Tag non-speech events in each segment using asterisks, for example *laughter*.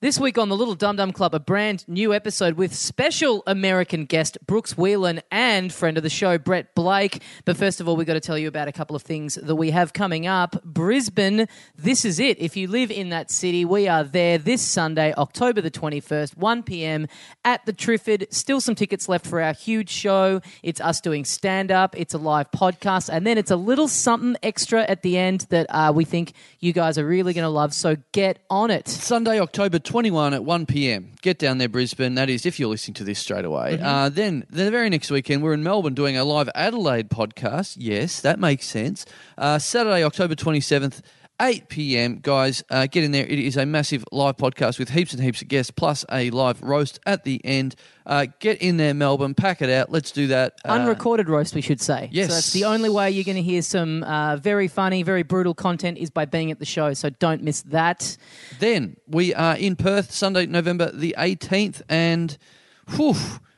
This week on the Little Dum Dum Club, a brand new episode with special American guest Brooks Whelan and friend of the show Brett Blake. But first of all, we've got to tell you about a couple of things that we have coming up. Brisbane, this is it. If you live in that city, we are there this Sunday, October the 21st, 1 p.m. at the Trifford. Still some tickets left for our huge show. It's us doing stand up, it's a live podcast, and then it's a little something extra at the end that uh, we think you guys are really going to love. So get on it. Sunday, October 21 at 1 p.m. Get down there, Brisbane. That is, if you're listening to this straight away. Uh, then the very next weekend, we're in Melbourne doing a live Adelaide podcast. Yes, that makes sense. Uh, Saturday, October 27th. 8 p.m. Guys, uh, get in there. It is a massive live podcast with heaps and heaps of guests, plus a live roast at the end. Uh, get in there, Melbourne. Pack it out. Let's do that. Uh, unrecorded roast, we should say. yes. So that's the only way you're going to hear some uh, very funny, very brutal content is by being at the show. So don't miss that. Then we are in Perth Sunday, November the 18th, and whew,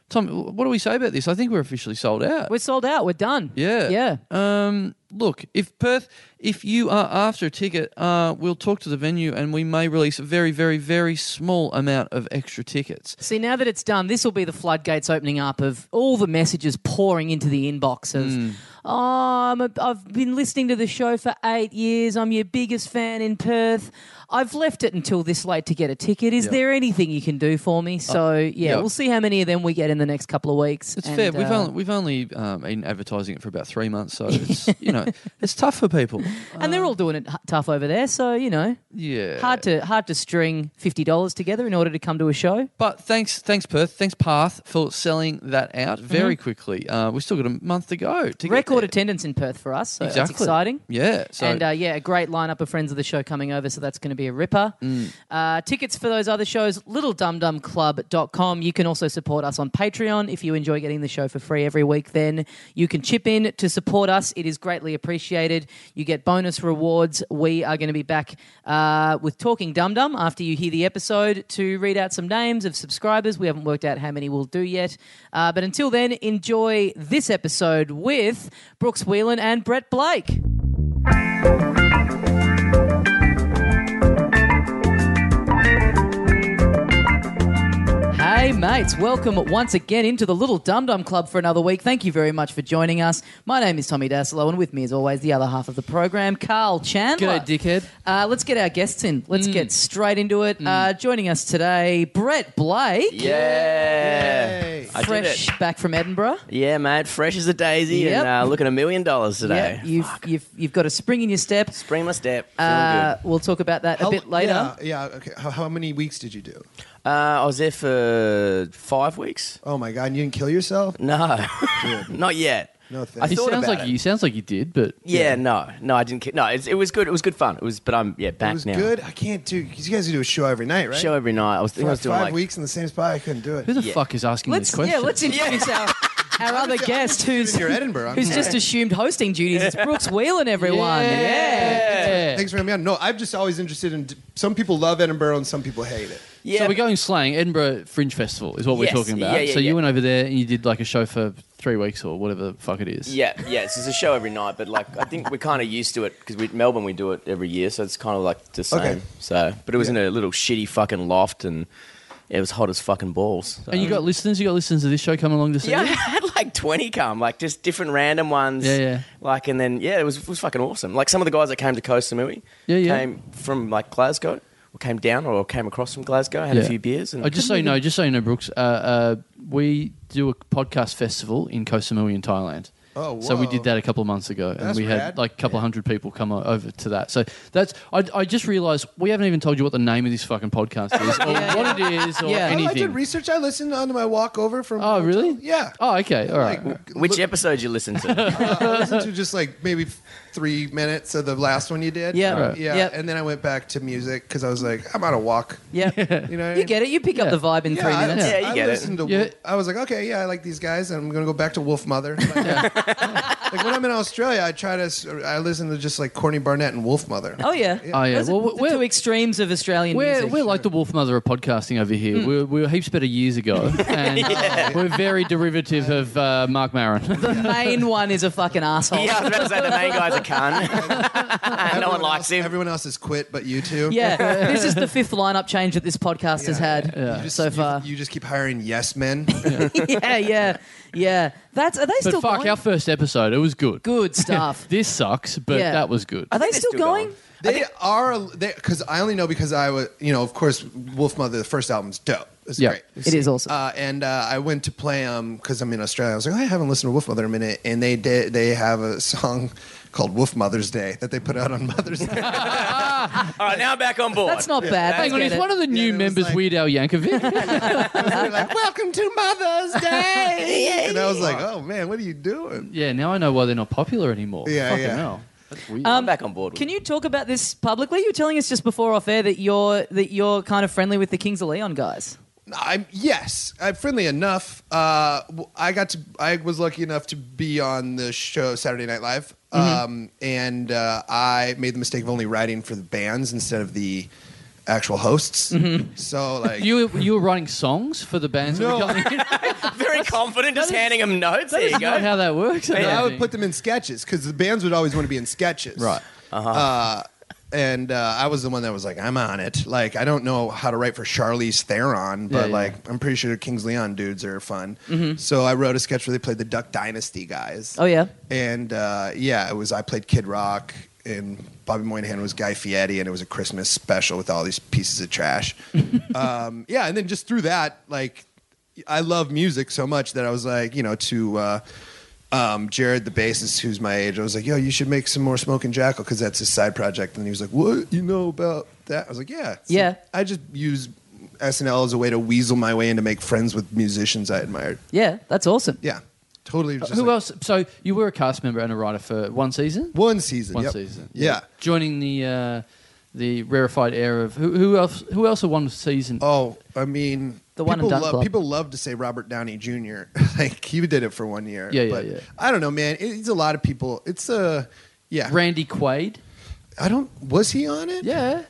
Tom, what do we say about this? I think we're officially sold out. We're sold out. We're done. yeah, Yeah. Um, look, if Perth, if you are after a ticket, uh, we'll talk to the venue, and we may release a very, very, very small amount of extra tickets. See, now that it's done, this will be the floodgates opening up of all the messages pouring into the inbox of, Hmm. oh, I'm a, I've been listening to the show for eight years. I'm your biggest fan in Perth. I've left it until this late to get a ticket. Is Yeah. Uh, there anything you can do for me? So, yeah, yeah. we'll see how many of them we get in the next couple of weeks. It's And, fair. We've uh, only we've only um, been advertising it for about three *laughs* months, so it's you know it's tough for people. And they're all doing it h- tough over there, so you know, Yeah, hard to hard to string fifty dollars together in order to come to a show. But thanks, thanks Perth, thanks Path for selling that out very quickly. Uh, we've still got a month to go. To Mm-hmm. Record get there. attendance in Perth for us, so that's Exactly. exciting. Yeah. So and uh, yeah, a great lineup of friends of the show coming over, so that's going to be a ripper. Uh, tickets for those other shows, littledumdumclub.com. You can also support us on Patreon if you enjoy getting the show for free every week. Then you can chip in to support us, it is greatly appreciated. You get bonus rewards. We are going to be back uh, with Talking Dum Dum after you hear the episode to read out some names of subscribers. We haven't worked out how many we'll do yet. Uh, but until then, enjoy this episode with Brooks Whelan and Brett Blake. Hey, mates, welcome once again into the Little Dum Dum Club for another week. Thank you very much for joining us. My name is Tommy Dasilo, and with me, as always, the other half of the program, Carl Chandler. G'day, dickhead. Uh, let's get our guests in. Let's get straight into it. Uh, joining us today, Brett Blake. Yeah. I did Fresh it. back from Edinburgh. Yeah, mate. Fresh as a daisy Yep. and uh, looking a million dollars today. Yeah, you've, you've, you've got a spring in your step. Spring my step. Feeling Uh, we'll talk about that a How- bit later. Yeah, yeah. Okay. How, how many weeks did you do? good. Uh, I was there for five weeks. Oh my god, and you didn't kill yourself? No, *laughs* *laughs* Dude. not yet. No thanks. I he thought sounds about like it. you sounds like you did, but Yeah, no, no, I didn't. ki- No, it, it was good. It was good fun. It was, but I'm yeah back It was now. good. I can't do. 'cause You guys do a show every night, right? Show every night. I was For thinking I was doing five like weeks in the same spot. I couldn't do it. who the Yeah. fuck is asking Let's this question? yeah, let's introduce our our other just- I'm guest just who's sitting here in Edinburgh. I'm who's sorry. just assumed hosting duties. It's Brooks Whelan, everyone. Yeah. Yeah. Thanks for having me on. No, I'm just always interested in. Some people love Edinburgh and some people hate it. yeah. So we're going slang. Edinburgh Fringe Festival is what Yes. we're talking about. Yeah, yeah, so you yeah. went over there and you did like a show for three weeks or whatever the fuck it is. Yeah, yeah. It's just a show every night, but like I think we're kind of used to it because we Melbourne we do it every year, so it's kind of like the same. Okay. So, but it was Yeah. in a little shitty fucking loft, and it was hot as fucking balls. so- And you got listeners. You got listeners to this show coming along this Yeah, *laughs* I year. had like twenty come, like just different random ones. Yeah, yeah. Like and then yeah, it was it was fucking awesome. Like some of the guys that came to Koh Samui Yeah, yeah. came from like Glasgow or came down or came across from Glasgow, had Yeah. a few beers and Oh, just so you know, just so you know, Brooks, uh, uh, we do a podcast festival in Koh Samui in Thailand. Oh, So we whoa. did that a couple of months ago, and That's we had rad. like a couple of hundred people come o- over to that. So that's I, I just realised we haven't even told you what the name of this fucking podcast is, *laughs* or Yeah. what it is, or Yeah. Oh, I Oh, I did anything. research. I listened on my walk over from. Oh, hotel. really? Yeah. Oh, okay, all right. *laughs* Like, which li- episode you listen *laughs* to? uh, I listened to just like maybe three minutes of the last one you did. Yeah. Um, Right. yeah. Yep. And then I went back to music because I was like, I'm on a walk. Yeah. You know, what I You mean? get it. You pick up Yeah. the vibe in three I- minutes. Yeah, you I get it. listened To, Yeah. I was like, okay, yeah, I like these guys, and I'm gonna go back to Wolf Mother. *laughs* Like, like, when I'm in Australia, I try to I listen to just like Corny Barnett and Wolf Mother. Oh yeah. Oh, yeah. Those are Well, the we're- two extremes of Australian We're, music. we're like the wolf mother of podcasting over here. Hmm. We're, we were heaps better *laughs* years ago, and we're very derivative of uh, Mark Maron. the main one is a fucking asshole. yeah, I was about to say the main guy's a cunt. *laughs* *laughs* no one Everyone likes else- him. Everyone else has quit, but you two. *laughs* Yeah, this is the fifth lineup change that this podcast has had You just- so you- far. You, just keep hiring *laughs* yes men. yeah, yeah, yeah. That's are they But still fuck, going? our first episode, it was good. Good *laughs* stuff. This sucks, but Yeah. that was good. Are they They're still still going? going. They are they because I only know because I was you know of course Wolf Mother the first album's dope. It's Yeah. great. It is awesome. Uh, and uh, I went to play them because I'm in Australia. I was like, oh, I haven't listened to Wolf Mother in a minute, and they did. They have a song *laughs* called Wolf Mother's Day that they put out on *laughs* Mother's Day. All right, now back on board. That's not bad. Hang on, Let's get is one it. of the it new was members like- Weird *laughs* Al Yankovic? They're like, Welcome to Mother's Day, and I was like, Oh man, what are you doing? yeah, now I know why they're not popular anymore. Yeah, Fucking yeah. hell. That's weird. I'm back on board. With Can Can you? you talk about this publicly? You were telling us just before off air that you're that you're kind of friendly with the Kings of Leon guys. I'm yes, I'm friendly enough. Uh, w- I got to. I was lucky enough to be on the show Saturday Night Live, um, and uh, I made the mistake of only writing for the bands instead of the actual hosts. So like, you, you were writing songs for the bands that were No. *laughs* coming in? *laughs* Very confident, just handing him notes. There you That's not go. how that works. I No, don't I would think. put them in sketches because the bands would always want to be in sketches. Right. Uh-huh. and uh, I was the one that was like, I'm on it. Like, I don't know how to write for Charlize Theron, Yeah, but yeah. Mm-hmm. like, I'm pretty sure Kings Leon dudes are fun. So I wrote a sketch where they played the Duck Dynasty guys. Oh yeah. And uh, yeah, it was I played Kid Rock and Bobby Moynihan was Guy Fieri, and it was a Christmas special with all these pieces *laughs* of trash. um, yeah, and then just through that, like I love music so much that I was like, you know, to uh, um, Jared, the bassist, who's my age, I was like, yo, you should make some more Smoking Jackal because that's his side project. And he was like, what you know about that? I was like, yeah, So Yeah. I just use SNL as a way to weasel my way in to make friends with musicians I admired. Yeah, that's awesome. Yeah, totally. Just Uh, Who like- else? So you were a cast member and a writer for one season. One season. One yep. season. Yeah. Joining the uh, the rarefied air of who, who else? Who else? A one season. Oh, I mean, The one and people, done club. love, people love to say Robert Downey Jr. *laughs* like he did it for one year. Yeah, yeah, but yeah. I don't know, man. It, it's a lot of people. It's a yeah. Randy Quaid. I don't. Was he on it? Yeah.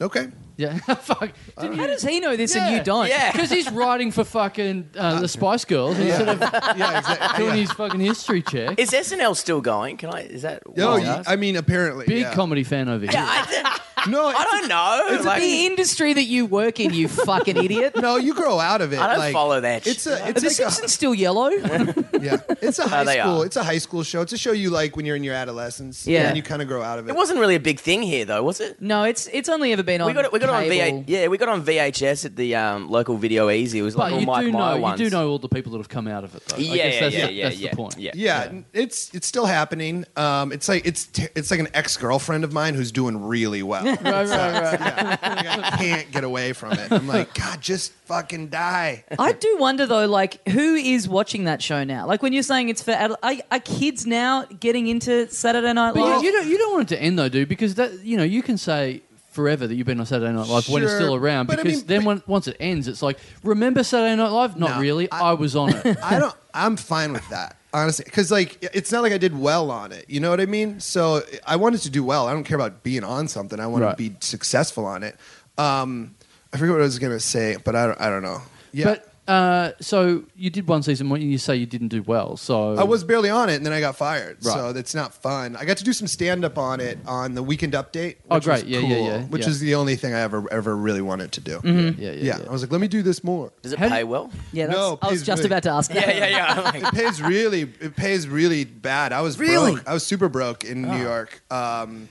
Okay. Yeah. *laughs* Fuck. How does he know this and Yeah. you don't? *laughs* Yeah. Because he's writing for fucking uh, the Spice Girls. He's sort of Yeah. Exactly. doing yeah. his fucking history check. Is SNL still going? Can I? Is that? No, Wow. you- I mean, apparently. Big yeah. comedy fan over here. Yeah, I, No, I don't know. It's Like, the industry that you work in, you fucking *laughs* idiot. no, you grow out of it. I don't like, follow that. It's a. Are It's the like a- Simpsons still yellow? yeah. *laughs* It's a high Oh, they school. are. It's a high school show. It's a show you like when you're in your adolescence. Yeah. And you kind of grow out of it. it wasn't really a big thing here, though, was it? no, it's it's only ever been on. We got it. We got it on cable. VH. Yeah, we got it on VHS at the um, local Video Easy. It was But like all you Mike do Meyer know ones. you do know all the people that have come out of it though. I Yeah, guess yeah, that's yeah, the, yeah, that's yeah, the point. yeah. yeah, n- it's it's still happening. Um, it's like it's t- it's like an ex girlfriend of mine who's doing really well. right, right, *laughs* right. I can't get away from it. I'm like, God, just fucking die. I do wonder though, like who is watching that show now? Like when you're saying it's for adult, are, are kids now getting into Saturday Night But you- Live? you, don't you don't want it to end though, dude, because that you know you can say forever that you've been on Saturday Night Live when it's Sure, still around. but I Because mean, then but- when, once it ends, it's like remember Saturday Night Live? Not No, really. I, I- was on it. I don't. I'm fine with that, honestly, because like it's not like I did well on it. You know what I mean? So I wanted to do well. I don't care about being on something. I want Right. to be successful on it. Um, I forget what I was gonna say, but I don't. I don't know. *laughs* Yeah. But uh, so you did one season, and you say you didn't do well. So I was barely on it, and then I got fired. Right. So that's not fun. I got to do some stand up on it on the Weekend Update. Oh, which was great. Yeah, yeah, yeah, Which yeah. Mm-hmm. is the only thing I ever ever really wanted to do. yeah, yeah, Mm. Yeah. yeah. I was like, let me do this more. Does it How do pay you- *laughs* well? yeah, that's, No, I was please, just really. about to ask. Yeah, that. yeah, yeah. I'm like, It pays really. It pays really bad. I was Really? broke. I was super broke in Oh. New York. Um,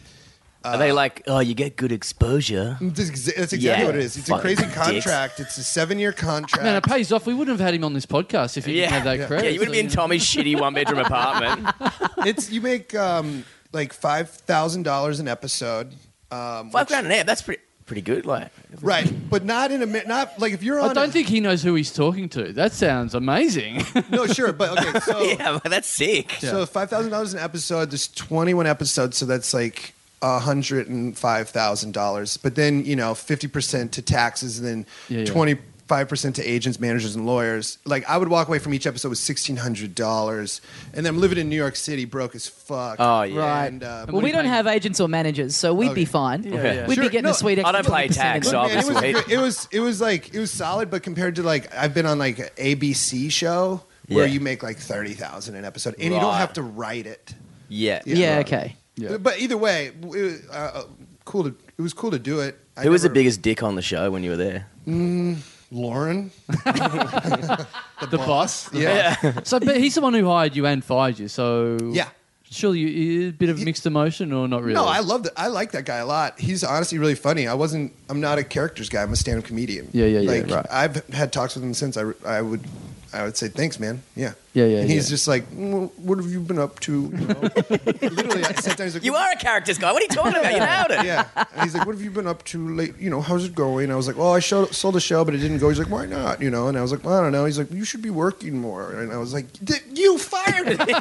are they like, oh, you get good exposure? this is exa- that's exactly Yeah. what it is. It's a Fucking crazy dicks. contract. It's a seven year contract. Man, it pays off. We wouldn't have had him on this podcast if he Yeah. didn't have that Yeah. credit. Yeah, you would so, be in know. Tommy's shitty *laughs* one bedroom apartment. *laughs* it's you make um, like five thousand dollars an episode. Um, Five which- grand an app. That's pretty pretty good. Like, Right, but not in a mi- not like if you're on. I a- don't think he knows who he's talking to. That sounds amazing. *laughs* *laughs* No, sure, but okay. *laughs* So yeah, but that's sick. So five thousand dollars an episode. There's twenty one episodes, so that's like hundred and five thousand dollars. But then you know fifty percent to taxes, and then Yeah, yeah. twenty five percent to agents, managers, and lawyers. Like I would walk away from each episode with sixteen hundred dollars, and then I'm living in New York City, broke as fuck. Oh, yeah. Right. And, um, Well, we don't have agents or managers, so we'd be Okay. fine. yeah. We'd Sure, be getting no, a sweet. I don't extra pay 50% tax, anyway. Look, man, it, was, obviously. good- it was it was like it was solid, but compared to like I've been on like an ABC show where Yeah. you make like thirty thousand an episode, and you don't Right. have to write it. Yeah. Yeah. Yeah. Okay. Yeah. But either way, it, uh, uh, cool. To, it was cool to do it. I Who was the never- biggest dick on the show when you were there? Lauren. The boss. Yeah. *laughs* So, but he's the one who hired you and fired you. So Yeah. surely you, a bit of mixed emotion or not really? No, I love that. I like that guy a lot. He's honestly really funny. I wasn't. I'm not a characters guy. I'm a stand-up comedian. Yeah, yeah, yeah, Like right. I've had talks with him since. I, I would, I would say thanks, man. Yeah. Yeah, yeah, And he's yeah. just like, "Mm, what have you been up to? You *laughs* know? Literally, I sat down. He's like, You are a characters guy. What are you talking about? You nailed *laughs* it. Yeah. And he's like, what have you been up to late? You know, how's it going? I was like, well, I showed, sold a show, but it didn't go. He's like, why not? You know, and I was like, well, I don't know. He's like, you should be working more. And I was like, "D- you fired me.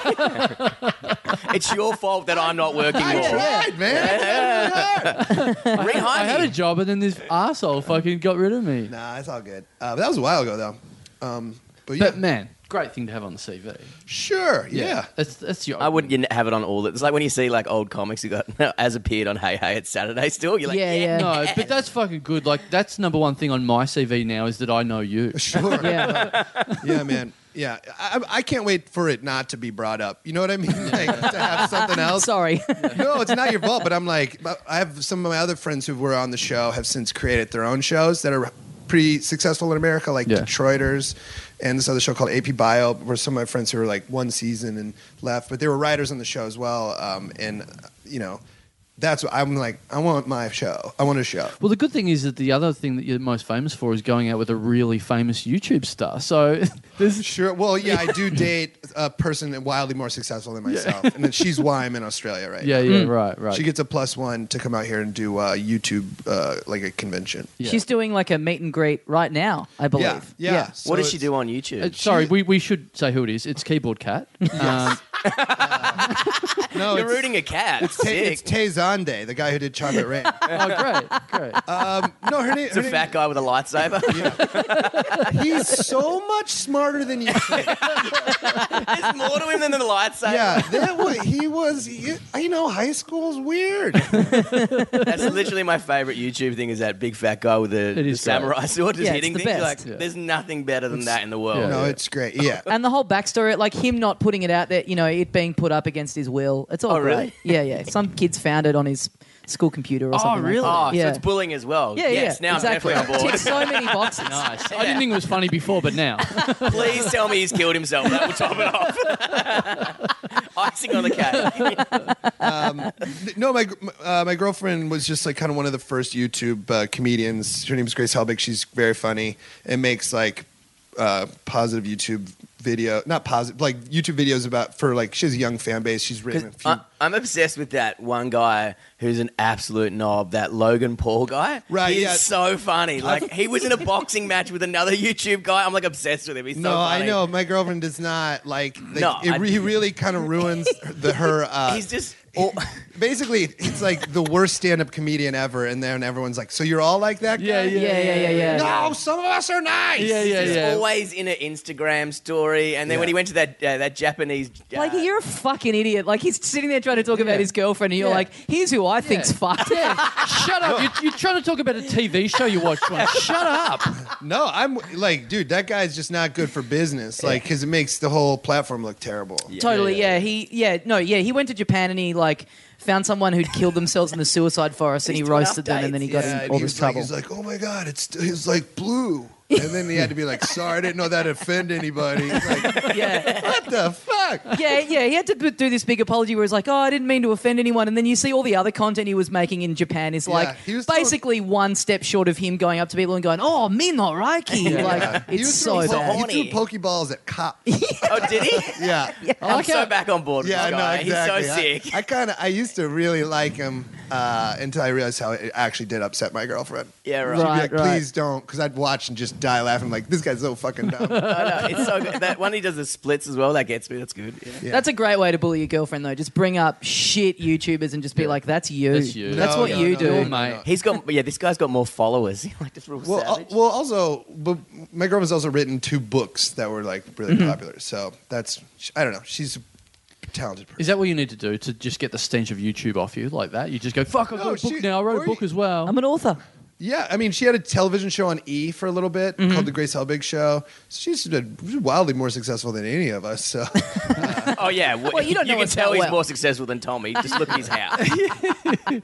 It's your fault that I'm not working I more. tried, man. I Rehire had a me. job and then this asshole fucking got rid of me. *laughs* Nah, it's all good. Uh, but that was a while ago, though. Um, but yeah, But man, great thing to have on the CV. sure, yeah. that's that's your. I wouldn't you have it on all. It's like when you see like old comics who got *laughs* as appeared on Hey Hey It's Saturday still. You're like, Yeah, yeah, yeah. No, but that's fucking good. Like that's number one thing on my CV now is that I know you. *laughs* sure, yeah. Yeah. man, yeah. I, I I can't wait for it not to be brought up. You know what I *laughs* mean? Like to have something else. Sorry. No, it's not your fault. But I'm like, but I have some of my other friends who were on the show have since created their own shows that are pretty successful in America, like Yeah. Detroiters and this other show called AP Bio, where some of my friends who were like one season and left, but they were writers on the show as well. Um, and you know, that's what I'm like. I want my show. I want a show. Well, the good thing is that the other thing that you're most famous for is going out with a really famous YouTube star. So *laughs* there's Sure. Well, yeah, I *laughs* do date a person wildly more successful than myself, and then she's why I'm in Australia right yeah, now. yeah, right, right. She gets a plus one to come out here and do uh, YouTube uh, like a convention. Yeah. She's doing like a meet and greet right now, I believe. Yeah, yeah. So What does she it's- do on Uh, YouTube? sorry, we, we should say who it is. It's Keyboard Cat. Um, No, You're it's, rooting a cat. it's, Ta- Sick. it's Tay Zonde, the guy who did *laughs* Chocolate Rain. oh, great, great. Um, no, her name. It's a fat guy with a lightsaber. *laughs* He's so much smarter than *laughs* you. think. There's more to him than the lightsaber. yeah, that was, he was. he- you know, high *laughs* school's weird. That's literally my favorite YouTube thing is that big fat guy with the, the is samurai *laughs* sword just Yeah, it's hitting the things. best. Oh, Like, Yeah. There's nothing better than that in the world. yeah. No, it's great. Yeah. And the whole backstory, like him not putting it out there, you know, it being put up against his will. It's all Oh, right. really? Yeah, yeah. Some kids found it on his school computer or something. really? Like Oh, that. yeah. so it's bullying as well. yeah, yes, yeah. now exactly. I'm definitely on *laughs* board. Ticks so many *laughs* boxes. Nice. I didn't think it was funny before, but now. Please tell me he's killed himself. That will top it off. *laughs* Icing on the cake. Um, Th- No, my gr- uh, my girlfriend was just like kind of one of the first YouTube uh, comedians. Her name's Grace Helbig. She's very funny and makes like uh, positive YouTube video, not positive, like YouTube videos about for like she has a young fan base. She's written a few. I, I'm obsessed with that one guy who's an absolute knob, that Logan Paul guy. Right, He's yeah. so funny. Like, he was in a boxing match with another YouTube guy. I'm like obsessed with him. He's so no, funny. I know my girlfriend does not like. like No, it I- re- he really kind of ruins the her. Uh, He's *laughs* just. all- basically it's like the worst stand-up comedian ever, and then everyone's like, "So you're all like that?" Yeah, guy? yeah, Yeah, yeah, yeah, yeah. No, some of us are nice. Yeah, yeah, He's yeah. always in an Instagram story, and then when Yeah. he went to that uh, that Japanese, uh, Like you're a fucking idiot. Like he's sitting there trying to talk Yeah. about his girlfriend, and you're Yeah. like, "Here's who I think's fucked." Yeah, shut up. You're, you're trying to talk about a TV show you watched *laughs* once. Shut up. No, I'm like, dude, that guy's just not good for business. Like, because it makes the whole platform look terrible. *laughs* Totally, yeah, He, yeah, no, yeah. He went to Japan and he like found someone who'd killed themselves in the suicide forest, and he He's doing roasted them, and then he got updates. in and all he this was like, trouble. he's like, oh my god, it's he's like blue, and then he had to be like, sorry, I didn't know that offend anybody. He's like, yeah. what the fuck? Yeah, yeah, he had to b- do this big apology where he's like, "Oh, I didn't mean to offend anyone," and then you see all the other content he was making in Japan is like he was basically one step short of him going up to people and going, "Oh, me not Reiki," like Yeah. Oh He it's was so throwing- bad. horny. He threw pokeballs at cops. *laughs* oh, did *laughs* he? yeah. I'm so back on board with Yeah, this no, guy. exactly. He's so I- sick. I, kind of, I used to really like him uh, until I realized how it actually did upset my girlfriend. yeah, right. She'd be Right, like, right. please don't, because I'd watch and just die laughing. Like this guy's so *laughs* fucking dumb. I know, it's so good. That one he does the splits as well. That gets me. That's good. Yeah. That's a great way to bully your girlfriend though. Just bring up shit YouTubers and just be like, "That's you. That's you. That's No, what no, you no, do." no, Your mate. He's got. Yeah, this guy's got more followers. *laughs* like just real Well, uh, savage. al- well, also, but my girlfriend's also written two books that were like really Mm-hmm. popular. So that's, I don't know. She's a talented person. Is that what you need to do to just get the stench of YouTube off you like that? You just go, fuck, I've No, got a book she- now. I wrote or a book you- as well. I'm an author. Yeah, I mean, she had a television show on E for a little bit Mm-hmm. called The Grace Helbig Show. She's been wildly more successful than any of us. So *laughs* Oh yeah. Well, you don't know can us tell that he's well. more successful than Tommy. Just look at his house. This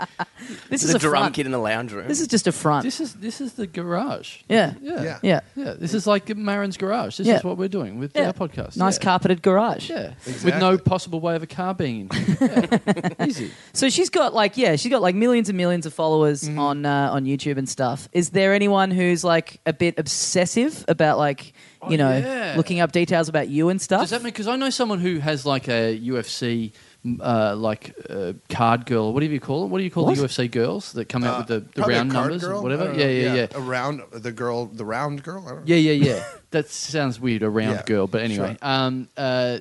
There's is a, a drum front. kit in the lounge room. This is just a front. This is this is the garage. yeah. Yeah. Yeah. Yeah. Yeah. This is like Marin's garage. This Yeah. is what we're doing with Yeah. our podcast. Nice yeah. carpeted garage. Yeah. With Exactly. no possible way of a car being in. *laughs* here. Yeah. Easy. So she's got like yeah, she's got like millions and millions of followers on uh, on YouTube and stuff. Is there anyone who's like a bit obsessive about like you know yeah. looking up details about you and stuff? Does that mean because I know someone who has like a UFC m- uh, like uh, card girl? What do you call it? What do you call the UFC girls that come out with the, the Uh, Probably a round card numbers girl? Uh, and I whatever? don't Yeah, know. yeah, yeah, A round the girl, the round girl. I don't know. yeah, yeah, yeah. *laughs* that sounds weird, a round Yeah, girl. But anyway, um, uh,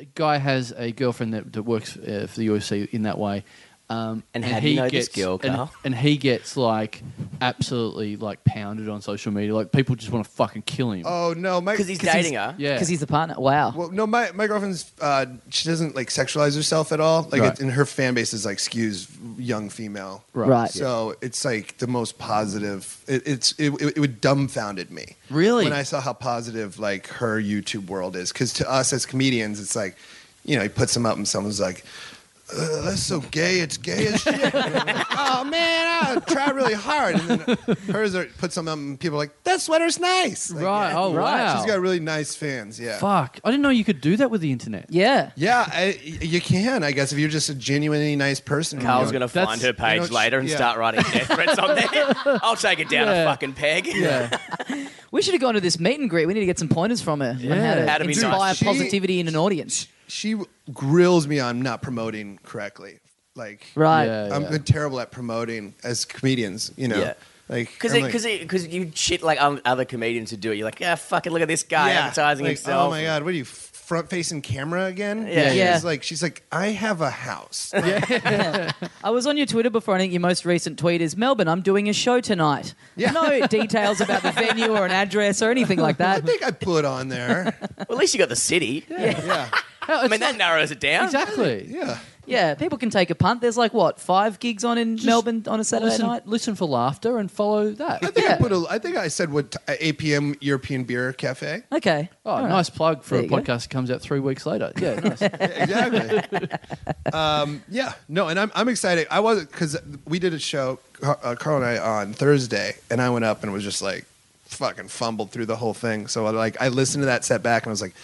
a guy has a girlfriend that, that works uh, for the UFC in that way. Um, And how do you know this girl, and- Carl? And, he gets like absolutely like pounded on social media. Like people just want to fucking kill him. Oh no, my Because he's 'Cause dating he's- her. yeah, Because he's the partner. Wow. Well, no, my, my girlfriend's uh, she doesn't like sexualize herself at all. Like, Right. it, and her fan base is like skews young female. Right. Right. So it's like the most positive. It, it's it, it, would dumbfounded me Really? when I saw how positive like her YouTube world is. Because to us as comedians, it's like, you know, he puts them up and someone's like. "Ugh, that's so gay. It's gay as shit. *laughs* oh man, I try really hard. And then hers are, put some up and people are like that sweater's nice. Like, right. yeah. Oh wow. She's got really nice fans. Yeah. Fuck! I didn't know you could do that with the internet. yeah. Yeah, I, you can, I guess, if you're just a genuinely nice person. Carl's You know, gonna find that's- her page you know, later and yeah. start writing death threats on there. I'll take it down a Yeah. fucking peg. *laughs* Yeah. We should have gone to this meet and greet. We need to get some pointers from her on how to, Yeah. How to be inspire nice. She- positivity in an audience. She grills me on not promoting correctly. Like, Right. Yeah. I'm terrible at promoting as comedians. You know, Yeah. like Because I'm like, because because you shit like um, other comedians who do it. You're like, ah, fucking look at this guy yeah, advertising like, himself. Oh my god, what are you front facing camera again? Yeah. Yeah. She's like, she's like, I have a house. I was on your Twitter before. I think your most recent tweet is Melbourne. I'm doing a show tonight. Yeah. No details about the venue or an address or anything like I that. *laughs* think I put on there. Well, at least you got the city. yeah, How- I mean, that narrows it down. exactly. yeah. Yeah, people can take a punt. There's like what five gigs on in Melbourne on a Saturday listen, night. listen for laughter and follow that. I think Yeah. I put a. I think I said what t- 8 p.m. European Beer Cafe. Okay. Oh, All right. nice plug for a There you go. podcast that comes out three weeks later. *laughs* Yeah, nice. exactly. um, yeah, no, and I'm I'm excited. I was because we did a show, Car- uh, Carl and I, on Thursday, and I went up and was just like fucking fumbled through the whole thing. So I, like I listened to that setback and I was like,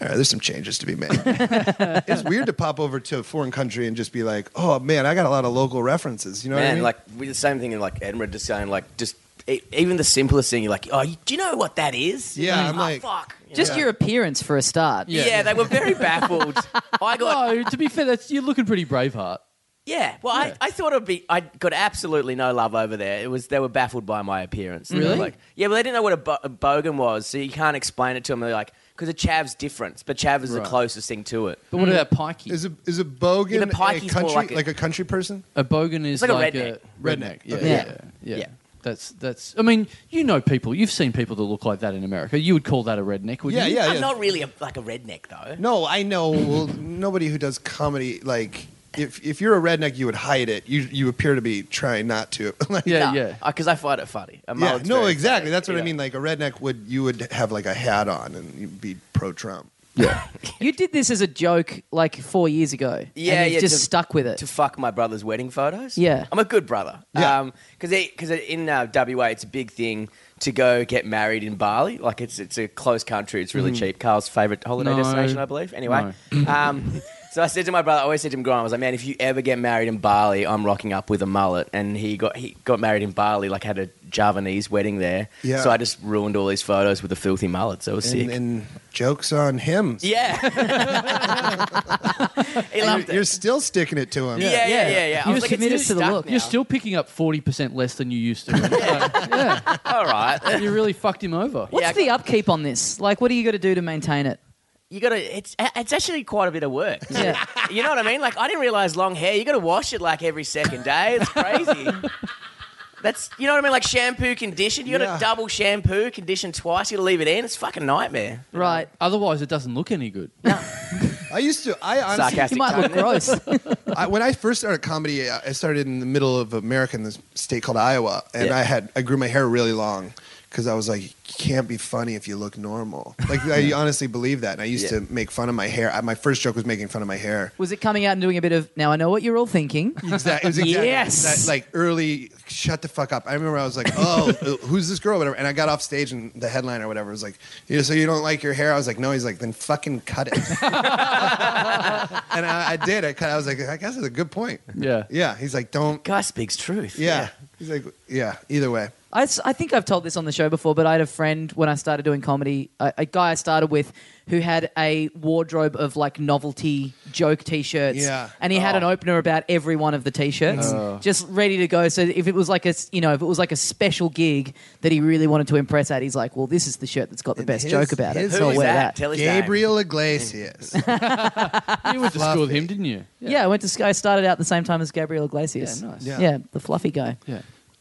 all right, there's some changes to be made. *laughs* it's weird to pop over to a foreign country and just be like, oh man, I got a lot of local references. You know what I Man, mean? like we the same thing in like Edinburgh, just saying like just e- even the simplest thing. You're like, oh, you- do you know what that is? Yeah, Like, I'm "Oh, like- fuck. You Just know? your appearance for a start. yeah. They were very baffled. I got no, Oh, to be fair, that's, you're looking pretty braveheart. yeah. Well, Yeah. I, I thought it'd be. I got absolutely no love over there. It was they were baffled by my appearance. They were Really? Like, yeah, but they didn't know what a, bo- a bogan was, so you can't explain it to them. They're like, because a chav's different, but chav is the Right. closest thing to it. But what about pikey? Mm. is a is a bogan Yeah, but a Pikey's more like country like a- a, country person? a bogan is It's like a like redneck. redneck. Yeah, Okay. yeah, Yeah. yeah, Yeah. That's that's. I mean, you know, people. You've seen people that look like that in America. You would call that a redneck, would Yeah, you? yeah. I'm not really a, like a redneck though. No, I know. Well, nobody who does comedy like. If, if you're a redneck, you would hide it. You you appear to be trying not to. *laughs* Like- yeah, No, yeah. *laughs* Because I find it funny. A Yeah, mullet's no, very exactly. funny, That's what you I know. mean. Like a redneck would, you would have like a hat on and you'd be pro Trump. You did this as a joke like four years ago. Yeah, and you've yeah, just to- stuck with it. to fuck my brother's wedding photos. Yeah. I'm a good brother. Um, Yeah. because because in uh, WA it's a big thing to go get married in Bali. Like it's it's a close country. It's really cheap. Carl's favorite holiday No. destination, I believe. Anyway, *laughs* um, so I said to my brother, I always said to him growing up, I was like, man, if you ever get married in Bali, I'm rocking up with a mullet. And he got he got married in Bali, like had a Javanese wedding there. Yeah. So I just ruined all these photos with a filthy mullet. So it was sick. And, and jokes on him. *laughs* yeah. *laughs* he You're, loved it. you're still sticking it to him. yeah, yeah, yeah, yeah. I You was like, it's submitted just to the stuck look. now. You're still picking up forty percent less than you used *laughs* to. yeah. all right. *laughs* you really fucked him over. What's Yeah. the upkeep on this? Like, what do you got to do to maintain it? you gotta it's it's actually quite a bit of work Yeah. *laughs* you know what i mean like i didn't realize long hair you gotta wash it like every second day *laughs* it's crazy that's you know what i mean like shampoo condition you gotta Yeah. double shampoo condition twice you gotta leave it in it's a fucking nightmare Right. Otherwise, it doesn't look any good. I used to. I honestly, You Sarcastic might tone look there. gross. I, when I first started comedy, I I started in the middle of America in this state called Iowa, and Yeah. I had I grew my hair really long because I was like, you can't be funny if you look normal. Like I honestly believe that, and I used Yeah. to make fun of my hair. I, my first joke was making fun of my hair. Was it coming out and doing a bit of, now I know what you're all thinking? Exactly. It was exactly Yes. that, like early. Shut the fuck up. I remember I was like, oh, who's this girl? Whatever. And I got off stage, and the headline or whatever was like, yeah, so you don't like your hair? I was like, no. He's like, then fucking cut it. *laughs* and I, I did. I cut. I was like, I guess it's a good point. *laughs* Yeah. Yeah. He's like, don't. Guy speaks truth. Yeah. He's like, yeah. Either way. I, s- I think I've told this on the show before, but I had a friend when I started doing comedy, a, a guy I started with who had a wardrobe of like novelty joke t shirts. Yeah. And he had an opener about every one of the t shirts, just ready to go. So if it was like a, s- you know, if it was like a special gig that he really wanted to impress at, he's like, well, this is the shirt that's got the And best his- joke about it. his- So Who I'll is wear that? that. Tell his name. Gabriel Iglesias. You went to school with him, didn't you? Yeah. I went to Sky, started out the same time as Gabriel Iglesias. Yeah, nice. Yeah, Yeah. the fluffy guy. Yeah.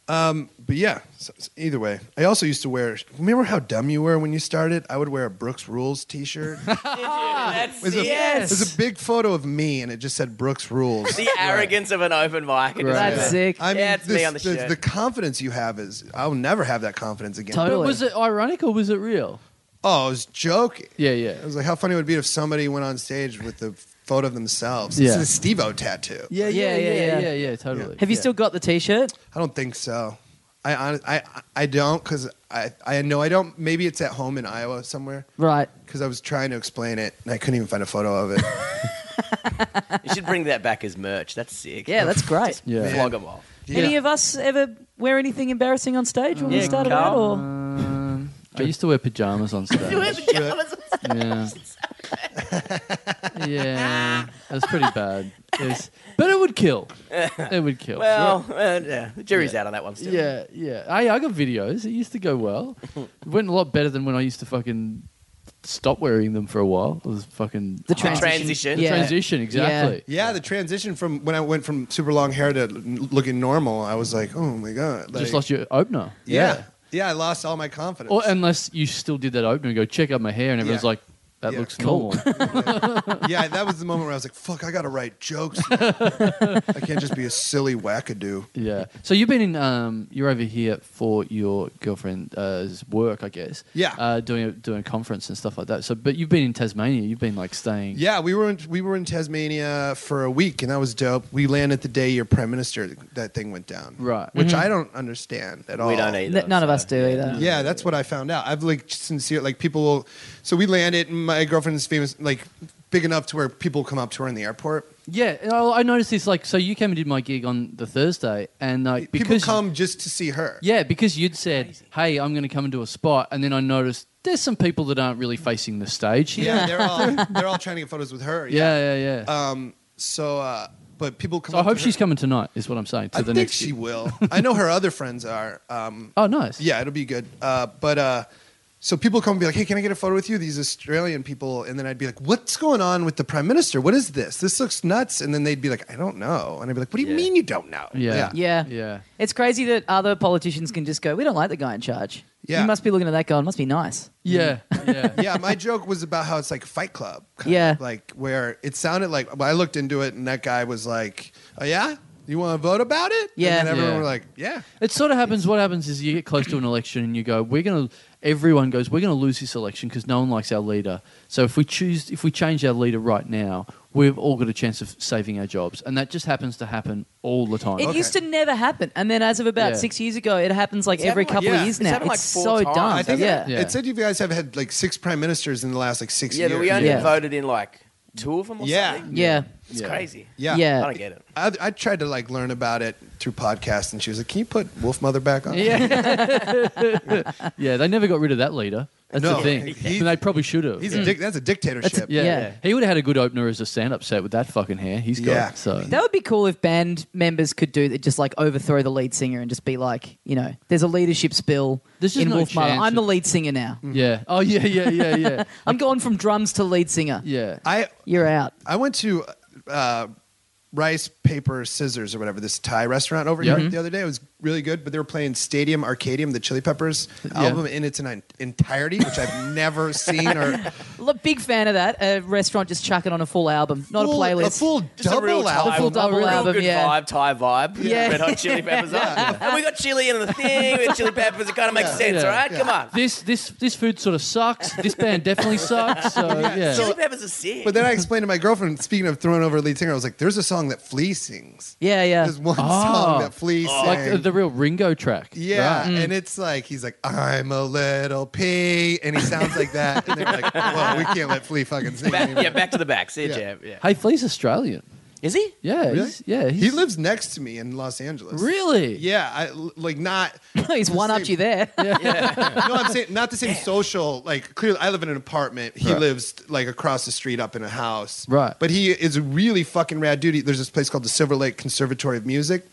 but yeah, so, so either way. I also used to wear, remember how dumb you were when you started? I would wear a Brooks Rules t shirt. Ah. That's There's a, Yes. there's a big photo of me, and it just said Brooks Rules. the arrogance of an open mic. Right. It doesn't That's matter. sick. I mean, Yeah, it's me this- on the shirt. confidence you have is I'll never have that confidence again. Totally. But was it ironic or was it real? Oh, I was joking. Yeah, yeah. I was like, how funny it would be if somebody went on stage with the photo of themselves. Yeah. This is a Steve O tattoo. Yeah, yeah, yeah. yeah, totally. Have you Yeah. still got the t shirt? I don't think so. I hon- I I don't because I I know I don't. Maybe it's at home in Iowa somewhere Right. because I was trying to explain it and I couldn't even find a photo *laughs* of it. You should bring that back as merch. That's sick. Yeah, that's great. Yeah. Man. Flog 'em off. Any Yeah. of us ever wear anything embarrassing on stage when we Yeah, started Carl. out? Or Um, I used to wear pajamas on stage. yeah. *laughs* yeah. It was pretty bad. It was, but it would kill. It would kill. Well, uh, yeah, the jury's out on that one still. yeah, yeah. I, I got videos. It used to go well. It went a lot better than when I used to fucking stop wearing them for a while. It was fucking the hard. transition? transition. The Yeah. transition, exactly. Yeah, the transition from when I went from super long hair to l- looking normal, I was like, oh my god, Just like- lost your opener. Yeah. yeah, I lost all my confidence. Or unless you still did that opener and go check out my hair, and everyone's Yeah. like, "That Yeah. looks Cool. normal." yeah, that was the moment where I was like, fuck, I gotta *laughs* write jokes. now. I can't just be a silly wackadoo. yeah. So you've been in, um, you're over here for your girlfriend's work, I guess. Yeah. Uh, doing a, doing a conference and stuff like that. So, but you've been in Tasmania. You've been like staying. Yeah, we were in, we were in Tasmania for a week, and that was dope. We landed the day your prime minister that thing went down, Right. Which I don't understand at all. Mm-hmm. We don't either. N- None of so- us do either. Yeah, that's what I found out. I've like sincere like people will. So we landed, and my girlfriend is famous, like big enough to where people come up to her in the airport. Yeah. and I I noticed this. Like, so you came and did my gig on the Thursday, and like people because come just to see her. Yeah, because you'd said, "Hey, I'm going to come and do a spot," and then I noticed there's some people that aren't really facing the stage here. yeah, *laughs* they're all they're all trying to get photos with her. Yeah, yeah, yeah. Um. So, uh, but people come. so I up to hope her. she's coming tonight. Is what I'm saying. To I the think next she gig. *laughs* will. I know her other friends are. Um, Oh, nice. yeah, it'll be good. Uh, but uh, so people come and be like, "Hey, can I get a photo with you?" These Australian people, and then I'd be like, "What's going on with the prime minister? What is this? This looks nuts." And then they'd be like, "I don't know," and I'd be like, "What do you Yeah. mean you don't know?" Yeah. Yeah. Yeah. It's crazy that other politicians can just go, we don't like the guy in charge. Yeah. You must be looking at that guy and must be nice. Yeah. Yeah. *laughs* yeah, my joke was about how it's like Fight Club. kind Yeah. of, like where it sounded like well, I looked into it, and that guy was like, "Oh yeah, you want to vote about it?" Yeah. and then everyone Yeah. were like, "Yeah." It sort of happens. What happens is you get close to an election and you go, "We're gonna." Everyone goes, "We're gonna lose this election because no one likes our leader." So if we choose, if we change our leader right now, we've all got a chance of saving our jobs, and that just happens to happen all the time. It Okay. used to never happen. And then as of about Yeah. six years ago, it happens like It's every happened like- couple of yeah, years it's now. It's happened like so four times, dumb. I think yeah. it, Yeah. it said you guys have had like six prime ministers in the last like six Yeah, years. but we only Yeah. voted in like two of them or Yeah. something. Yeah. It's Yeah. crazy. Yeah. Yeah. I don't get it. I, I tried to like learn about it through podcasts, and she was like, "Can you put Wolf Mother back on?" *laughs* Yeah. *laughs* yeah, they never got rid of that leader. That's No, the thing. he- And they probably should have. he's yeah. a dic- that's a dictatorship. yeah. Yeah. He would have had a good opener as a stand up set with that fucking hair. He's got Yeah. so That would be cool if band members could do that, just like overthrow the lead singer and just be like, you know, there's a leadership spill There's just in no Wolf Mother. chance I'm the of- lead singer now. Yeah. Oh yeah, yeah, yeah, yeah. *laughs* I'm going from drums to lead singer. yeah. I You're out. I went to uh, Rice Paper Scissors or whatever this Thai restaurant over Yeah. here the other day. It was really good, but they were playing Stadium Arcadium, the Chili Peppers album in its en- entirety, which I've never seen or Look, big fan of that. A restaurant just chucking on a full album, not Full- a playlist. a full Just a double real album. Thai- A full double real album, good yeah. vibe, Thai vibe. Yeah. Red Hot Chili Peppers. on. And we got chili in the thing. We had Chili Peppers. It kind of makes sense, Yeah. all right? Come on. This this this food sort of sucks. This band definitely sucks. So yeah. Chili Peppers are sick. But then I explained to my girlfriend, speaking of throwing over a lead singer, I was like, there's a song that Flea sings. yeah, yeah. There's one song that Flea sings. like uh, the, the real Ringo track. yeah, and it's like he's like, I'm a little pea, and he sounds like that. And they're like, Whoa, we can't let Flea fucking sing back, *laughs* *laughs* anymore. yeah, back to the back. See you, Yeah. Jab. Yeah. Hey, Flea's Australian. Is he? Yeah, Really? he's, yeah. He He's, lives next to me in Los Angeles. really. Yeah, I like not. *laughs* He's the one upped same- you there. No, I'm saying not the same social. Like clearly, I live in an apartment. He Right. lives like across the street up in a house. Right. But he is a really fucking rad dude. He- There's this place called the Silver Lake Conservatory of Music,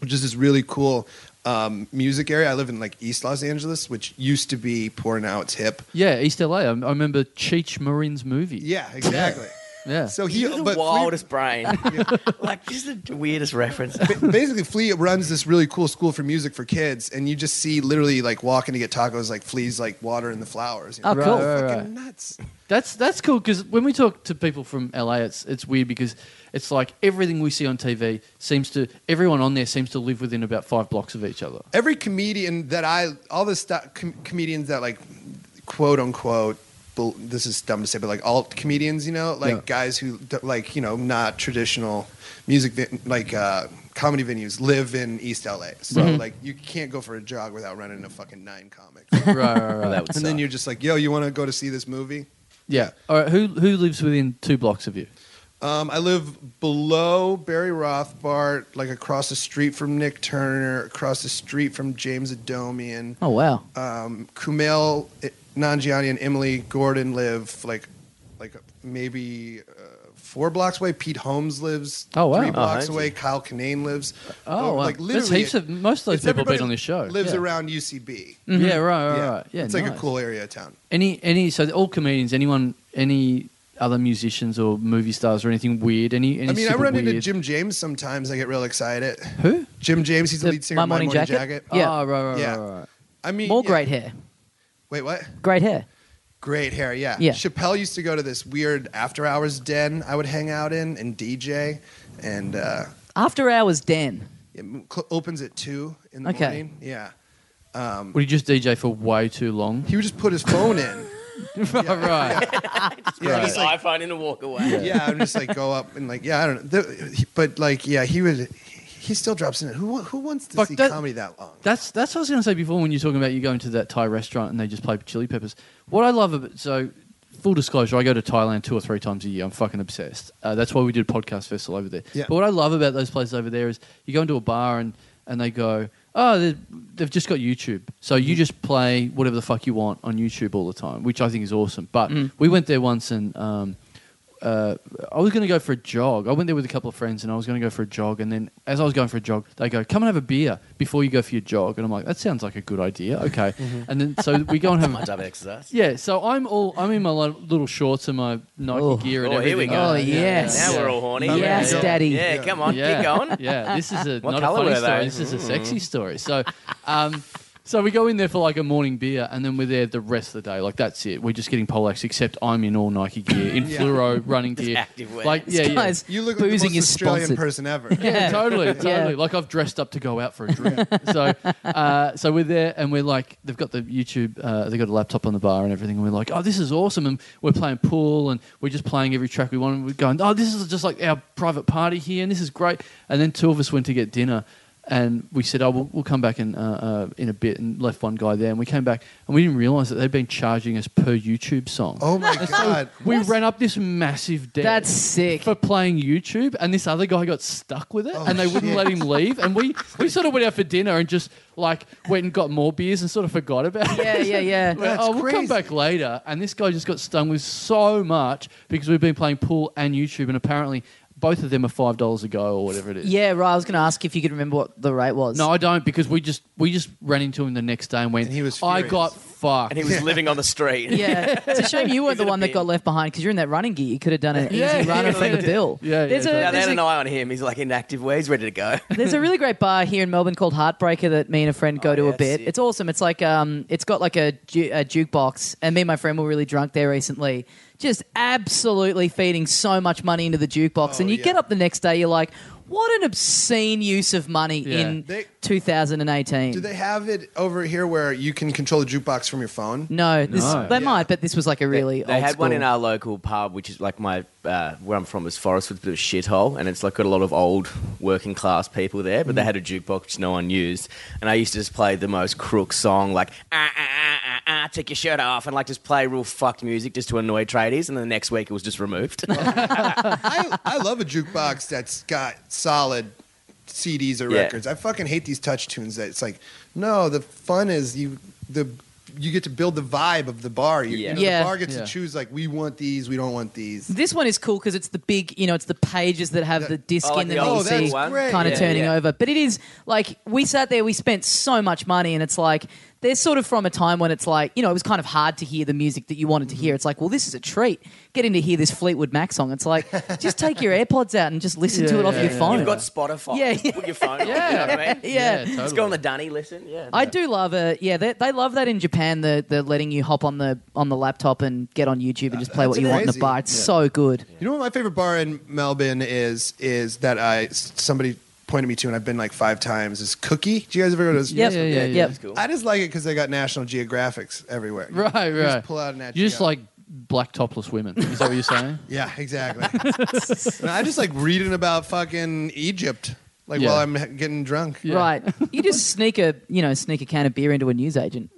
which is this really cool um, music area. I live in like East Los Angeles, which used to be poor. Now it's hip. Yeah, East LA. I, I remember Cheech Marin's movie. Yeah, exactly. Yeah. So he You're the but Flea- wildest brain. like, this is the weirdest reference. Ba- basically flea runs this really cool school for music for kids and you just see literally like walking to get tacos like fleas like water in the flowers you know? Oh, Right, cool. right, right. fucking nuts That's that's cool because when we talk to people from LA, it's it's weird because it's like everything we see on TV seems to everyone on there seems to live within about five blocks of each *laughs* other. every comedian that i all the stu- com- comedians that like quote unquote bel- this is dumb to say but like alt comedians you know like Yeah. guys who d- like you know not traditional music vi- like uh comedy venues live in east la so Mm-hmm. like you can't go for a jog without running into fucking nine comics right, right, right. that would and then suck. you're just like yo you want to go to see this movie Yeah. All right. Who who lives within two blocks of you? Um, I live below Barry Rothbart, like across the street from Nick Turner, across the street from James Adomian. Oh wow. Um, Kumail Nanjiani and Emily Gordon live like, like maybe uh, four blocks away. Pete Holmes lives Oh, wow. three Oh, blocks I see. away. Kyle Kinane lives. Oh, wow. Uh, like There's literally, heaps of most of it's those people have everybody been on this show. Lives yeah. Mm-hmm. around UCB. Yeah. Right. Right. yeah, Right. Yeah. it's like nice. a cool area of town. Any any so all comedians. Anyone any other musicians or movie stars or anything weird? Any, any I mean, I super run into weird- Jim James sometimes. I get real excited. Who? Jim James, he's the, The lead singer My of My Morning Morning, Jacket? Jacket. Yeah. Oh, right. Right. Yeah. Right. Right. I mean, More yeah. great hair. Wait, what? Great hair. Great hair, yeah. Yeah. Chappelle used to go to this weird after hours den I would hang out in and DJ, and uh, After hours, Dan. it m- cl- opens at two in the Okay. morning. Yeah. Would you just DJ for way too long? *laughs* He would just put his phone in. right. yeah, His just like, iPhone in and walk away. yeah, I'm just like go up and like yeah, I don't know, The- he- but like yeah, he would. He still drops in it. Who wa- who wants to Fuck, see that- comedy that long? That's that's what I was going to say before when you're talking about you going to that Thai restaurant and they just play Chili Peppers. What I love about so full disclosure, I go to Thailand two or three times a year. I'm fucking obsessed. Uh, that's why we did podcast festival over there. Yeah. But what I love about those places over there is you go into a bar and and they go, oh, they- they've just got YouTube, so you just play whatever the fuck you want on YouTube all the time, which I think is awesome. But we went there once and. Um, uh, I was going to go for a jog. I went there with a couple of friends and I was going to go for a jog. And then as I was going for a jog, they go, come and have a beer before you go for your jog. And I'm like, that sounds like a good idea. Okay. And then so we go and have My a type of exercise. Yeah. So I'm all, I'm in my li- little shorts and my Nike Oh. gear and Oh, here everything. Uh, we go. Oh, yes. Now we're all horny. Yes, yeah. Daddy. Yeah, come on. Yeah. Keep going. *laughs* Yeah, this is a What not a colour funny were story. they? Mm. This is a sexy story. So, um, so we go in there for like a morning beer, and then we're there the rest of the day. Like that's it. We're just getting Polex, except I'm in all Nike gear, in Yeah. fluoro running gear. active wear. Like yeah, This yeah. guy's You look like the boozing most is Australian sponsored. *laughs* person ever. Yeah, *laughs* totally, totally. Yeah. Like I've dressed up to go out for a drink. so, uh, so we're there, and we're like, they've got the YouTube, uh, they've got a laptop on the bar and everything, and we're like, oh, this is awesome, and we're playing pool, and we're just playing every track we want, and we're going, oh, this is just like our private party here, and this is great. And then two of us went to get dinner. And we said, "Oh, we'll, we'll come back in uh, uh, in a bit," and left one guy there. And we came back, and we didn't realize that they'd been charging us per YouTube song. Oh my god! we ran up this massive debt That's sick. for playing YouTube, and this other guy got stuck with it, Oh, and they wouldn't shit. let him leave. And *laughs* we, we sort of went out for dinner and just like went and got more beers and sort of forgot about it. *laughs* Yeah, yeah, yeah. *laughs* We're like, That's oh, we'll come crazy. back later. And this guy just got stung with so much because we've been playing pool and YouTube, and apparently both of them are five dollars a go or whatever it is. Yeah, right. I was going to ask if you could remember what the rate was. No, I don't because we just we just ran into him the next day and went. And he was I furious. got fucked. and he was living on the *laughs* street. Yeah, it's a shame you weren't the it a one that bin? got left behind because you're in that running gear. You could have done an easy Yeah, runner yeah, for the yeah. bill. Yeah, yeah, there's yeah. Now a they there's had an a, eye on him. He's like inactive way. He's ready to go. there's a really great bar here in Melbourne called Heartbreaker that me and a friend go Oh, to yeah, a bit. sick. It's awesome. It's like um, it's got like a, ju- a jukebox, and me and my friend were really drunk there recently. Just absolutely feeding so much money into the jukebox, Oh, and you yeah. get up the next day, you're like, what an obscene use of money Yeah. in They- 2018. Do they have it over here where you can control the jukebox from *laughs* your phone? No, this, No. they Yeah. might, but this was like a really They old had one school- in our local pub, which is like my uh, where I'm from is Forest, with a bit of shithole, and it's like got a lot of old working class people there. Mm. But they had a jukebox which no one used, and I used to just play the most crook song, like ah ah ah ah, ah take your shirt off, and like just play real fucked music just to annoy tradies. And then the next week it was *laughs* just removed. I, I love a jukebox that's got solid CDs or Yeah. records. I fucking hate these touch tunes that it's like, no, the fun is you the you get to build the vibe of the bar. You, Yeah. you know, Yeah. the bar gets Yeah. to choose like we want these, we don't want these. This one is cool because it's the big, you know, it's the pages that have the disc Oh, like in the them that you old see school one? Great. kind of Yeah, turning yeah. over. But it is like we sat there, we spent so much money, and it's like they're sort of from a time when it's like, you know, it was kind of hard to hear the music that you wanted to hear. It's like, well, this is a treat getting to hear this Fleetwood Mac song. It's like, just take your AirPods out and just listen to Yeah, it off yeah, your yeah. phone. You've got Spotify. Oh, Yeah, Just yeah. Put your phone. on, You know what *laughs* I mean? *laughs* yeah. Just go on the dunny. Listen. Yeah. I do love it. Yeah, they, they love that in Japan. The the letting you hop on the on the laptop and get on YouTube and just play what you want in the crazy. bar. It's so good. You know what my favorite bar in Melbourne is is that I somebody pointed me to and I've been like five times is Cookie. Do you guys ever go to this? Yep. Yeah, yeah, yeah, Yep. yeah. It's cool. I just like it because they got National Geographics everywhere. You Right, right. You just pull out an You just like black topless women. Is that what *laughs* you're saying? Yeah, exactly. No, I just like reading about fucking Egypt, like Yeah. while I'm h- getting drunk. Yeah. Right. You just sneak a you know sneak a can of beer into a newsagent.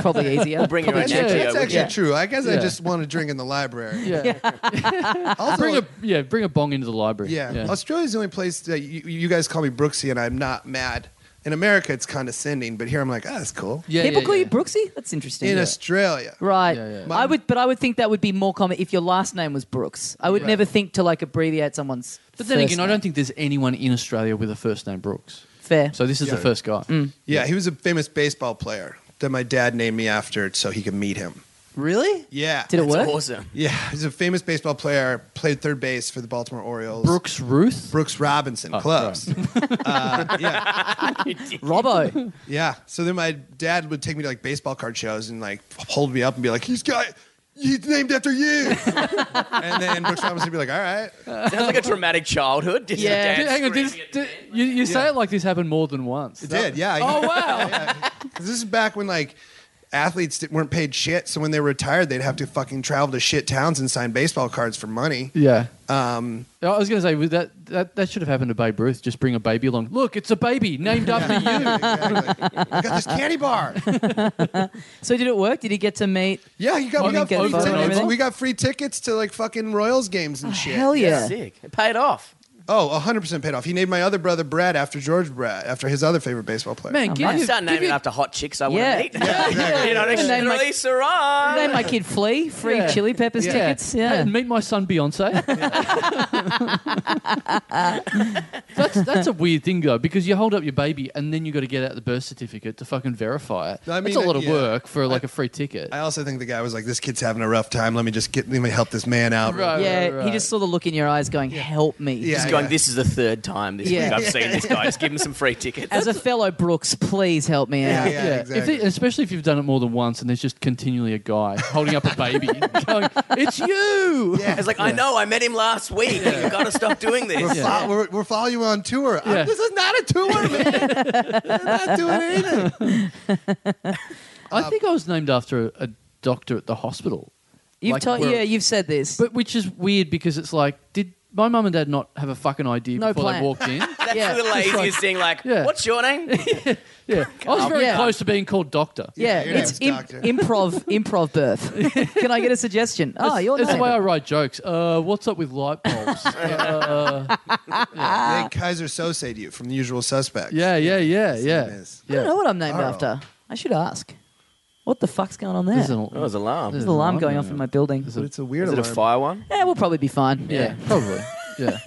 Probably easier. Bring Probably your own That's, cheaper. jacket. that's wouldn't actually you? true. I guess I Yeah. just want to drink in the library. Yeah. Also, Bring a yeah, bring a bong into the library. yeah, Australia's the only place that you, you guys call me Brooksy, and I'm not mad. In America, it's condescending, but here I'm like, ah, that's cool. Yeah, People yeah, call yeah. you Brooksy. That's interesting. In Australia, Right. Yeah, yeah. I would, but I would think that would be more common if your last name was Brooks. I would Yeah. never think to like abbreviate someone's. But then first again, I name. don't think there's anyone in Australia with a first name Brooks. Fair. So this is the Yeah. first guy. Mm. yeah, he was a famous baseball player that my dad named me after so he could meet him. Really? Yeah, Did it It's work? awesome. yeah, he's a famous baseball player. Played third base for the Baltimore Orioles. Brooks *laughs* Ruth? Brooks Robinson, Oh, close. uh, yeah, Robbo. Yeah. So then my dad would take me to like baseball card shows and like hold me up and be like, "He's got he's named after you." and then Brooks Robinson would be like, "All right." *laughs* Sounds like a traumatic childhood. Just Yeah. your dad Did- hang on, did, screaming at did- you, you say it like this happened more than once. It did. Yeah. Oh wow! This is back when like athletes di- weren't paid shit, so when they retired, they'd have to fucking travel to shit towns and sign baseball cards for money. yeah. Um, I was going to say with that, that that should have happened to Babe Ruth. Just bring a baby along. Look, it's a baby named after you. exactly. I got this candy bar. So did it work? Did he get to meet? Yeah, you got, Oh, we, you got get free a photo and tickets. everything? we got free tickets to like fucking Royals games and shit. Hell yeah! Sick. It paid off. Oh, 100% paid off. He named my other brother Brad after George Brad, after his other favorite baseball *laughs* player. Man, give nice. you, Start give naming you- after hot chicks I Yeah. want to meet. You know what I mean? Name my- Release her on. Name my kid Flea. Free Yeah. Chili Peppers Yeah. tickets. Yeah. Hey, meet my *laughs* son Beyonce. *laughs* that's that's a weird thing though, because you hold up your baby and then you got to get out the birth certificate to fucking verify it. I that's a mean, lot of yeah. work for like a free ticket. I also think the guy was like, "This kid's having a rough time. Let me just get, let me help this man out." Right. yeah, he right, right. just saw the look in your eyes going, help me. Yeah. Just- Just going, this is the third time this Yeah. week I've seen this guy. Just give him some free tickets. As a fellow Brooks, please help me Yeah, out. yeah, exactly. If they, especially if you've done it more than once and there's just continually a guy holding up a baby *laughs* going, it's you. Yeah. it's like, I know, I met him last week. You've got to stop doing We're, this. Yeah. fo- we're, we're following you on tour. I'm- Yeah. this is not a tour, man. *laughs* We're not doing anything. um, I think I was named after a, a doctor at the hospital. You've Like, told, we're- yeah, you've said this. But which is weird because it's like, did my mum and dad not have a fucking idea No before plan. they walked *laughs* in? That's Yeah. the laziest thing. Like, Yeah. what's your name? yeah. I was very Yeah. close to being called doctor. yeah, your it's name's im- Doctor. *laughs* improv, improv birth. *laughs* Can I get a suggestion? Oh, That's- your that's name. the way I write jokes. Uh, what's up with *laughs* light bulbs? uh, Ah. They Kaiser Sose to you from The Usual Suspects. yeah, yeah, yeah, his name yeah. is. I don't know yeah. what I'm named Arrow. after. I should ask. What the fuck's going on there? There's There's an an- That was alarm. there's an alarm alarm going going off in on. my building. But it's a weird Is it a alarm. fire one? Yeah, we'll probably be fine. *laughs* yeah, probably. Yeah,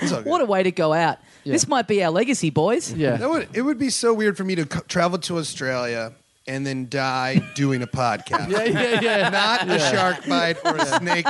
It's all good. What a way to go out. Yeah. This might be our legacy, boys. *laughs* yeah. That would, it would be so weird for me to co- travel to Australia and then die doing a *laughs* podcast. Yeah, yeah, yeah. Not a shark bite or a snake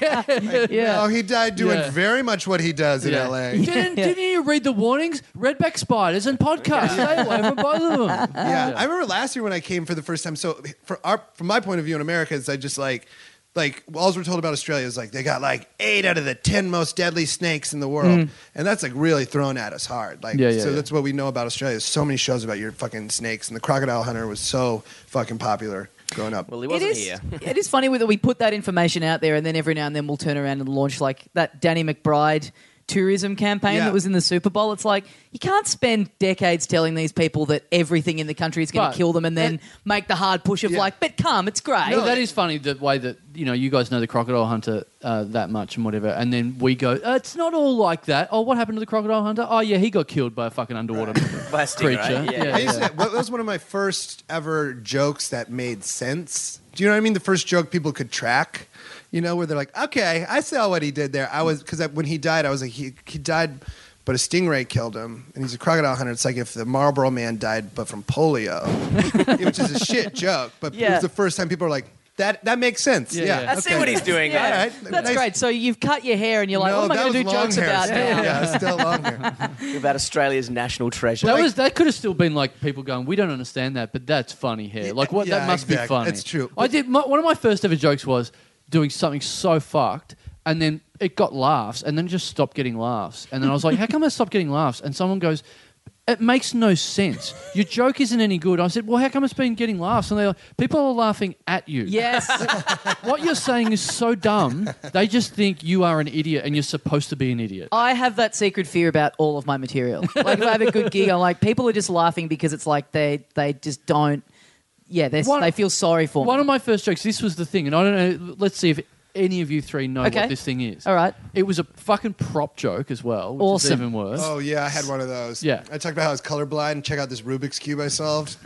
*laughs* yeah, yeah, yeah. No, he died doing Yeah. very much what he does in Yeah. *laughs* LA. Didn't, didn't you read the warnings? Redback spiders and podcasts. They were over both of them. *laughs* yeah. I remember last year when I came for the first time. So for our, from my point of view in America, is I just like, like all we're told about Australia is like they got like eight out of the ten most deadly snakes in the world, and that's like really thrown at us hard. Like, Mm-hmm. Yeah, yeah, so yeah. that's what we know about Australia. There's so many shows about your fucking snakes, and the Crocodile Hunter was so fucking popular growing up. Well, he It wasn't is. here. *laughs* it is funny that we put that information out there, and then every now and then we'll turn around and launch like that Danny McBride tourism campaign Yeah. that was in the Super Bowl. It's like you can't spend decades telling these people that everything in the country is going But- to kill them, and then make the hard push of Yeah. like, but come, it's great. Well, that is funny the way that you know you guys know the crocodile hunter uh, that much and whatever, and then we go, uh, it's not all like that. Oh, what happened to the crocodile hunter? Oh yeah, he got killed by a fucking underwater By a stingray, creature. yeah. I used to, that was one of my first ever jokes that made sense. Do you know what I mean? The first joke people could track, you know, where they're like, "Okay, I saw what he did there." I was because when he died, I was like, "He he died, but a stingray killed him." And he's a crocodile hunter. It's like if the Marlboro Man died, but from polio, *laughs* which is a shit joke. But it Yeah. was the first time people were like, "That that makes sense." Yeah, Yeah, yeah. I see what he's doing All there. right, That's nice. great. So you've cut your hair, and you're like, no, what am I that going to was do long jokes hair. about still. now? *laughs* Yeah, still long hair. About Australia's national treasure. That was that could have still been like people going, we don't understand that, but that's funny hair. Like what Yeah, that must be exact- funny. it's true. I did my, one of my first ever jokes was doing something so fucked, and then it got laughs, and then it just stopped getting laughs, and then I was like, how come I stopped getting laughs? And someone goes. It makes no sense. Your joke isn't any good. I said, "Well, how come it's been getting laughs?" And they're like, "People are laughing at you. *laughs* Yes. What you're saying is so dumb. They just think you are an idiot, and you're supposed to be an idiot." I have that secret fear about all of my *laughs* material. Like if I have a good gig, I'm like people are just laughing because it's like they they just don't. Yeah, they One- they feel sorry for One me. of my first jokes. This was the thing, and I don't know. Let's see if any of you three know Okay. what this thing is. all right. It was a fucking prop joke as well, which Awesome. is even worse. Oh yeah, I had one of those. Yeah. I talked about how I was colorblind. Check out this Rubik's cube *laughs* I solved. *laughs*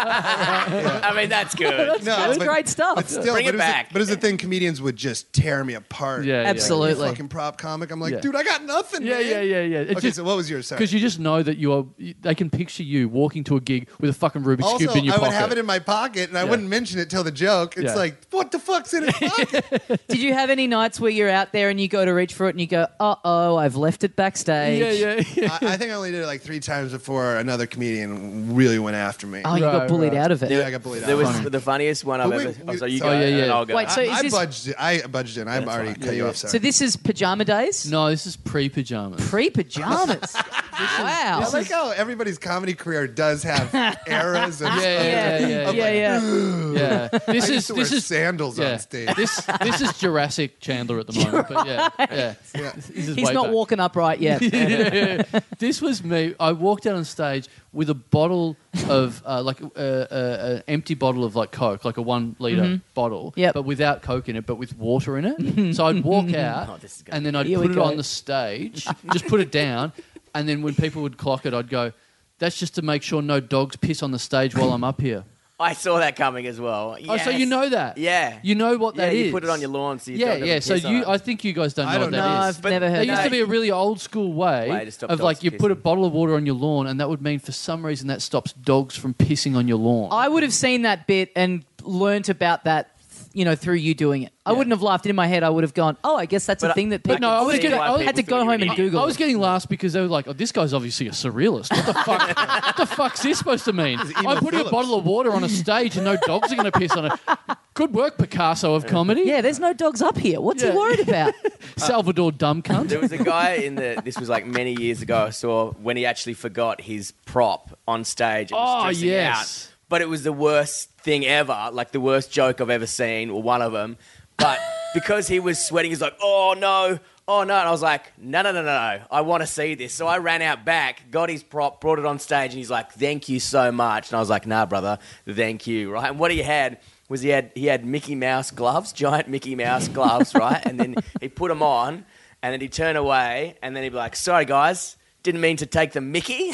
I mean, that's good. No, That's but- great *laughs* stuff. But still, Bring it but was a- back. but it's the thing comedians would just tear me apart. Yeah, yeah. You Absolutely. Fucking prop comic. I'm like, Yeah. dude, I got nothing. Yeah, man." yeah, yeah, yeah. It okay, just so what was yours? Sorry. because you just know that you are. They can picture you walking to a gig with a fucking Rubik's also, cube in your I would pocket. have it in my pocket, and I Yeah. wouldn't mention it till the joke. It's Yeah. like, what the *laughs* fuck's in his pocket? *laughs* Did you have any nights where you're out there and you go to reach for it and you go, uh oh, I've left it backstage? yeah, yeah, yeah. I, I think I only did it like three times before another comedian really went after me. Oh, you got Right, bullied right. out of it. yeah, I got bullied. There out. was the funniest one I've But we- ever. I'm we- sorry, you so- go. Oh, yeah, and yeah. I'll go. Wait, so I, is I this- budged it. I budged it. I'm already cut you off. Sorry. So this is pajama days. No, this is pre-pajama pajamas. Pre *laughs* pajamas. wow. I like how everybody's comedy career does have eras. And *laughs* yeah, yeah, yeah, yeah, yeah, yeah, yeah. This is I used to wear this is sandals yeah. on stage. This this is Jurassic Chandler at the moment. But *laughs* yeah, yeah. Yeah. This is He's way not back. walking upright *laughs* yet. this was me. I walked out on stage with a bottle of uh, like uh, uh, an empty bottle of like Coke, like a one liter Mm-hmm. bottle, Yep. but without Coke in it, but with water in it. so I'd walk out *laughs* Oh, this is gonna and then I'd Here we put it go. on the stage, just put it down, and then when people would clock it, I'd go. That's just to make sure no dogs piss on the stage while I'm up *laughs* here. I saw that coming as well. Oh, so you Yes. know that? Yeah. You know what Yeah, that is? you put it on your lawn so you yeah, don't yeah. So you, I think you guys don't know I what don't that no, is. know. I've But never There heard used that. to *laughs* be a really old school way Way to stop of dogs like you from put a pissing. bottle of water on your lawn, and that would mean for some reason that stops dogs from pissing on your lawn. I would have seen that bit and learnt about that, you know, through you doing it. I wouldn't have laughed in my head. I would have gone, "Oh, I guess that's a But I- thing that but people." no, I was see getting- why I was- people had to think go you're home an and idiot. Google. I was getting last because they were like, "Oh, this guy's obviously a surrealist. What the *laughs* fuck? what the fuck's this supposed to mean? I'm putting a Phillips. bottle of water on a stage, and no dogs are going to piss on it. Good work, Picasso of comedy. yeah, there's no dogs up here. What's Yeah. he worried about? Salvador dumb cunt. There was a guy in the. This was like many years ago. I saw when he actually forgot his prop on stage. And was Oh, stressing yes. out. But it was the worst thing ever. Like the worst joke I've ever seen, or one of them. But *laughs* because he was sweating, he's like, "Oh no." Oh no! And I was like, no, no, no, no, no! I want to see this. So I ran out back, got his prop, brought it on stage, and he's like, "Thank you so much." And I was like, "Nah, brother, thank you." Right? And what he had was he had he had Mickey Mouse gloves, giant Mickey Mouse gloves, right? And *laughs* then he put them on, and then he'd turn away, and then he'd be like, sorry, guys, didn't mean to take the mickey.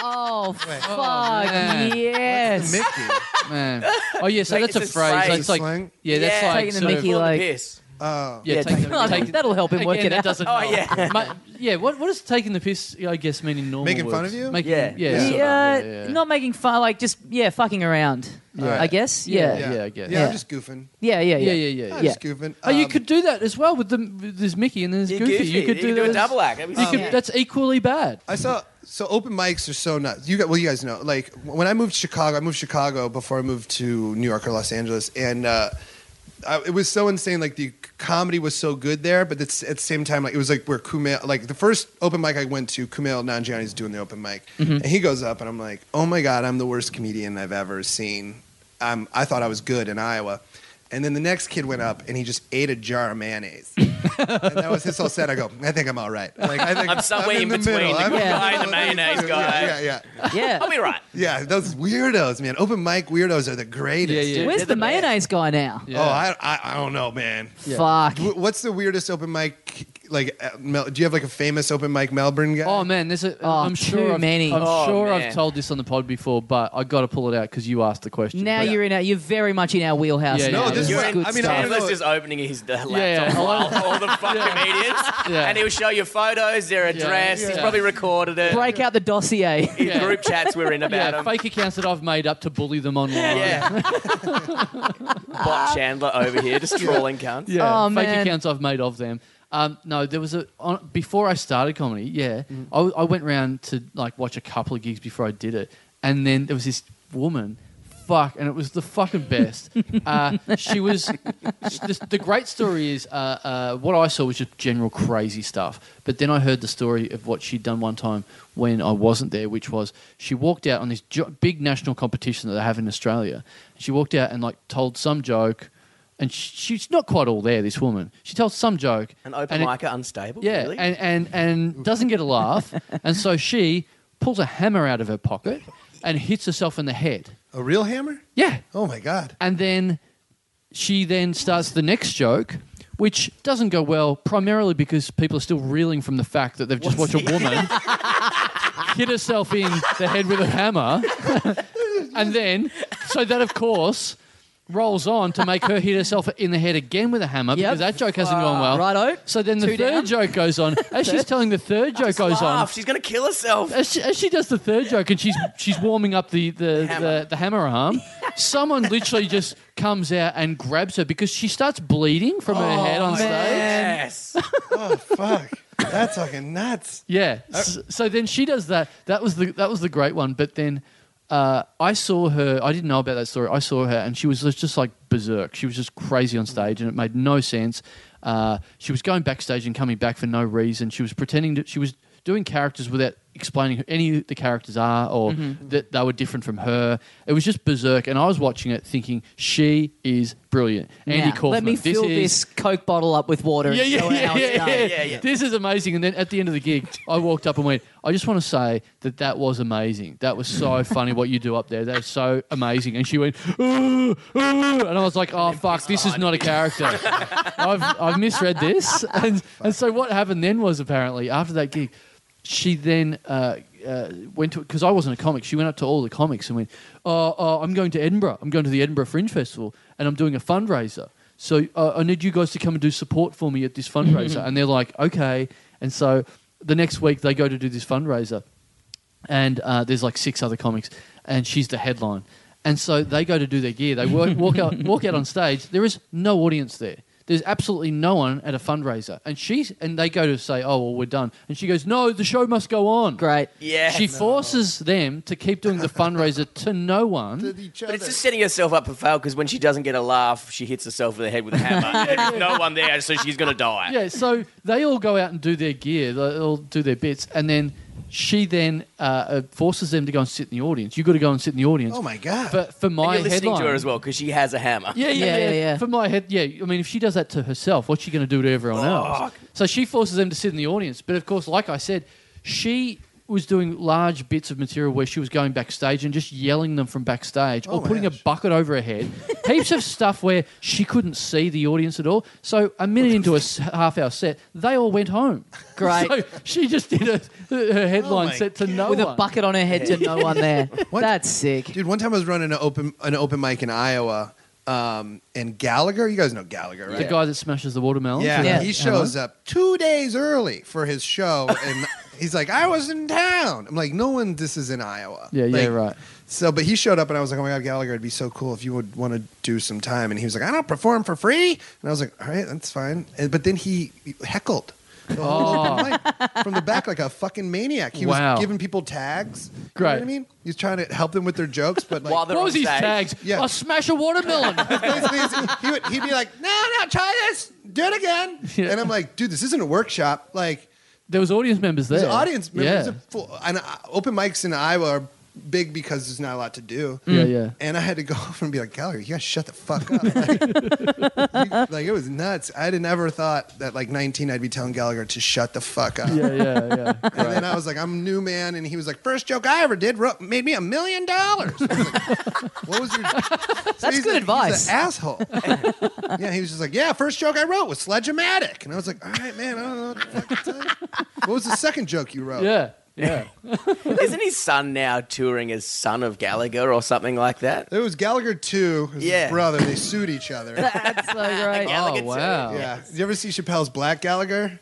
oh fuck! man. yes. Mickey. Man. Oh yeah, so Like, that's a it's phrase. a phrase. That's like Slang? yeah, that's Yeah. like Taking the *laughs* sort of- mickey, like- Piss. Oh. Yeah, Yeah, take, take- the- take, That'll help him again, work it that out. Doesn't Oh, matter. yeah. *laughs* Ma- yeah. What what does taking the piss? I guess mean in normal Making fun words? of you? Making, Yeah. yeah, Yeah, sort of, uh, yeah, yeah. Not making fun, like just, yeah, fucking around. Yeah. I guess. Yeah. Yeah, Yeah, I guess. Yeah, Yeah. I'm just goofing. yeah, yeah. yeah, yeah, yeah. I'm Yeah. just goofing. oh, you Um, could do that as well with the with- there's Mickey and there's You're Goofy. goofy. You could do, do a those- double act. That'd be You sick. could, That's equally bad. I saw so open mics are so nuts. You got well, you guys know. Like when I moved to Chicago, I moved to Chicago before I moved to New York or Los Angeles, and uh, I, it was so insane. Like the comedy was so good there, but it's, at the same time, like it was like where Kumail, like the first open mic I went to, Kumail Nanjiani's doing the open mic, Mm-hmm. and he goes up, and I'm like, oh my god, I'm the worst comedian I've ever seen. Um, I thought I was good in Iowa. And then the next kid went up and he just ate a jar *laughs* of mayonnaise. and that was his whole set. I go, I think I'm all right. Like, I think I'm somewhere in the between middle. the I'm in guy middle. and the mayonnaise Yeah, guy. Yeah, yeah, yeah. Yeah. I'll be *laughs* right. Yeah, those weirdos, man. Open mic weirdos are the greatest. Yeah, yeah. Where's the, They're the best. mayonnaise guy now? Yeah. Oh, I, I, I don't know, man. Fuck. W- What's the weirdest open mic? Like, uh, Mel- do you have like a famous open mic Melbourne guy? Oh man, there's a. Oh, am sure too I've, many. I'm Oh, sure I've man. told this on the pod before, but I got to pull it out because you asked the question. Now But- you're in our, you're very much in our wheelhouse. Yeah, now. Oh, yeah, No, this is yeah. is- good I mean, stuff. I- Chandler's just opening his uh, laptop Yeah. to all, all *laughs* the fucking comedians, Yeah. and he'll show you photos, their address. Yeah. He's probably recorded it. Break out the dossier. His Yeah. group chats we're in *laughs* about yeah, him. fake accounts that I've made up to bully *laughs* them online. *laughs* Yeah. Bob Chandler over here just trawling cunts. *laughs* Yeah, Oh, fake man. accounts I've made of them. Um, no, there was a on, before I started comedy. Yeah, Mm. I, I went round to like watch a couple of gigs before I did it, and then there was this woman, fuck, and it was the fucking *laughs* best. uh, she was. The, the great story is uh, uh, what I saw was just general crazy stuff, but then I heard the story of what she'd done one time when I wasn't there, which was she walked out on this jo- big national competition that they have in Australia. She walked out and like told some joke and sh she's not quite all there. This woman, she tells some joke, An open and it- mic are unstable. yeah, really? and and and doesn't get a *laughs* laugh, and so she pulls a hammer out of her pocket and hits herself in the head. a real hammer? Yeah, Oh my god. and then she then starts the next joke, which doesn't go well, primarily because people are still reeling from the fact that they've just watched a woman hit herself in the head with a hammer, and then so that of course. Rolls on to make her hit herself in the head again with a hammer because that joke hasn't gone well. Righto. So then the Ah, Two third down. joke goes on. *laughs* As she's telling the third joke goes on, Laugh, She's gonna kill herself. as uh, she, as she does the third joke and she's she's warming up the the, Hammer. the, the hammer arm, someone literally just comes out and grabs her because she starts bleeding from her head Oh, on stage. *laughs* Yes. *laughs* Oh fuck. That's fucking nuts. Yeah. S- so then she does that. That was the that was the great one. But then uh, I saw her. I didn't know about that story. I saw her, and she was just- just like berserk. She was just crazy on stage, and it made no sense. Uh, she was going backstage and coming back for no reason. She was pretending that she was doing characters without explaining who any of the characters are or that they were different from her. It was just berserk, and I was watching it thinking she is brilliant. Andy Now, Kaufman. Let me fill is- this Coke bottle up with water. and show her how it's done. Yeah, yeah. This is amazing. And then at the end of the gig, I walked up and went, I just want to say that that was amazing. That was *laughs* so funny what you do up there. That is so amazing. And she went, ooh, ooh. And I was like, oh, fuck, this is not a character. *laughs* I've, I've misread this. And, and so what happened then was apparently after that gig, she then uh, uh, went to because I wasn't a comic. She went up to all the comics and went, oh, oh, I'm going to Edinburgh. I'm going to the Edinburgh Fringe Festival and I'm doing a fundraiser. So uh, I need you guys to come and do support for me at this fundraiser." and they're like, "Okay." And so the next week they go to do this fundraiser, and uh, there's like six other comics, and she's the headline. And so they go to do their gear. They work, walk out, *laughs* walk out on stage. There is no audience there. There's absolutely no one at a fundraiser. And she's and they go to say, "Oh, well, we're done." And she goes, "No, the show must go on." Great. Yeah. She forces them to keep doing the fundraiser *laughs* to no one. but it's just setting herself up for fail because when she doesn't get a laugh, she hits herself in the head with *laughs* a hammer. There's no one there, so she's gonna die. yeah, so they all go out and do their gear, they all do their bits, and then she then uh, uh, forces them to go and sit in the audience. You've got to go and sit in the audience. Oh my god. For, for And my you're listening headline. to her as well because she has a hammer. Yeah, yeah, Yeah, yeah, yeah, yeah. For my head, yeah. I mean, if she does that to herself, what's she going to do to everyone else? So she forces them to sit in the audience. But of course, like I said, she was doing large bits of material where she was going backstage and just yelling them from backstage Oh or my putting gosh. a bucket over her *laughs* head. Heaps of stuff where she couldn't see the audience at all. So a minute into a s- half hour set, they all went home. Great. *laughs* So she just did her, her headline Oh my set to no with one. a bucket on her head to no one there. What? That's sick. Dude, one time I was running an open an open mic in Iowa, Um, and Gallagher, you guys know Gallagher, right? The guy that smashes the watermelon. Yeah, Yeah. he shows up two days early for his show, and *laughs* he's like, "I was in town." I'm like, "No one. This is in Iowa." Yeah, yeah, Like, right. So, but he showed up, and I was like, "Oh my god, Gallagher, it'd be so cool if you would want to do some time." And he was like, "I don't perform for free," and I was like, "All right, that's fine." And, but then he heckled. the whole Oh. open mic from the back like a fucking maniac. He Wow. was giving people tags. You know Great. what I mean? He's trying to help them with their jokes, but like While they're What was on his stage. tags? Yeah. I smash a watermelon. *laughs* Basically, it's- he would, he'd be like, "No, no, try this, do it again," Yeah. and I'm like, "Dude, this isn't a workshop. Like, *laughs* there was audience members there. there's audience members. Yeah. are Full, and uh, open mics in Iowa are big because there's not a lot to do." yeah, yeah. And I had to go *laughs* over and be like, Gallagher, you gotta shut the fuck up. Like, you- like, it was nuts. I didn't ever thought that like 19 I'd be telling Gallagher to shut the fuck up. Yeah, yeah, yeah. Great. *laughs* And then I was like, I'm a new man. And he was like, first joke I ever did wrote, made me a million dollars. I was like, *laughs* What was your? So he's good a- advice. He's an asshole. yeah, he was just like, yeah, first joke I wrote was Sledge-O-Matic. And I was like, all right, man, I don't know what the fuck to tell you. What was the second joke you wrote? yeah, yeah. Isn't his son now touring as son of Gallagher or something like that? It was Gallagher 2, his Yeah. brother. They sued each other. That's so great. Yeah, look Oh at wow. Yeah. Did you ever see Chappelle's Black Gallagher?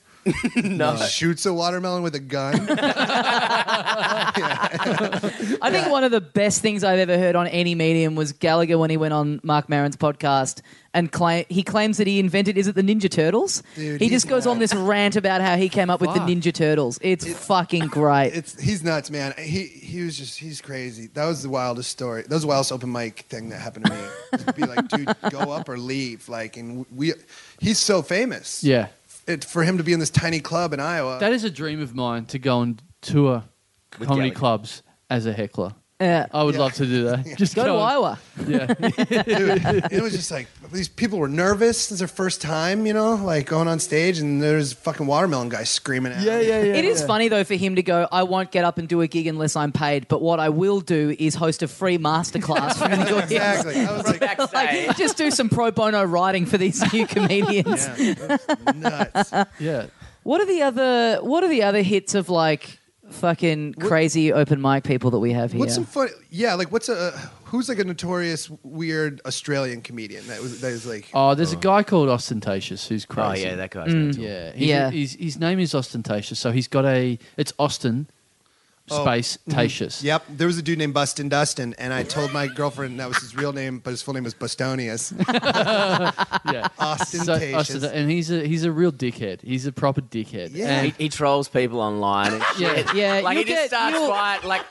No. *laughs* He shoots a watermelon with a gun. *laughs* I think one of the best things I've ever heard on any medium was Gallagher when he went on Mark Maron's podcast and claim, he claims that he invented is it the Ninja Turtles? Dude, he he's just goes on this rant about how he came up with Fuck. the Ninja Turtles. It's fucking great. it's he's nuts, man. He he was just he's crazy. That was the wildest story. That was the wildest open mic thing that happened to me. to be like, dude, go up or leave. Like, and we, he's so famous. Yeah. It, for him to be in this tiny club in Iowa. That is a dream of mine to go and tour With comedy Gallagher. clubs as a heckler. Yeah. I would Yeah. love to do that. *laughs* Just Uh, Go to and- Iowa. Yeah, Dude, *laughs* it was just like these people were nervous. It's their first time, you know, like going on stage, and there's a fucking watermelon guy screaming at yeah, him. yeah. yeah It is funny though for him to go. I won't get up and do a gig unless I'm paid. But what I will do is host a free masterclass for *laughs* new audience. *laughs* Exactly. I was like, Backstage. Like, just do some pro bono writing for these *laughs* new comedians. yeah, that was nuts. Yeah. What are the other What are the other hits of like fucking crazy open mic people that we have here? What's some fun? Yeah, like what's a uh, who's like a notorious weird Australian comedian that was that is like Oh, there's a guy called Ostentatious who's Oh crazy. yeah, that guy's Mm. mental. Yeah. He's, Yeah. He's, his name is Ostentatious, so he's got a. It's Austin Oh, space Tatious. Yep, there was a dude named Bustin Dustin, and I told my girlfriend that was his real name, but his full name was Bustonius. *laughs* Yeah. Austin oh, So, Austin, Tatius. and he's a he's a real dickhead. He's a proper dickhead. Yeah. And- He, he trolls people online. And shit. yeah. *laughs* yeah, Like you'll he just get- starts you'll- fight. Like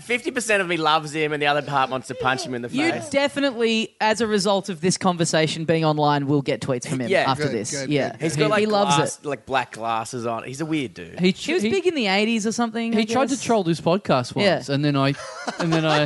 fifty percent of me loves him, and the other part wants to punch him in the You face. definitely, as a result of this conversation being online, will get tweets from him Yeah. after Good, this. good, yeah, good, good. He's got like he loves glass- it. like black glasses on. He's a weird dude. He, He was big in the '80s or something. I He tried to guess. troll this podcast once, Yeah. and then I, and *laughs* then I,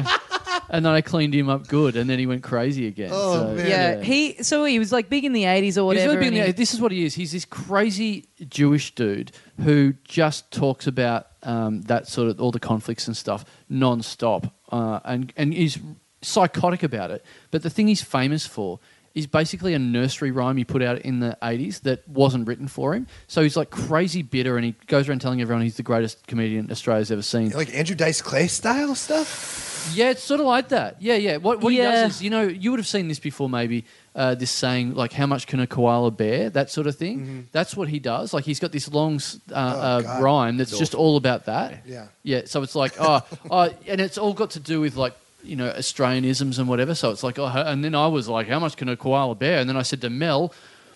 and then I cleaned him up good, and then he went crazy again. Oh, so, man. Yeah, he so he was like big in the '80s or He's whatever. really been- and he- this is what he is. He's this crazy Jewish dude who just talks about um, that sort of all the conflicts and stuff non-stop, uh, and and he's psychotic about it. But the thing he's famous for is basically a nursery rhyme he put out in the 80s that wasn't written for him. So he's like crazy bitter, and he goes around telling everyone he's the greatest comedian Australia's ever seen. Like Andrew Dice Clay style stuff. Yeah, it's sort of like that. Yeah, yeah. What, what he Yeah. does is, you know, you would have seen this before, maybe uh, this saying like, "How much can a koala bear?" That sort of thing. That's what he does. Like he's got this long s- uh, uh, Mm-hmm. Oh, God. rhyme that's just all about that. Yeah. Yeah. So it's like, *laughs* oh, oh, and it's all got to do with like. You know, Australianisms and whatever. So it's like, oh, and then I was like, how much can a koala bear? And then I said to Mel,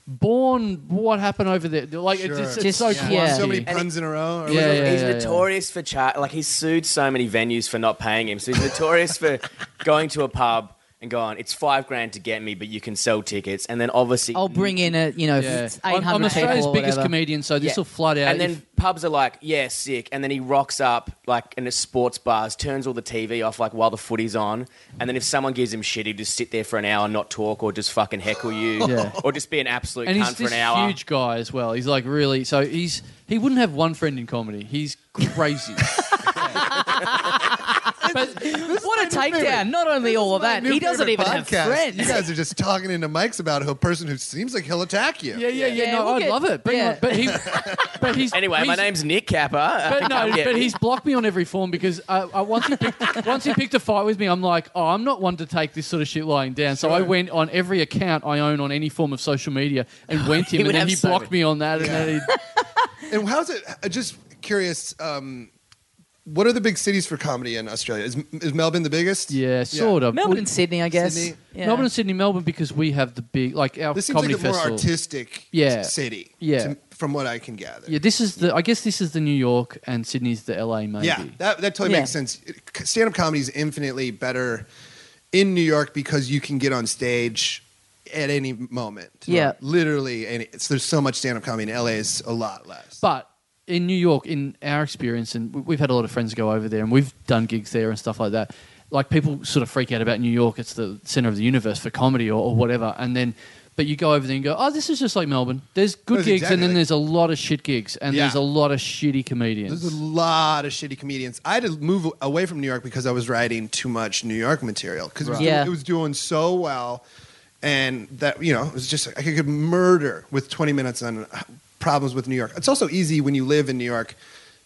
born, what happened over there? Like, Sure. it's, it's, Just- it's so yeah. yeah. So many puns in a row. Or Yeah, was it- yeah, he's yeah, yeah. notorious for char- like he's sued so many venues for not paying him. So he's notorious *laughs* for going to a pub and going, "It's five grand to get me, but you can sell tickets." And then obviously, Oh, I'll bring in a you know Yeah. eight I'm, I'm hundred people. Australia's or biggest whatever. comedian, so this Yeah. will flood out. And then if- pubs are like, "Yeah, sick." And then he rocks up like in a sports bars, turns all the TV off like while the footy's on. And then if someone gives him shit, he'll just sit there for an hour, and not talk, or just fucking heckle *laughs* you, Yeah. or just be an absolute and cunt he's for this an hour. huge *laughs* guy as well. He's like really so he's he wouldn't have one friend in comedy. He's crazy. what a takedown! Not only all of that, New he doesn't favorite even podcast. have You friends. guys are just talking into mics about a person who seems like he'll attack you. *laughs* Yeah, yeah, yeah. Yeah, no, we'll I'd get- love it. Bring yeah. on- but he, but he's Anyway, my he's- name's Nick Kappa. *laughs* But no, Come get but me. he's blocked me on every form because uh, I, once *laughs* he picked, once he picked a fight with me, I'm like, oh, I'm not one to take this sort of shit lying down. So I went on every account I own on any form of social media *laughs* and went him, would and then have he so blocked me on that. Yeah. And then he, And how's it? uh, Just curious. Um, what are the big cities for comedy in Australia? Is, is Melbourne the *laughs* biggest? yeah, sort of. Melbourne We- and Sydney, I guess. Sydney. Yeah. Melbourne and Sydney, Melbourne because we have the big like our This seems comedy like a more festival. artistic Yeah. city. Yeah. to- from what I can gather. yeah, this is the. I guess this is the New York and Sydney's the LA maybe. Yeah, that, that totally Yeah. makes sense. Stand up comedy is infinitely better in New York because you can get on stage at any moment. Yeah. Literally, any, it's, there's so much stand up comedy in LA is a lot less. But in New York, in our experience, and we- we've had a lot of friends go over there, and we've done gigs there and stuff like that. Like people sort of freak out about New York; it's the center of the universe for comedy or, or whatever. And then, but you go over there and go, "Oh, this is just like Melbourne. There's good That's gigs, and exactly then like- there's a lot of shit gigs, and Yeah. there's a lot of shitty comedians." There's a lot of shitty comedians. I had to move away from New York because I was writing too much New York material because it, was Right. Yeah. doing- it was doing so well, and that you know it was just I could murder with 20 minutes on uh, problems with New York. It's also easy when you live in New York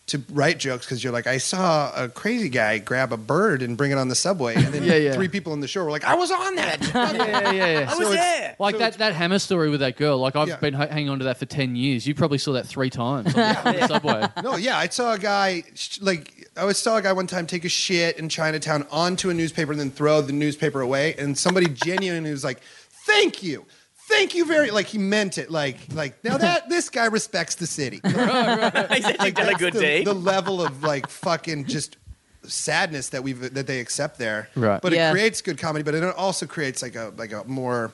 to write jokes because you're like, I saw a crazy guy grab a bird and bring it on the subway, and then Yeah, yeah. three people in the show were like, I was *laughs* on that. yeah, yeah, yeah. was there. *laughs* Like that, that hammer story with that girl. Like I've Yeah. been h- hanging on to that for ten years. You probably saw that three times *laughs* on the, on the subway. No, yeah, I saw a guy sh- like I was saw a guy one time take a shit in Chinatown onto a newspaper and then throw the newspaper away, and somebody genuinely was like, "Thank you." Thank you very like he meant it like like now that this guy respects the city. he's *laughs* actually Like, done a that's good the, deed. The level of like fucking just sadness that we've that they accept there. Right. But Yeah. it creates good comedy, but it also creates like a like a more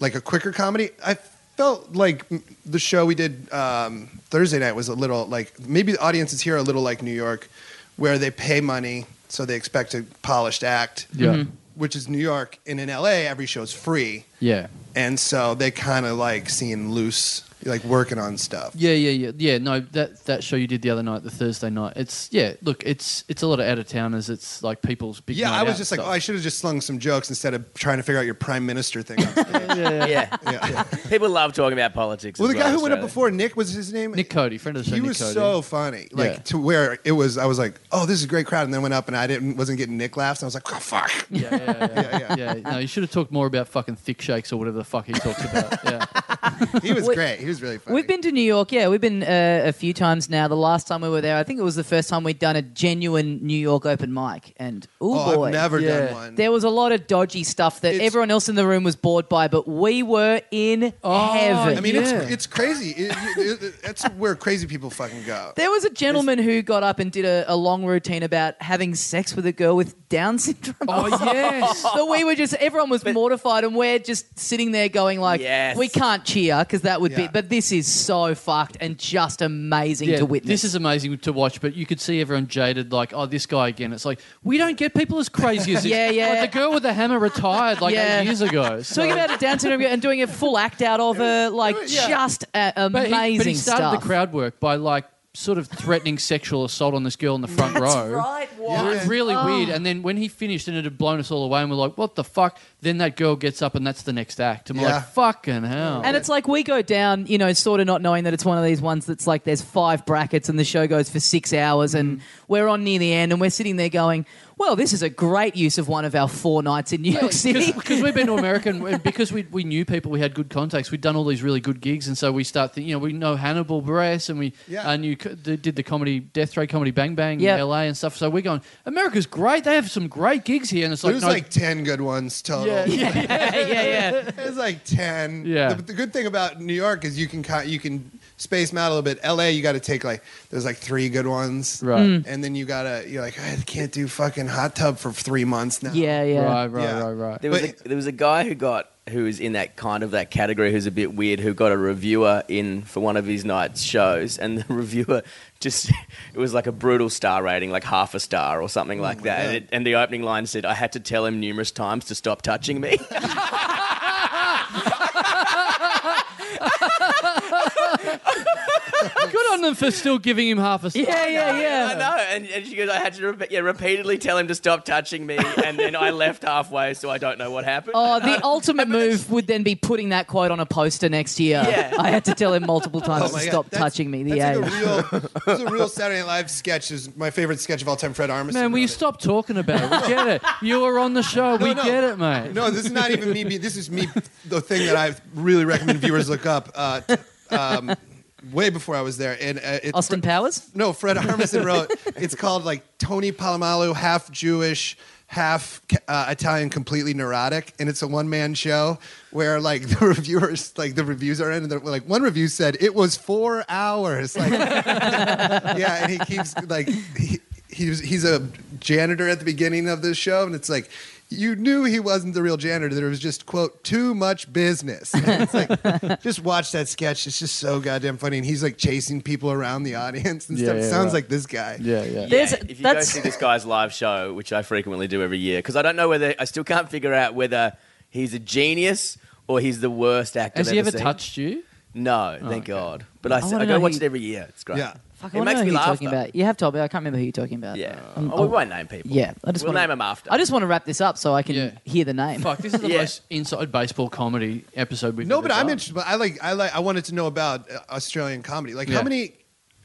like a quicker comedy. I felt like m- the show we did um, Thursday night was a little like maybe the audiences here are a little like New York, where they pay money so they expect a polished act. Yeah, Mm-hmm. Which is New York, and in LA, every show's free, yeah. and so they kind of like seeing loose, like working on stuff. Yeah, yeah, yeah, yeah. No, that that show you did the other night, the Thursday night. It's yeah. Look, it's it's a lot of out of towners. It's like people's big. Yeah, night I was out just like, stuff. oh, I should have just slung some jokes instead of trying to figure out your prime *laughs* minister thing. on stage. yeah. yeah. People love talking about politics. Well, the as guy who went up Australia. before Nick was his name. Nick Cody, friend of the show. He Nick was Cody. so funny, like Yeah. to where it was. I was like, "Oh, this is a great crowd," and then went up, and I didn't wasn't getting Nick laughs. And I was like, "Oh, fuck!" Yeah, yeah, yeah. *laughs* Yeah, yeah. No, you should have talked more about fucking thick shakes or whatever the fuck he talks about. *laughs* Yeah, Oh, He *laughs* was We- great. He was really funny. We've been to New York, yeah. We've been uh, a few times now. The last time we were there, I think it was the first time we'd done a genuine New York open mic, and ooh, Oh, boy, I've never Yeah. done one. there was a lot of dodgy stuff that It's- everyone else in the room was bored by, but we were in Oh, heaven. I mean, Yeah. it's it's crazy. It- it- it- that's where crazy people fucking go. there was a gentleman who got up and did a, a long routine about having sex with a girl with Down syndrome. Oh, yes. *laughs* so we were just everyone was mortified, and we're just sitting there going like, Yes. we can't cheer because that would be. Yeah. But this is so fucked and just amazing yeah. to witness. This is amazing to watch, but you could see everyone jaded, like, oh, this guy again. It's like we don't get people as crazy *laughs* as this. Yeah, yeah. Like, the girl with the hammer retired like Yeah. eight years ago. So. Talking about a Down syndrome girl and doing a full act out *laughs* of her, like yeah. just uh, But amazing he, but he started stuff. the crowd work by like sort of threatening sexual assault on this girl in the front row. Yeah. It was really Oh. weird. And then when he finished and it had blown us all away, and we're like, what the fuck? Then that girl gets up and that's the next act. And we're Yeah. like, fucking hell. And it's like we go down, you know, sort of not knowing that it's one of these ones that's like there's five brackets and the show goes for six hours Mm. and we're on near the end and we're sitting there going, well, this is a great use of one of our four nights in New York City. *laughs* *laughs* because we've been to America and- and because we, we knew people, we had good contacts, we'd done all these really good gigs. And so we start thinking, you know, we know Hannibal Buress and we Yeah. uh, knew, co- the- did the comedy Death Ray Comedy Bang Bang Yep. in LA and stuff. So we're going, America's great. They have some great gigs here. And it's like, There's no- like ten good ones total. yeah, yeah, yeah, yeah. It's like ten. Yeah. The, the good thing about New York is you can ki- you can space them out a little bit. L.A. you got to take like there's like three good ones, Right. Mm. And then you gotta you're like I can't do fucking hot tub for three months now. Yeah, *laughs* yeah. right, right, Yeah. right, right. There was, But- a, there was a guy who got who was in that kind of that category who's a bit weird who got a reviewer in for one of his night's shows and the *laughs* reviewer just it was like a brutal star rating like half a star or Oh something like that and, it, and the opening line said I had to tell him numerous times to stop touching me Good on them for still giving him half a star. Yeah, yeah, yeah. *laughs* I know. And, and she goes, I had to repe- yeah, repeatedly tell him to stop touching me, and then I left halfway, so I don't know what happened. Oh, *laughs* the ultimate move would then be putting that quote on a poster next year. Yeah. *laughs* I had to tell him multiple times *laughs* Oh my to God, stop that's- touching me. The that's A. like a *laughs* real, that's a real Saturday Night Live sketch. Is my favorite sketch of all time. Fred Armisen. Man, will you wrote it. stop talking about it? We *laughs* get it. You were on the show. we no. get it, mate. No, this is not even me. being- This is me. The thing that I really recommend viewers look up. Uh, t- um, way before I was there, and uh, it's Austin Powers? No, Fred Armisen wrote. It's called like Tony Palomalu, half Jewish, half uh, Italian, completely neurotic, and it's a one man show where like *laughs* the reviewers, like the reviews are in, and they're like one review said it was four hours. Like, yeah, and he keeps like he, he was, he's a janitor at the beginning of the show, and it's like. You knew he wasn't the real janitor. There was just quote too much business. And it's like, just watch that sketch. It's just so goddamn funny. And he's like chasing people around the audience and Yeah, stuff. yeah, Sounds right. like this guy. Yeah, yeah. There's- if you that's- go see this guy's live show, which I frequently do every year, because I don't know whether I still can't figure out whether he's a genius or he's the worst actor. Has I've he ever seen. touched you? No, thank God. But I, s- Oh, wanna I go know watch who- it every year. It's great. Yeah. Fuck, I It wanna makes know me who laugh. you're talking though. about. You have told me. I can't remember who you're talking about. Yeah. Um, oh, we oh, won't name people. yeah. I just we'll wanna, name him after. I just want to wrap this up so I can Yeah. hear the name. Fuck, this is the Yeah. most inside baseball comedy episode we've No, ever but I'm done. interested. But I like. I like. I wanted to know about uh, Australian comedy. Like, Yeah. how many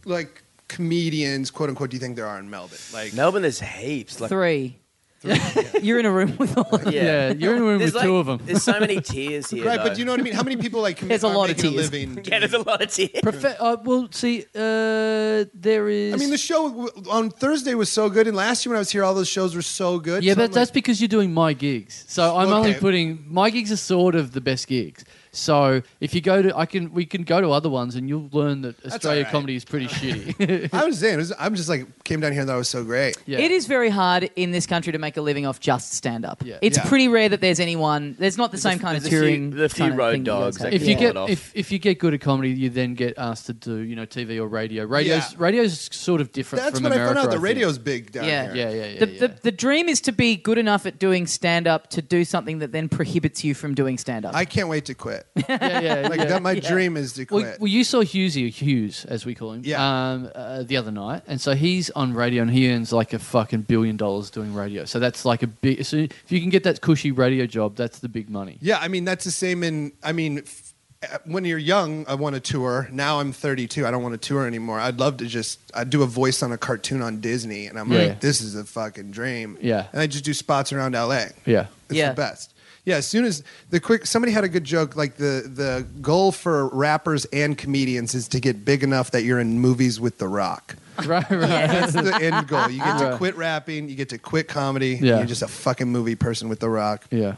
like comedians, quote unquote, do you think there are in Melbourne? Like, Melbourne, there's heaps. Like, Three. *laughs* you're in a room with all of them. Yeah, you're in a room There's with two of them. There's *laughs* so many tears here. right? though. But you know what I mean. How many people like? commi- There's a are lot of making teas. living yeah, there's a lot of tears. Profe- uh, well, see, uh, there is. I mean, the show w- on Thursday was so good, and last year when I was here, all those shows were so good. Yeah, so but I'm that's like, because you're doing my gigs. So I'm only Okay. putting my gigs are sort of the best gigs. So if you go to, I can we can go to other ones, and you'll learn that Australia alright. comedy is pretty shitty. *laughs* I was saying, it was- I'm just like came down here and thought it was so great. yeah. It is very hard in this country to make a living off just stand up. Yeah. It's Yeah. pretty rare that there's anyone. There's not the There's a same f- kind of there's a few- touring. there's a few kind of road thing you guys dogs have. that If can you Yeah. pull get it off. if, if you get good at comedy, you then get asked to do you know TV or radio. Radio's Yeah. radio's sort of different. That's from when I America, found out the think. radio's big down Yeah. here. Yeah, yeah, yeah. the, yeah. The, the dream is to be good enough at doing stand up to do something that then prohibits you from doing stand up. I can't wait *laughs* to quit. yeah, *laughs* yeah, Like yeah. that, my dream is to Well, quit. well, you saw Hughesy, Hughes, as we call him, Yeah. um, uh, the other night, and so he's on radio and he earns like a fucking billion dollars doing radio. So that's like a big. So if you can get that cushy radio job, that's the big money. Yeah, I mean that's the same in. I mean, f- uh, when you're young, I want to tour. Now I'm 32. I don't want to tour anymore. I'd love to just I do a voice on a cartoon on Disney, and I'm Yeah. like, this is a fucking dream. Yeah. and I just do spots around LA. Yeah, It's Yeah. the best. Yeah, as soon as the quick somebody had a good joke like the the goal for rappers and comedians is to get big enough that you're in movies with The Rock. *laughs* right, right. That's the end goal. You get to Right. quit rapping, you get to quit comedy, Yeah. you're just a fucking movie person with The Rock. Yeah, Uh,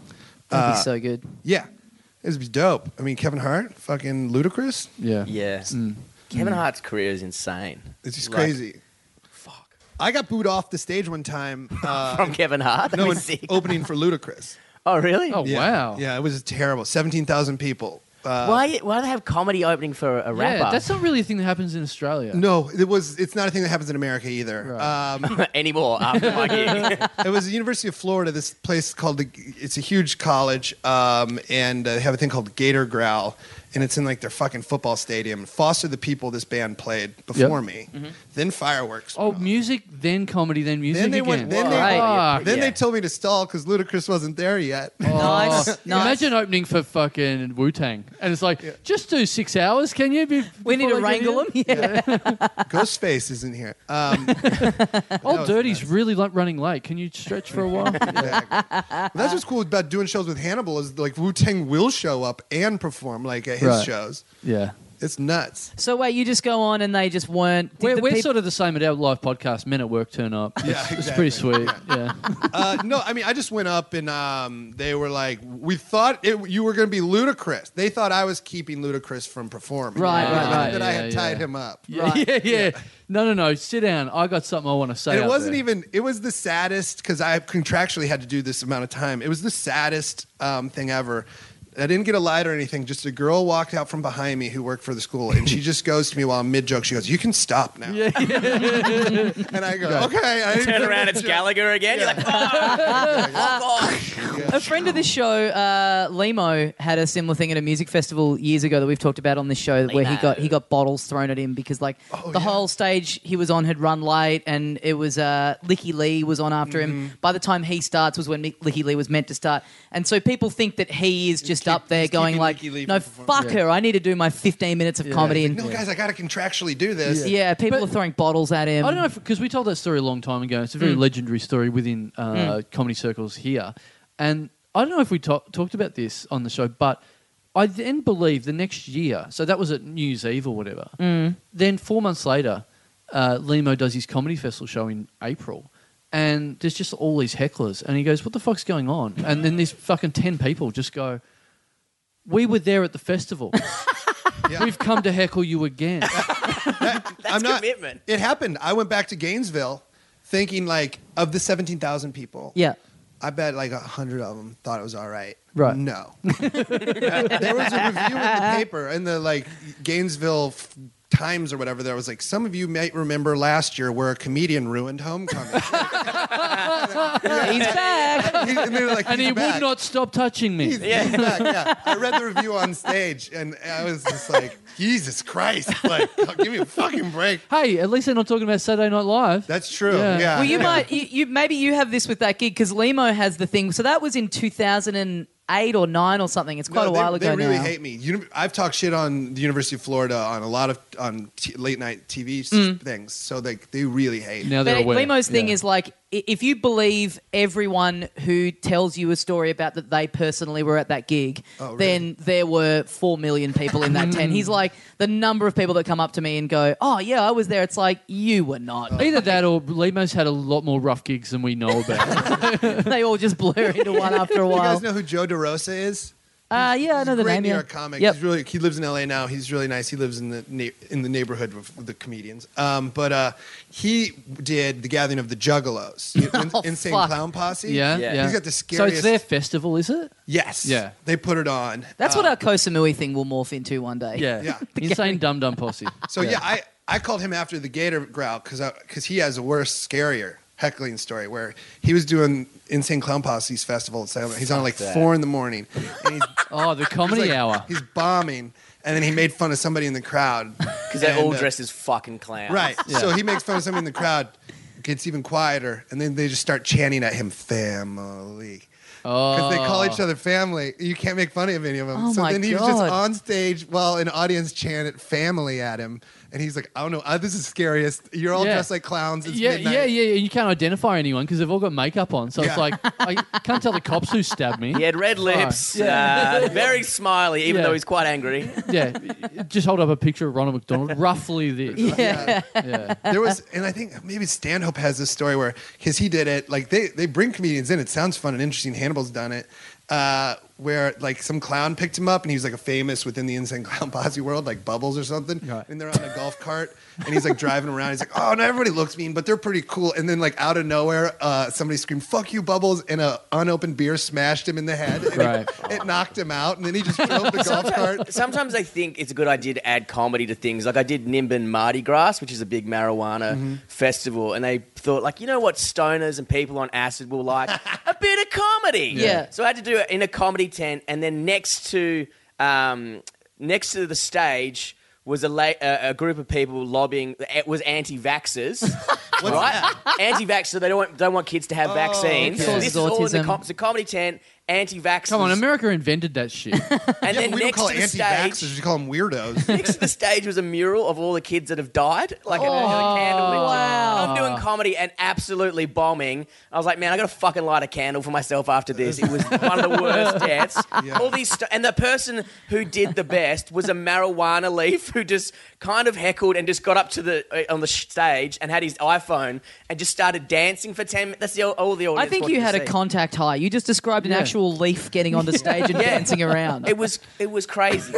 That'd be Uh, so good. Yeah. It'd be dope. I mean, Kevin Hart, fucking ludicrous. yeah, yeah. Mm. Kevin Hart's career is insane. Mm. It's just Like- crazy. Fuck. I got booed off the stage *laughs* one time. Uh, From Kevin Hart. no, No, in sick. opening for Ludacris. Oh, really? Oh Yeah. wow. Yeah, it was terrible. 17,000 people. Uh, why? Why do they have comedy opening for a Yeah, rapper? that's not really a thing that happens in Australia. No, it was. It's not a thing that happens in America either. Right. Um, *laughs* anymore after my gig. it was the University of Florida. This place called the. It's a huge college, um, and uh, they have a thing called Gator Growl, and it's in like their fucking football stadium. Foster the People. This band played before me. Mm-hmm. Then fireworks. Oh, went off. music, then comedy, then music they again. Ah. went- then they- Fuck. Yeah. Then they told me to stall because Ludacris wasn't there yet. *laughs* *laughs* Nice, Oh, nice. Imagine opening for fucking Wu Tang, and it's like, just do six hours, can you? Be- We need to before they get wrangle in? them. *laughs* Yeah. Ghostface isn't here. *laughs* Um, Old was Dirty's really like running late. Can you stretch for a *laughs* while? exactly. That's what's cool about doing shows with Hannibal is like Wu Tang will show up and perform like at his Right. shows. yeah. It's nuts. So wait, you just go on and they just weren't. did We're, the we're peop- sort of the same at our live podcast. Men at work turn up. It's, Yeah, it's exactly. pretty sweet. Yeah. Uh, no, I mean I just went up and um, they were like, we thought it, you were going to be ludicrous. They thought I was keeping ludicrous from performing. Right, They right, thought right. That I Yeah, had yeah. tied him up. Yeah, Right. *laughs* yeah, yeah. No, no, no. Sit down. I got something I want to say. And it out wasn't there. even. It was the saddest because I contractually had to do this amount of time. It was the saddest um, thing ever. I didn't get a light or anything. Just a girl walked out from behind me who worked for the school, and *laughs* she just goes to me while I'm mid joke. She goes, "You can stop now." *laughs* and I go, "Okay." I Turn around, it's Gallagher again. You're like, *laughs* oh, fuck off. A friend of the show, uh, Limo, had a similar thing at a music festival years ago that we've talked about on this show, where he Limo. got he got bottles thrown at him because like the yeah. whole stage he was on had run late, and it was uh, Licky Lee was on after him. By the time he starts was when Mi- Licky Lee was meant to start, and so people think that he is just keep- up there he's going keeping like, Licky Lee "No, from fuck her! I need to do my 15 minutes of comedy." And No, guys, I gotta contractually do this. yeah, people But- are throwing bottles at him. I don't know because we told that story a long time ago. It's a very legendary story within uh, comedy circles here, and I don't know if we ta- talked about this on the show, but I then believe the next year, so that was at New Year's Eve or whatever. Then four months later, uh, Limo does his comedy festival show in April. And there's just all these hecklers, and he goes, "What the fuck's going on?" And then these fucking ten people just go, "We were there at the festival. Yeah. We've come to heckle you again." That's I'm not- commitment. It happened. I went back to Gainesville, thinking like of the seventeen thousand people. Yeah, I bet like a hundred of them thought it was all right. Right. No. *laughs* there was a review in the paper in the like Gainesville f- Times or whatever. There was like some of you might remember last year where a comedian ruined Homecoming. *laughs* he's back. He- and they were like, and "He's he back." would not stop touching me. He's, he's back, yeah. I read the review on stage and I was just like, Jesus Christ! Like, give me a fucking break. Hey, at least they're not talking about Saturday Night Live. That's true. Yeah. Yeah. Well, you Yeah. might, you, you maybe you have this with that gig because Limo has the thing. So that was in 2008 or nine or something. It's quite No, a they- while ago They really now. hate me. Uni- I've talked shit on the University of Florida on a lot of on t- late night TV s- Mm. things, so they they really hate. me. Now they're But aware. Limo's thing Yeah. is like i- if you believe everyone who tells you a story about that they personally were at that gig, Oh, really? then there were four million people in that tent. He's like the number of people that come up to me and go, "Oh yeah, I was there." It's like you were not. Oh. either that or Limo's had a lot more rough gigs than *laughs* we know about. *laughs* they all just blur into one after a You while. guys know who Joe DeRosa is? uh, yeah, I know the Great name. New yeah. York comic. Yep. He's really he lives in L.A. now. He's really nice. He lives in the na- in the neighborhood of the comedians. Um, but uh, he did the Gathering of the *laughs* Juggalos, you know, Oh, Insane fuck. Clown Posse. yeah, Yeah. yeah, he's got the So scariest. it's their festival, is it? yes, Yeah. they put it on. That's Um, what our Kosamui thing will morph into one day. *laughs* Yeah. Insane Dum Dum Posse. *laughs* So yeah, I, I called him after the Gator growl because because he has a worse, scarier heckling story where he was doing Insane Clown Posse's festival. At Salem. He's on like that. four in the morning. *laughs* And he's, oh, the he's, comedy like, hour. He's bombing, and then he made fun of somebody in the crowd Because they're all And, uh, dressed as fucking clowns. Right. Yeah. So he makes fun of somebody in the crowd. Gets even quieter, and then they just start chanting at him, "Family." Oh, Because they call each other family, you can't make fun of any of them. Oh so my then he was just God. on stage while an audience chanted "family" at him, and he's like, "I don't know, uh, this is scariest. You're all Yeah. dressed like clowns." It's Yeah, midnight." yeah, yeah, yeah. You can't identify anyone because they've all got makeup on. So it's Yeah. like I can't tell the cops who stabbed me. He had red lips, uh, very smiley, even Yeah. though he's quite angry. Yeah. Just hold up a picture of Ronald *laughs* McDonald, roughly this. Yeah. Yeah. There was, and I think maybe Stanhope has this story where because he did it, like they they bring comedians in. It sounds fun and interesting. Hannibal's done it. Uh, where like some clown picked him up and he was like a famous within the insane clown *laughs* posse world, like Bubbles or something. Right. And they're on a golf cart and he's like driving around. He's like, oh, no, everybody looks mean, but they're pretty cool. And then like out of nowhere, uh, somebody screamed, "Fuck you, Bubbles!" and a unopened beer smashed him in the head. And Right. It, it knocked him out, and then he just *laughs* drove the golf cart. Sometimes I think it's a good idea to add comedy to things. Like I did Nimbin Mardi Gras, which is a big marijuana Mm-hmm. festival, and they thought, like, you know what, stoners and people on acid will *laughs* like a bit of comedy. Yeah. So I had to do it in a comedy tent, and then next to um, next to the stage. Was a, la- a, a group of people lobbying? It was *laughs* anti-vaxxers, right? Anti-vaxxer. They don't want, don't want kids to Oh, have vaccines. okay. This is all in the Autism. com- it's a comedy tent. Anti-vaxxers. Come on, America invented that shit. And Yeah, then but we don't next call to it the stage, anti-vaxxers; we call them *laughs* weirdos. next to the stage was a mural of all the kids that have died, like a, a candle. lit. Oh, wow. I'm doing comedy and absolutely bombing. I was like, man, I got to fucking light a candle for myself after this. It was one of the worst deaths. Yeah. All these, st- and the person who did the best was a marijuana leaf who just kind of heckled and just got up to the uh, on the sh- stage and had his iPhone and just started dancing for ten. minutes. That's the, all the I audience. think wanted you to had a see. contact high. You just described an Yeah. actual leaf getting onto stage and dancing around. It was it was crazy.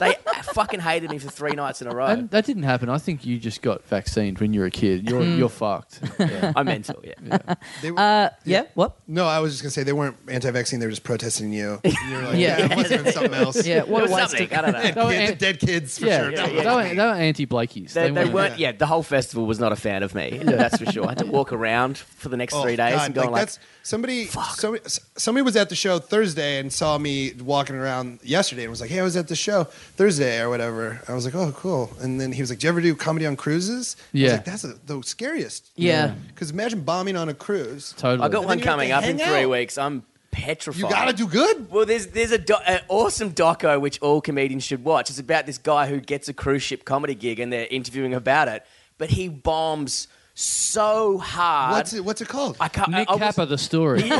They *laughs* fucking hated me for three nights in a row. And that didn't happen. I think you just got vaccinated when you were a kid. You're Hmm. you're *laughs* fucked. Yeah. I'm mental, yeah. They were, Uh, yeah. What? no, I was just gonna say they weren't anti-vaccine. They were just protesting you. And you're like, Yeah. yeah, it must have been something else. *laughs* Yeah. What It a was waste. Of, something, I don't know. They were Kid- an- dead kids for yeah, sure. they, yeah, were, they were anti-Blakeys. They, they weren't- weren't. Yeah, the whole festival was not a fan of me. *laughs* That's for sure. I had *laughs* to walk around for the next Oh, three days God, and going like, that's somebody, somebody somebody was at the show Thursday and saw me walking around yesterday and was like, "Hey, I was at the show Thursday or whatever." I was like, "Oh, cool." And then he was like, "Do you ever do comedy on cruises?" I Yeah. was like, "That's a, the scariest." Yeah. Because imagine bombing on a cruise. Totally. I got one you have coming to up in hang three out. weeks. I'm petrified. You got to do good. Well, there's there's a do- an awesome doco which all comedians should watch. It's about this guy who gets a cruise ship comedy gig and they're interviewing about it, but he bombs so hard. What's it? What's it called? I can't. Nick I, I was- Kappa, the story.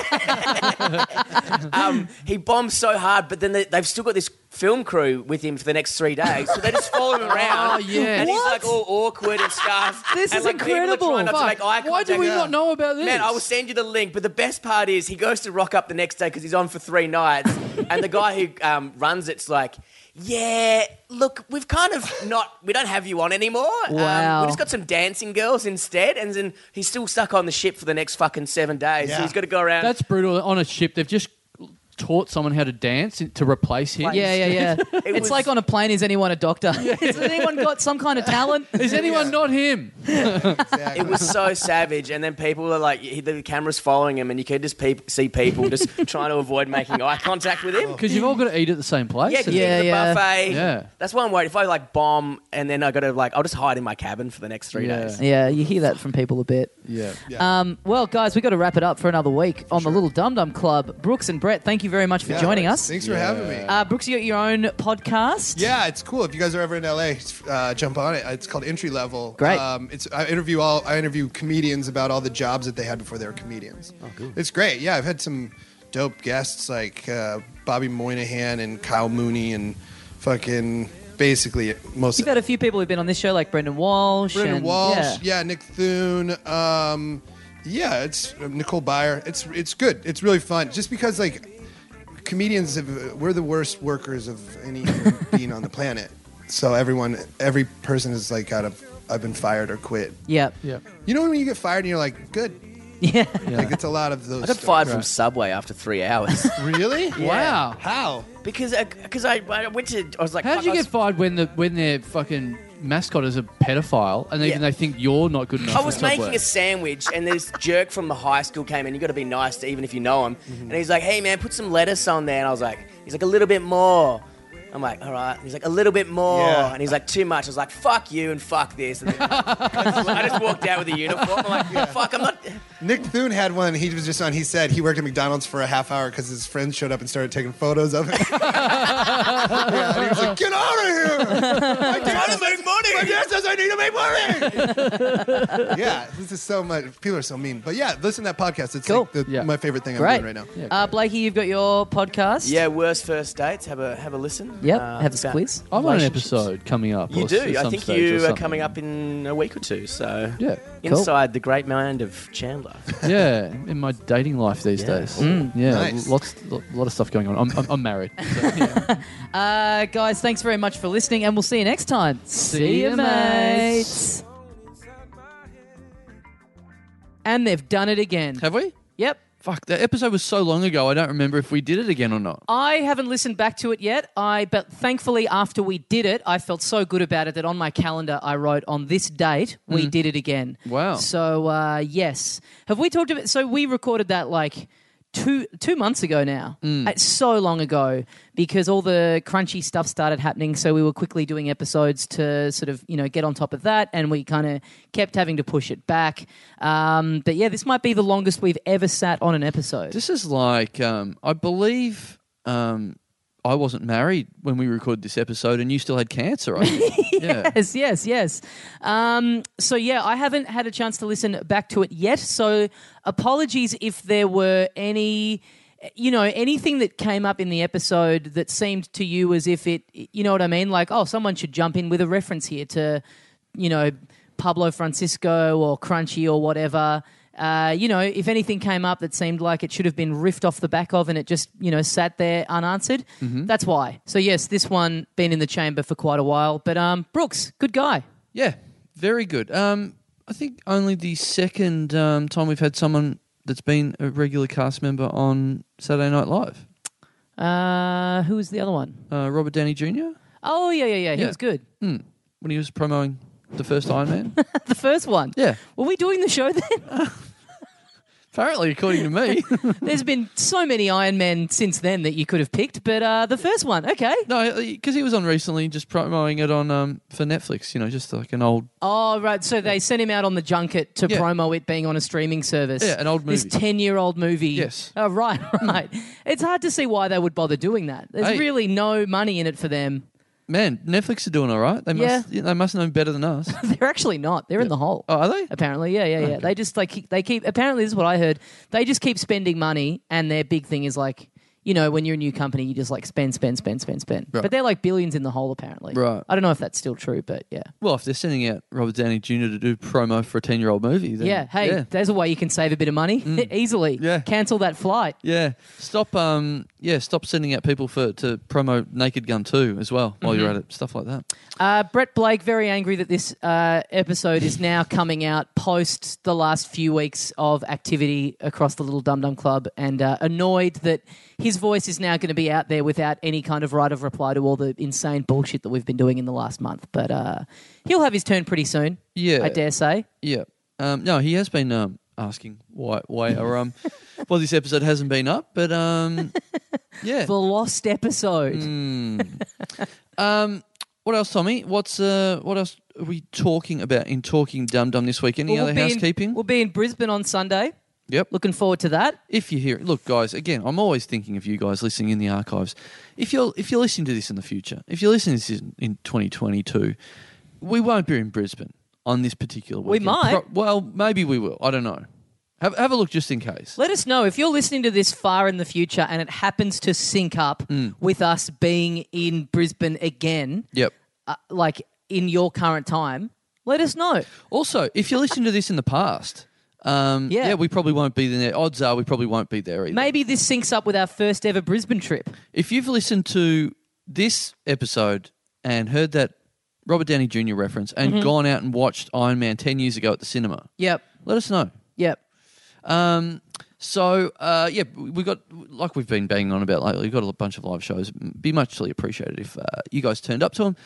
um, he bombs so hard, but then they, they've still got this film crew with him for the next three days, so they just follow him around. Oh, yeah. and he's like all awkward and stuff. *laughs* This and, is like, people are incredible. trying not to Fuck. make eye Why do contact. we not know about this? Man, I will send you the link. But the best part is he goes to rock up the next day because he's on for three nights, and the guy who um, runs it's like. Yeah, look, we've kind of not, we don't have you on anymore. Um, Wow. we just got some dancing girls instead, and then he's still stuck on the ship for the next fucking seven days. So Yeah. he's got to go around. That's brutal. On a ship, they've just taught someone how to dance to replace him. Yeah, yeah, yeah. it's was- like on a plane. Is anyone a doctor? Has anyone got some kind of talent? Is anyone not him? Exactly. It was so savage, and then people are like, he- the camera's following him, and you could just peep, see *laughs* people just trying to avoid making eye contact with him. Because you've all got to eat at the same place. Yeah, 'cause and- Yeah, yeah, the yeah. buffet. Yeah. That's why I'm worried. If I like bomb, and then I got to like, I'll just hide in my cabin for the next three Yeah. days. yeah, you hear that from people a bit. yeah. Yeah. Um, well, guys, we got to wrap it up for another week on the Little Dum Dum Club. Brooks and Brett, thank you very much for Yeah. joining us. Thanks for having me. Uh, Brooks, you got your own podcast. Yeah, it's cool. If you guys are ever in LA, uh, jump on it. It's called Entry Level. Great. Um, it's I interview all I interview comedians about all the jobs that they had before they were comedians. Oh, cool. It's great. Yeah, I've had some dope guests like uh, Bobby Moynihan and Kyle Mooney and fucking basically most You've had a few people who've been on this show, like Brendan Walsh. Brendan and- Walsh. yeah. Yeah. Nick Thune. Um, yeah, it's uh, Nicole Byer. It's it's good. It's really fun. Just because like comedians, have, we're the worst workers of any *laughs* human being on the planet. So everyone, every person is like, out of, I've been fired or quit. Yeah. *laughs* Yeah. You know when you get fired and you're like, good. Yeah. *laughs* Like it's a lot of those. I got stories. fired from Subway after three hours *laughs* Really? Wow. How? because because I, I went to I was like, How fuck, did you I was- get fired when the when their fucking mascot is a pedophile and Yeah. even they think you're not good enough? I for was Subway? making a sandwich, and this jerk from the high school came in. You got to be nice to even if you know him. Mm-hmm. And he's like, "Hey man, put some lettuce on there." And I was like, "He's like a little bit more." I'm like, "All right." He's like, "A little bit more," Yeah. and he's like, "Too much." I was like, "Fuck you and fuck this." And then *laughs* I just walked out with a uniform. I'm like, "Fuck, I'm not." Nick Thune had one. He was just on. He said he worked at McDonald's for a half hour because his friends showed up and started taking photos of him. *laughs* yeah, and he was like, "Get out of here! My dad says- make money. *laughs* my dad says I need to make money." yeah, this is so much. People are so mean. But yeah, listen to that podcast. It's Cool. like the, Yeah. my favorite thing Great. I'm doing right now. Uh, Blakey, you've got your podcast. Yeah, worst first dates. Have a have a listen. Yep. Uh, Have this about- quiz. I'm on an relationships. episode coming up. You or s- do. at I some think stage or you are something. coming up in a week or two. So Yeah. Cool. inside the great mind of Chandler. *laughs* Yeah. In my dating life these Yeah. days. Mm. Yeah. Nice. Lots, lo- lot of stuff going on. I'm, I'm, I'm married. so, yeah. Uh, guys, thanks very much for listening, and we'll see you next time. See, ya, ya, mates. And they've done it again. *laughs* Have we? Yep. Fuck, that episode was so long ago, I don't remember if we did it again or not. I haven't listened back to it yet. I but thankfully after we did it, I felt so good about it that on my calendar I wrote on this date we did it again. Wow. So uh, yes, have we talked about? So we recorded that like two two months ago now. It's so long ago because all the crunchy stuff started happening. So we were quickly doing episodes to sort of you know get on top of that, and we kind of kept having to push it back. Um, but yeah, this might be the longest we've ever sat on an episode. This is like, um, I believe um, I wasn't married when we recorded this episode and you still had cancer, *laughs* I think. yeah. *laughs* yes, yes, yes. Um, so yeah, I haven't had a chance to listen back to it yet. So apologies if there were any, you know, anything that came up in the episode that seemed to you as if it, you know what I mean? Like, oh, someone should jump in with a reference here to, you know, Pablo Francisco or Crunchy or whatever. uh, you know, if anything came up that seemed like it should have been riffed off the back of and it just, you know, sat there unanswered, that's why. So, yes, this one been in the chamber for quite a while. But um, Brooks, good guy. Yeah, very good. Um, I think only the second um, time we've had someone that's been a regular cast member on Saturday Night Live. Uh, who was the other one? Uh, Robert Downey Jr. Oh, yeah, yeah, yeah. He Yeah. was good. *laughs* when he was promoting the first Iron Man. the first one. yeah, Were we doing the show *laughs* then? apparently, according *laughs* to me. There's been so many Iron Men since then that you could have picked, but uh, the first one, okay. no, because he was on recently, just promoting it on um, for Netflix. You know, just like an old Oh, right. So they sent him out on the junket to Yeah. promo it being on a streaming service. Yeah, an old This movie. 10 year old movie. Yes. Oh, right, *laughs* right. It's hard to see why they would bother doing that. There's Hey. really no money in it for them. *laughs* man. Netflix are doing all right. They must. They must know better *laughs* than us. They're actually not. They're in the hole. Oh, are they? Apparently, yeah, yeah, yeah. They just like keep- they keep. Apparently, this is what I heard. They just keep spending money, and their big thing is like, you know, when you're a new company, you just like spend, spend, spend, spend, spend. But they're like billions in the hole, apparently. Right. I don't know if that's still true, but yeah, Well, if they're sending out Robert Downey Jr. to do promo for a ten-year-old movie, then yeah. Hey, yeah. Mm. there's a way you can save a bit of money *laughs* easily. Yeah. Cancel that flight. Yeah. stop. Um, yeah, stop sending out people for to promo Naked Gun Two as well while Mm-hmm. you're at it. Stuff like that. Uh, Brett Blake very angry that this uh, episode is now coming out post the last few weeks of activity across the Little Dum Dum Club, and uh, annoyed that his voice is now going to be out there without any kind of right of reply to all the insane bullshit that we've been doing in the last month. But uh, he'll have his turn pretty soon. Yeah. I dare say. Yeah. Um, no, he has been um, asking why why or *laughs* um well this episode hasn't been up, but um yeah. The lost episode. Mm, Um what else, Tommy? What's uh what else are we talking about in talking dum dum this week? Any Well, other be in- housekeeping? we'll be in Brisbane on Sunday. yep. Look, Looking forward to that. if you hear look guys, again, I'm always thinking of you guys listening in the archives. If you're if you're listening to this in the future, if you're listening to this in, in twenty twenty two, we won't be in Brisbane on this particular We weekend. might. well, maybe we will. I don't know. Have have a look just in case. Let us know if you're listening to this far in the future and it happens to sync up with us being in Brisbane again, Yep. uh, like in your current time. Let us know. Also, if you listen to this in the past, um, Yeah. yeah. we probably won't be there. Odds are we probably won't be there either. Maybe this syncs up with our first ever Brisbane trip. If you've listened to this episode and heard that Robert Downey Jr. reference and gone out and watched Iron Man 10 years ago at the cinema, Yep. let us know. Yep. Um, so, uh, yeah, we got, like we've been banging on about lately, we've got a bunch of live shows. Be muchly appreciated if uh, you guys turned up to them.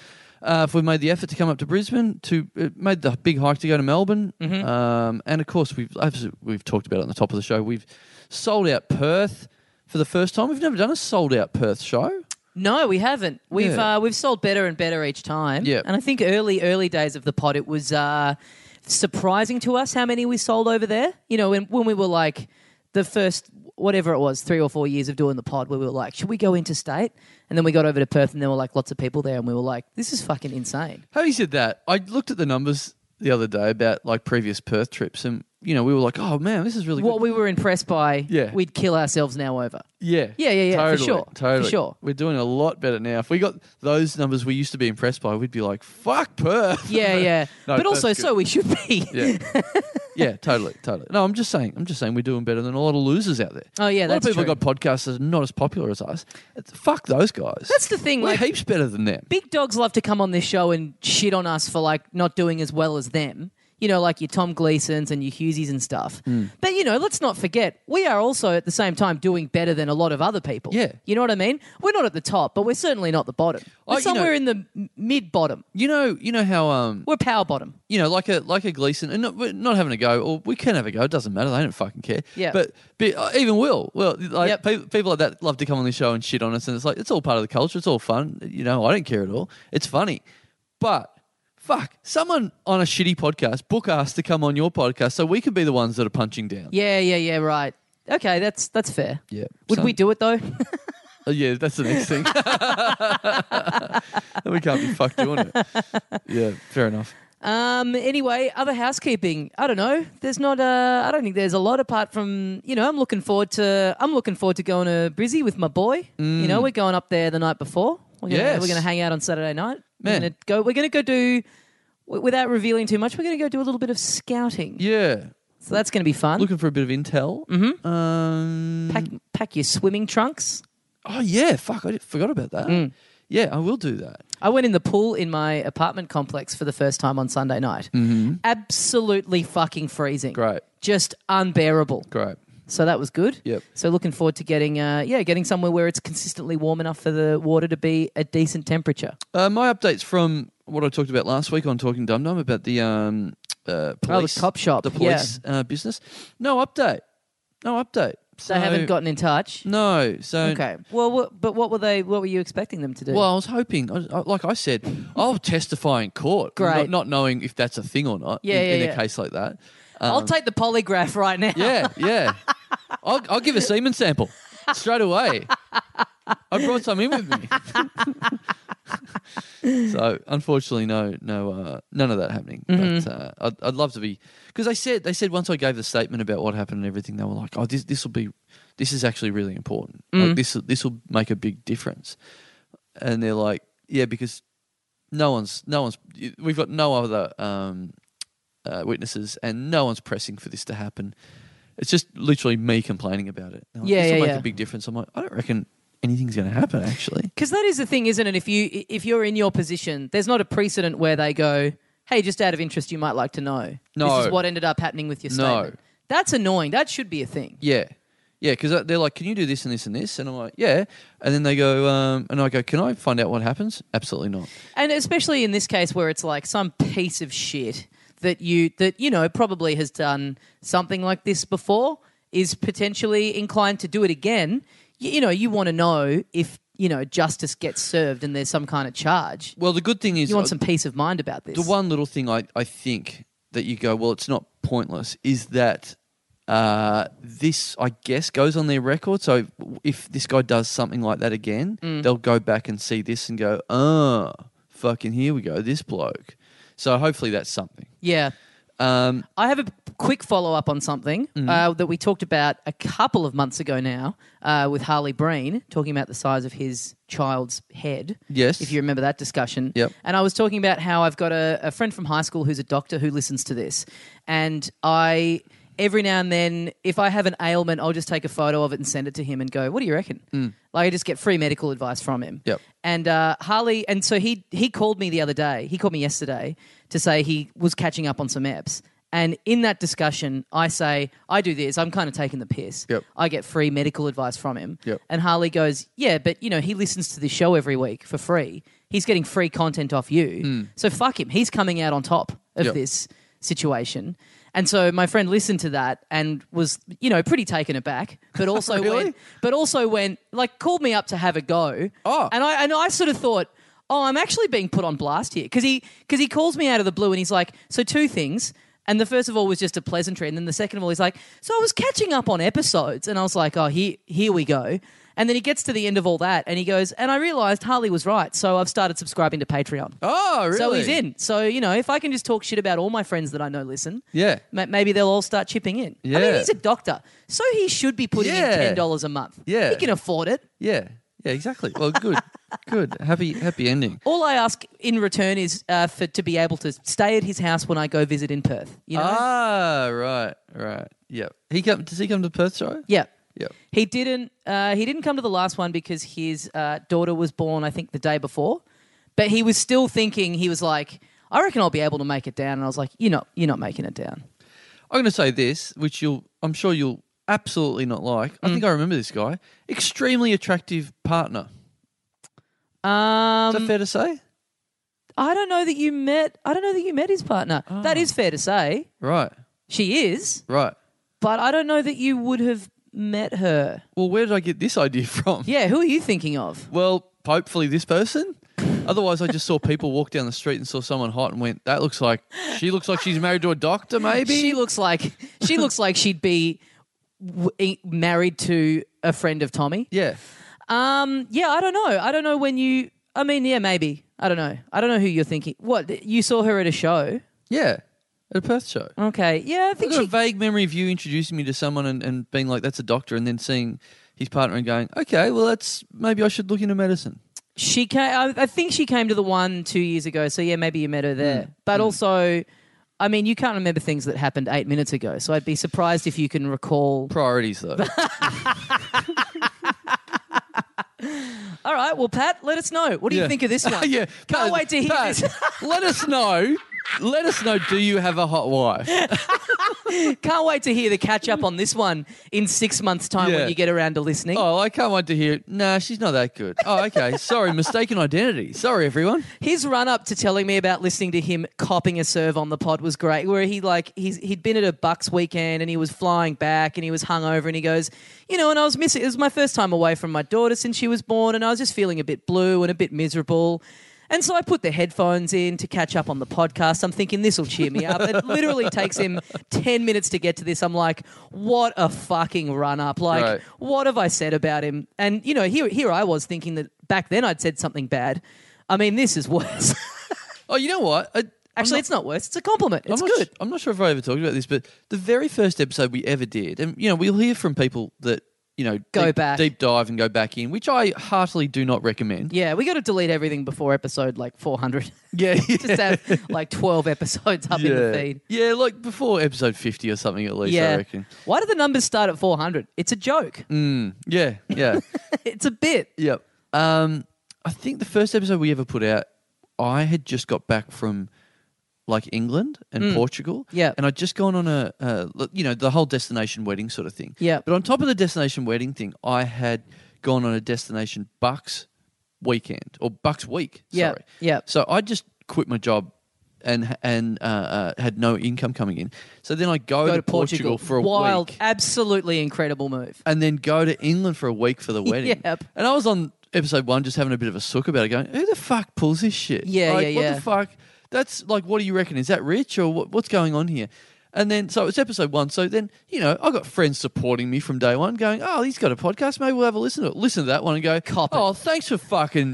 Uh, if we made the effort to come up to Brisbane, to uh, made the big hike to go to Melbourne, um, and of course we've as we've talked about it on the top of the show. We've sold out Perth for the first time. We've never done a sold out Perth show. No, we haven't. We've Yeah. uh, we've sold better and better each time. Yep. And I think early early days of the pod, it was uh, surprising to us how many we sold over there. You know, when when we were like the first whatever it was, three or four years of doing the pod, where we were like, should we go interstate? And then we got over to Perth, and there were like lots of people there, and we were like, this is fucking insane. Having said that, I looked at the numbers the other day about like previous Perth trips, and you know we were like, oh man, this is really What good. we were impressed by, Yeah. we'd kill ourselves now over. Yeah. Yeah, yeah, yeah, for Totally, sure, for Totally. sure. We're doing a lot better now. If we got those numbers we used to be impressed by, we'd be like, fuck Perth. *laughs* Yeah, yeah. No, but Perth's also, good. so we should be. Yeah. yeah, totally, totally. No, I'm just saying, I'm just saying we're doing better than a lot of losers out there. Oh, yeah, a lot that's of people true. have got podcasts that are not as popular as us. It's- fuck those guys. *laughs* That's the thing, We're like- heaps better than them. big dogs love to come on this show and shit on us for like not doing as well as them. You know, like your Tom Gleasons and your Hughesies and stuff. Hmm. But you know, let's not forget we are also at the same time doing better than a lot of other people. Yeah. you know what I mean. We're not at the top, but we're certainly not the bottom. We're Like, Oh, you know- somewhere in the mid bottom. You know, you know how um, We're power bottom. you know, like a like a Gleason, and not, we're not having a go, or we can have a go. It doesn't matter. They don't fucking care. Yeah. But, but uh, even Will, well, like Yep. pe- people like that love to come on this show and shit on us, and it's like it's all part of the culture. It's all fun. You know, I don't care at all. It's funny, but fuck, someone on a shitty podcast book us to come on your podcast so we could be the ones that are punching down. Yeah, yeah, yeah. Right. Okay, that's that's fair. Yeah. Would Some- we do it though? Uh, yeah, that's the next thing. *laughs* Then we can't be fucked doing it. Yeah, fair enough. Um, anyway, other housekeeping. I don't know. There's not. Uh, I don't think there's a lot apart from you know. I'm looking forward to. I'm looking forward to going to Brizzy with my boy. You know, we're going up there the night before. We're gonna, Mm. Yes. we're going to hang out on Saturday night. We're Man. going to go. We're going to go do. w- Without revealing too much, we're going to go do a little bit of scouting. Yeah. So that's going to be fun. Looking for a bit of intel. Mm-hmm. Um, pack, pack your swimming trunks. oh yeah, fuck! I did- forgot about that. Mm. Yeah, I will do that. I went in the pool in my apartment complex for the first time on Sunday night. Absolutely fucking freezing. Mm. Great. Just unbearable. Great. So that was good. Yep. So looking forward to getting uh yeah, getting somewhere where it's consistently warm enough for the water to be a decent temperature. Uh, my updates from what I talked about last week on Talking Dum Dum about the um, uh, police, Oh, cop shop, the police uh, business. No update. No update. They haven't gotten in touch. No. So Okay. Well, wha- but what were they what were you expecting them to do? Well, I was hoping, I- I- like I said, I'll testify in court. Great. Not, not knowing if that's a thing or not Yeah, in, yeah, in yeah. a case like that. I'll take the polygraph right now. um, *laughs* Yeah, yeah. I'll, I'll give a semen sample straight away. I brought some in with me. *laughs* so unfortunately, no, no, uh, none of that happening. But uh, I'd, I'd love to be because they said they said once I gave the statement about what happened and everything, they were like, "Oh, this this will be, this is actually really important. Like, this this will make a big difference." And they're like, "Yeah, because no one's no one's we've got no other um, uh, witnesses, and no one's pressing for this to happen. It's just literally me complaining about it. They're like, Yeah, this will yeah, make yeah. a big difference. I'm like, I don't reckon anything's going to happen. Actually, Because that is the thing, isn't it? If you if you're in your position, there's not a precedent where they go, "Hey, just out of interest, you might like to know." No. This is what ended up happening with your No. statement. That's annoying. That should be a thing. yeah, yeah, because they're like, can you do this and this and this? And I'm like, yeah. And then they go, um, and I go, can I find out what happens? Absolutely not. And especially in this case where it's like some piece of shit that you that you know probably has done something like this before is potentially inclined to do it again. You, you know, you want to know if you know justice gets served and there's some kind of charge. Well, the good thing is, You want uh, some peace of mind about this. the one little thing I, I think that you go, well, it's not pointless, is that uh, this, I guess, goes on their record. So if this guy does something like that again, Mm. they'll go back and see this and go, oh, fucking here we go, this bloke. So hopefully that's something. yeah. Um, I have a quick follow up on something uh, that we talked about a couple of months ago now uh, with Harley Breen, talking about the size of his child's head. Yes. If you remember that discussion. Yep. And I was talking about how I've got a, a friend from high school who's a doctor who listens to this. And I, every now and then, if I have an ailment, I'll just take a photo of it and send it to him and go, What do you reckon? Like, I just get free medical advice from him. Hmm. Yep. And uh, Harley, and so he he called me the other day. He called me yesterday to say he was catching up on some apps. And in that discussion, I say I do this. I'm kind of taking the piss. Yep. I get free medical advice from him. Yep. And Harley goes, "Yeah, but you know he listens to this show every week for free. He's getting free content off you. So fuck him. He's coming out on top of Hmm. Yep. this situation." And so my friend listened to that and was, you know, pretty taken aback, but also *laughs* Really? went, but also went like called me up to have a go. Oh. and I and I sort of thought, oh, I'm actually being put on blast here because he because he calls me out of the blue and he's like, so two things. And the first of all was just a pleasantry, and then the second of all, he's like, "So I was catching up on episodes, and I was like, oh, here, here we go." And then he gets to the end of all that, and he goes, "And I realised Harley was right, so I've started subscribing to Patreon." oh, really? So he's in. So you know, if I can just talk shit about all my friends that I know listen, Yeah. ma- maybe they'll all start chipping in. I mean, Yeah. he's a doctor, so he should be putting in Yeah. ten dollars a month. Yeah. he can afford it. Yeah. Yeah, exactly. *laughs* Well, good. good. Happy happy ending. All I ask in return is uh, for to be able to stay at his house when I go visit in Perth. You know, Ah, right, right. Yep. He come does he come to Perth, sorry? yeah. Yep. He didn't. Uh, he didn't come to the last one because his uh, daughter was born, I think, the day before. But he was still thinking. He was like, "I reckon I'll be able to make it down." And I was like, "You're not. You're not making it down." I'm going to say this, which you'll, I'm sure you'll absolutely not like. I Mm. think I remember this guy. Extremely attractive partner. Is Um, that fair to say? I don't know that you met. I don't know that you met his partner. Ah. That is fair to say. Right, She is, right. but I don't know that you would have met her. Well, where did I get this idea *laughs* from? Yeah, who are you thinking of? Well, hopefully this person. Otherwise, I just saw people walk down the street and saw someone hot and went, "That looks like she looks like she's married to a doctor, maybe." She looks like she looks like she'd be w- e- married to a friend of Tommy. yeah. Um, yeah, I don't know. I don't know when you. I mean, yeah, maybe. I don't know. I don't know who you're thinking. What you saw her at a show? Yeah. At a Perth show. Okay, yeah, I I've think got a she. vague memory of you introducing me to someone and, and being like, that's a doctor, and then seeing his partner and going, okay, well, that's maybe I should look into medicine. Mm, She came. I, I think she came to the one two years ago. So yeah, maybe you met her there. But also, I mean, you can't remember things that happened eight minutes ago, so I'd be surprised if you can recall. Priorities, though. All right, well, Pat, let us know. What do you Yeah. think *laughs* of this one? yeah, can't Pat, wait to hear Pat, this. *laughs* let us know. Let us know. Do you have a hot wife? Can't wait to hear the catch up on this one in six months' time Yeah. when you get around to listening. Oh, I can't wait to hear. it. Nah, she's not that good. Oh, okay. Sorry, mistaken identity. Sorry, everyone. His run up to telling me about listening to him copping a serve on the pod was great. Where he like he's he'd been at a Bucks weekend and he was flying back and he was hungover and he goes, you know, and I was missing. It was my first time away from my daughter since she was born and I was just feeling a bit blue and a bit miserable. And so I put the headphones in to catch up on the podcast. I'm thinking this will cheer me up. *laughs* It literally takes him 10 minutes to get to this. I'm like, what a fucking run up. Like, Right. what have I said about him? And you know, here here I was thinking that back then I'd said something bad. I mean, this is worse. Oh, you know what? I, *laughs* I'm Actually, not- it's not worse. It's a compliment. It's I'm not, good. I'm not sure if I ever talked about this, but the very first episode we ever did, and you know, we'll hear from people that you know Go deep, back. deep dive and go back in, which I heartily do not recommend. Yeah, we got to delete everything before episode like *laughs* 400. Yeah, yeah. Just have like 12 episodes up in the feed. Yeah, like before episode 50 or something at least, I Yeah. reckon. Mm. Why do the numbers start at 400? It's a joke. *laughs* Yeah, yeah, It's a bit. yep. Um, I think the first episode we ever put out, I had just got back from like England and Hmm. Portugal. Yeah. And I'd just gone on a, uh, look, you know, the whole destination wedding sort of thing. Yeah. But on top of the destination wedding thing, I had gone on a destination Bucks weekend or Bucks week. Yeah, Sorry. yeah. So I just quit my job. And and uh, uh, had no income coming in, so then I go, Go to Portugal, for a Wild, week absolutely incredible move. and then go to England for a week for the wedding. Yep. And I was on episode one just having a bit of a sook about it, going, who the fuck pulls this shit? Yeah, like, yeah, what yeah. the fuck? That's like, what do you reckon? Is that rich or what, what's going on here? And then, so it's episode one. So then, you know, I got friends supporting me from day one, going, "Oh, he's got a podcast. Maybe we'll have a listen to it. Listen to that one and go, Cop it. oh, thanks for fucking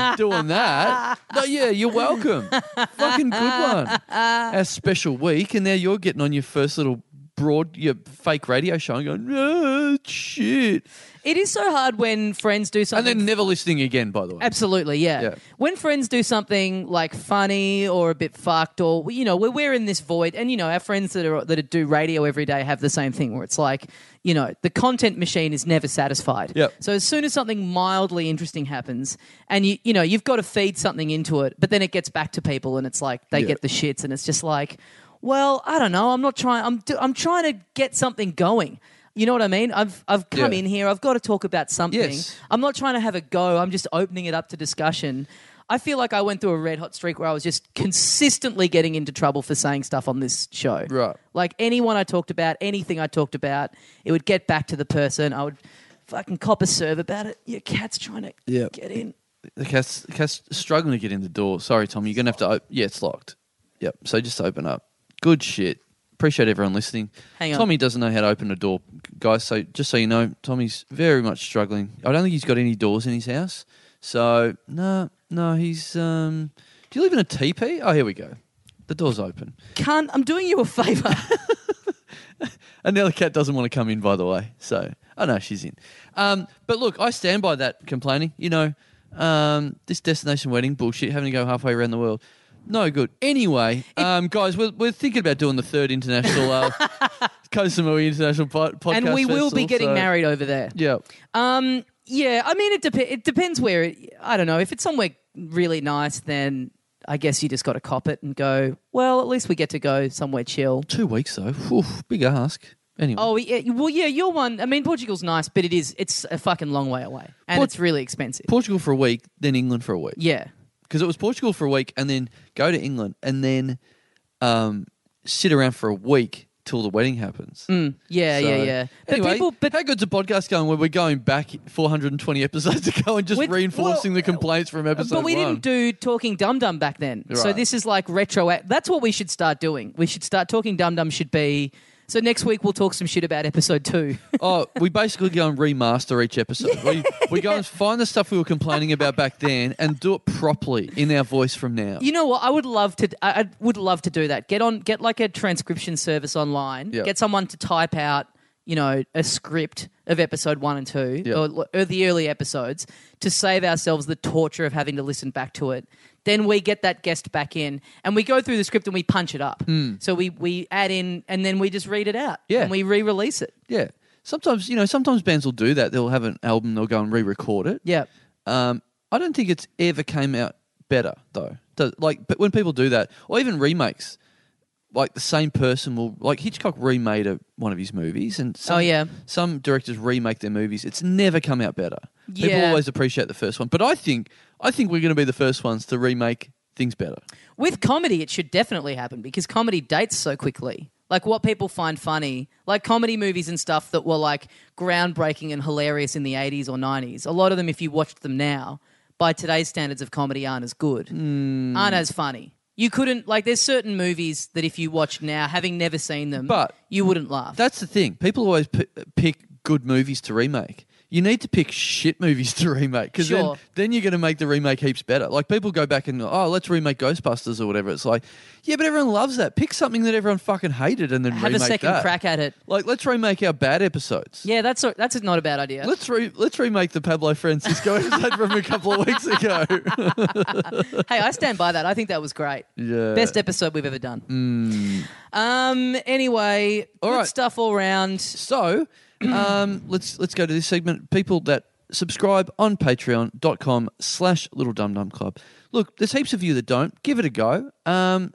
*laughs* doing that. No, yeah, you're welcome. fucking good one. Our special week, and now you're getting on your first little broad, your fake radio show, and going, oh, shit It is so hard when friends do something. and then never listening again. By the way, Absolutely, yeah. Yeah. When friends do something like funny or a bit fucked, or you know, we're, we're in this void, and you know, our friends that are that do radio every day have the same thing, where it's like, you know, the content machine is never satisfied. Yep. So as soon as something mildly interesting happens, and you you know, you've got to feed something into it, but then it gets back to people, and it's like they get the shits, and it's just like, well, I don't know, I'm not trying, I'm do, I'm trying to get something going. You know what I mean? I've I've come Yeah. in here. I've got to talk about something. Yes. I'm not trying to have a go. I'm just opening it up to discussion. I feel like I went through a red hot streak where I was just consistently getting into trouble for saying stuff on this show. Right. Like anyone I talked about, anything I talked about, it would get back to the person. I would fucking cop a serve about it. Your cat's trying to Yeah. get in. the cat's, the cat's struggling to get in the door. Sorry, Tom, you're gonna have to. Op- yeah, it's locked. Yep. So just open up. Good shit. Appreciate everyone listening. Hang on. Tommy doesn't know how to open a door, guys. So just so you know, Tommy's very much struggling. I don't think he's got any doors in his house. So no, no, he's. um Do you live in a teepee? Oh, here we go. The door's open. Can't. I'm doing you a *laughs* favor. And now the cat doesn't want to come in, by the way. So, oh no, she's in. Um, but look, I stand by that complaining. You know, um, this destination wedding bullshit, having to go halfway around the world. No good. Anyway, um, guys, we're, we're thinking about doing the third international uh, *laughs* Kosamui International pod- podcast. and we will be Festival, getting so- married over there. Yeah. Um, yeah, I mean, it, dep- it depends where. It, I don't know. If it's somewhere really nice, then I guess you just got to cop it and go, well, at least we get to go somewhere chill. Two weeks, though. Whew, big ask. Anyway. Oh, yeah. Well, yeah, your one. I mean, Portugal's nice, but it is, it's a fucking long way away and Port- it's really expensive. Portugal for a week, then England for a week. yeah. because it was Portugal for a week and then go to England and then um, sit around for a week till the wedding happens. Mm. Yeah, So- yeah, yeah. But anyway, people, but how good's a podcast going where we're going back 420 episodes ago and just With- reinforcing the complaints from episode But we one? didn't do talking dum dum back then. So Right. this is like retro. That's what we should start doing. We should start talking dum dum. Should be so next week we'll talk some shit about episode two. *laughs* oh, we basically go and remaster each episode. We, we go and find the stuff we were complaining about back then and do it properly in our voice from now. You know what? I would love to. I I would love to do that. Get on. Get like a transcription service online. Yeah. Get someone to type out. You know, a script of episode one and two, Yeah. or, or the early episodes, to save ourselves the torture of having to listen back to it, Then we get that guest back in and we go through the script and we punch it up. So we, we add in and then we just read it out. Hmm. Yeah. And we re release it. Yeah. Sometimes, you know, sometimes bands will do that. They'll have an album, they'll go and re-record it. Yeah. Um, I don't think it's ever came out better though. Does- like, but when people do that, or even remakes, like the same person will like Hitchcock remade a, one of his movies, and some, Oh, yeah. some directors remake their movies. It's never come out better. People Yeah. always appreciate the first one, but I think I think we're going to be the first ones to remake things better. With comedy, it should definitely happen because comedy dates so quickly. Like what people find funny, like comedy movies and stuff that were like groundbreaking and hilarious in the 80s or 90s. A lot of them, if you watched them now, by today's standards of comedy, aren't as good, Hmm. aren't as funny. You couldn't, like, there's certain movies that if you watch now, having never seen them, But you wouldn't laugh. That's the thing. People always p- pick good movies to remake. You need to pick shit movies to remake because Sure. then, then you're going to make the remake heaps better. Like people go back and oh, let's remake Ghostbusters or whatever. It's like, yeah, but everyone loves that. Pick something that everyone fucking hated and then Have a remake second that. crack at it. Like let's remake our bad episodes. Yeah, that's a, that's a not a bad idea. Let's re- let's remake the Pablo Francisco *laughs* episode from a couple of weeks ago. hey, I stand by that. I think that was *laughs* great. yeah. *laughs* Best episode we've ever done. Um. Anyway, Mm. All good right. stuff all round. So um, let's let's go to this segment. People that subscribe on patreon.com slash little dum dum club. Look, there's heaps of you that don't. Give it a go. Um,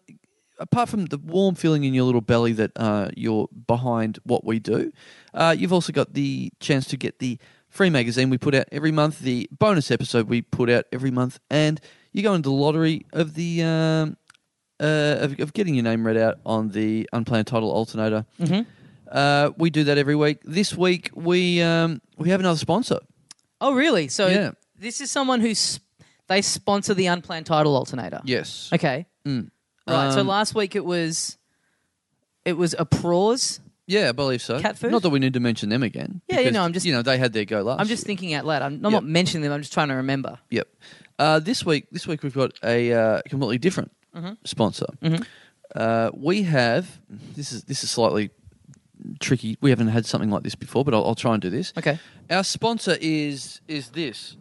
apart from the warm feeling in your little belly that uh, you're behind what we do, uh, you've also got the chance to get the free magazine we put out every month, the bonus episode we put out every month, and you go into the lottery of the. Um, uh, of, of getting your name read out on the unplanned title alternator. Uh, we do that every week. This week we um, we have another sponsor. Oh, really? So Yeah. this is someone who's they sponsor the unplanned title alternator. Yes. Okay. Right. so Um, last week it was it was a pause. Yeah, I believe so. Cat food? Not that we need to mention them again. Yeah, you because, know, I'm just- you know they had their go last. I'm just year. thinking out loud. I'm, I'm Yeah. not mentioning them. I'm just trying to remember. Yep. Uh, this week, this week we've got a uh, completely different Mm-hmm. sponsor. Uh, we have this is this is slightly tricky. We haven't had something like this before, but I'll, I'll try and do this. Okay. Our sponsor is is this.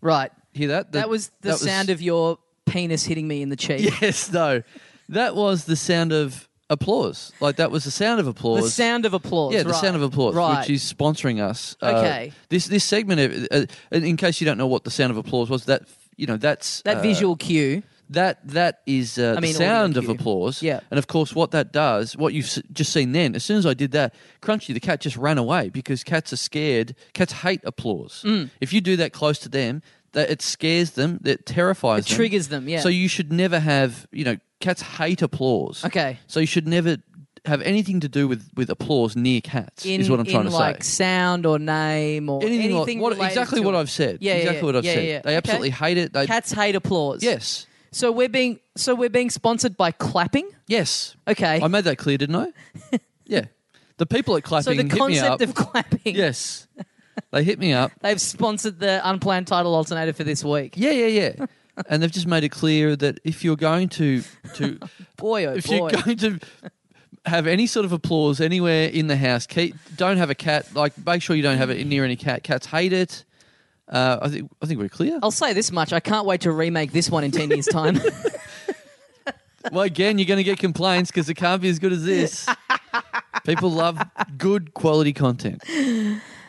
Right. Hear that? that was the sound of your penis hitting me in the cheek. *laughs* Yes, no. That was the sound of applause. Like that was the sound of applause. The sound of applause. Yeah, the right. sound of applause, Right. which is sponsoring us. Uh, Okay. This this segment, uh, uh, in case you don't know what the sound of applause was, that you know that's that uh, visual cue. That that is uh, the mean, audio sound of cue. applause. Yeah. And of course, what that does, what you've s- just seen then, as soon as I did that, Crunchy the cat just ran away because cats are scared. Cats hate applause. Mm. If you do that close to them, that it scares them. That terrifies. It them. triggers them, yeah. So you should never have. You know, cats hate applause. Okay. So you should never have anything to do with with applause near cats. in, is what I'm in trying to like say. sound or name or anything, Anything like- what- related exactly to what it. I've said. Yeah, yeah, Exactly yeah. what I've Yeah, said. yeah, yeah. They Okay. absolutely hate it. They Cats hate applause. yes, So we're being so we're being sponsored by clapping. yes. Okay. I made that clear, didn't I? *laughs* yeah. The people at clapping so the hit me up. concept of clapping. yes, they hit me up. They've sponsored the unplanned title alternator for this week. Yeah, yeah, *laughs* yeah. and they've just made it clear that if you're going to to *laughs* Boy, oh if boy. you're going to have any sort of applause anywhere in the house, keep, don't have a cat. Like, make sure you don't have it near any cat. Cats hate it. Uh, I think I think we're clear. I'll say this much: I can't wait to remake this one in ten years' *laughs* time. Uh, Well, again, you're going to get complaints because it can't be as good as this. People love good quality content.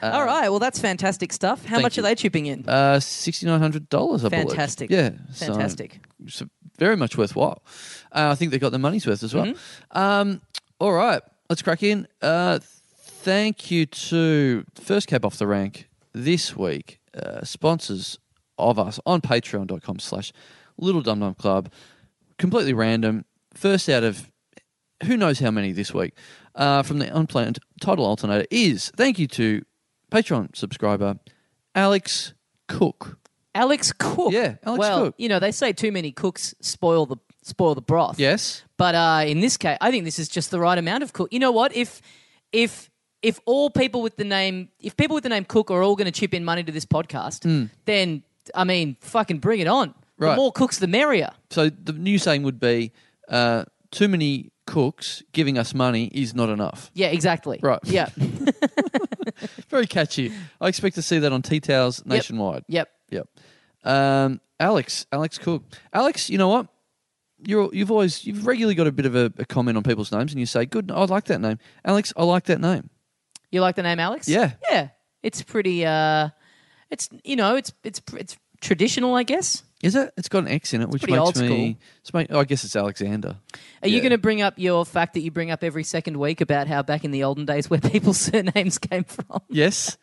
All right. Well, that's fantastic stuff. How thank much are you. they chipping in? Uh, sixty nine hundred dollars. I believe. Fantastic. Yeah. so- Fantastic. so very much worthwhile. Uh, I think they got their money's worth as well. Um, all right, let's crack in. Uh, thank you to First Cab Off the Rank this week, uh, sponsors of us on patreon.com slash Little Dum Dum Club. Completely random. First out of who knows how many this week uh, from the unplanned title alternator is thank you to Patreon subscriber Alex Cook. Alex Cook. Yeah, Alex well, Cook. you know they say too many cooks spoil the spoil the broth. Yes. But uh, in this case, I think this is just the right amount of cook. You know what? If if if all people with the name if people with the name Cook are all going to chip in money to this podcast, then I mean, fucking bring it on. The Hmm. Right. more cooks, the merrier. So the new saying would be, uh, "Too many cooks giving us money is not *laughs* enough." Yeah, exactly. Right. Yeah. Very catchy. I expect to see that on tea towels nationwide. yep. Yep. Um, Alex, Alex Cook. Alex, you know what? You're, you've always you've regularly got a bit of a, a comment on people's names, and you say, "Good, I like that name, Alex. I like that name." You like the name Alex? Yeah. Yeah. It's pretty uh it's you know, it's it's it's traditional, I guess. Is it? It's got an X in it, which pretty makes old me. it's make- oh, I guess it's *laughs* Alexander. Are you going to bring up your fact that you bring up every second week about how back in the olden days where people's *laughs* surnames came from? Yes.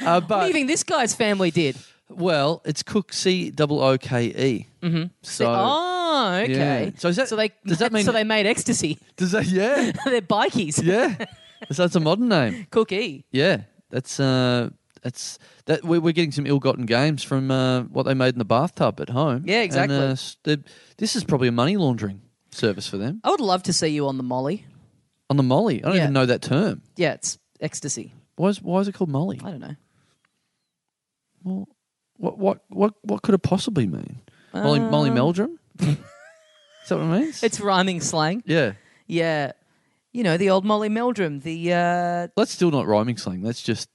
Uh, but What do you think this guy's family did? well, it's Cook C double O K E. Mm-hmm. So oh, okay. yeah. E. So is that- so they does that mean- so they made ecstasy? *laughs* does that? Yeah, They're bikies. yeah. so that's a modern name. Cookie. Yeah, that's uh, that's that. We're, we're getting some ill-gotten games from uh, what they made in the bathtub at home. Yeah, exactly. And, uh, s- the- this is probably a money laundering service for them I would love to see you on the Molly. on the Molly. I don't Yeah. even know that term. Yeah, it's ecstasy. Why is why is it called Molly? I don't know. What what what what could it possibly mean? Molly Molly Meldrum. *laughs* is that what it means? Uh, It's rhyming slang. yeah. Yeah. You know, the old Molly Meldrum, the uh That's still not rhyming slang. That's just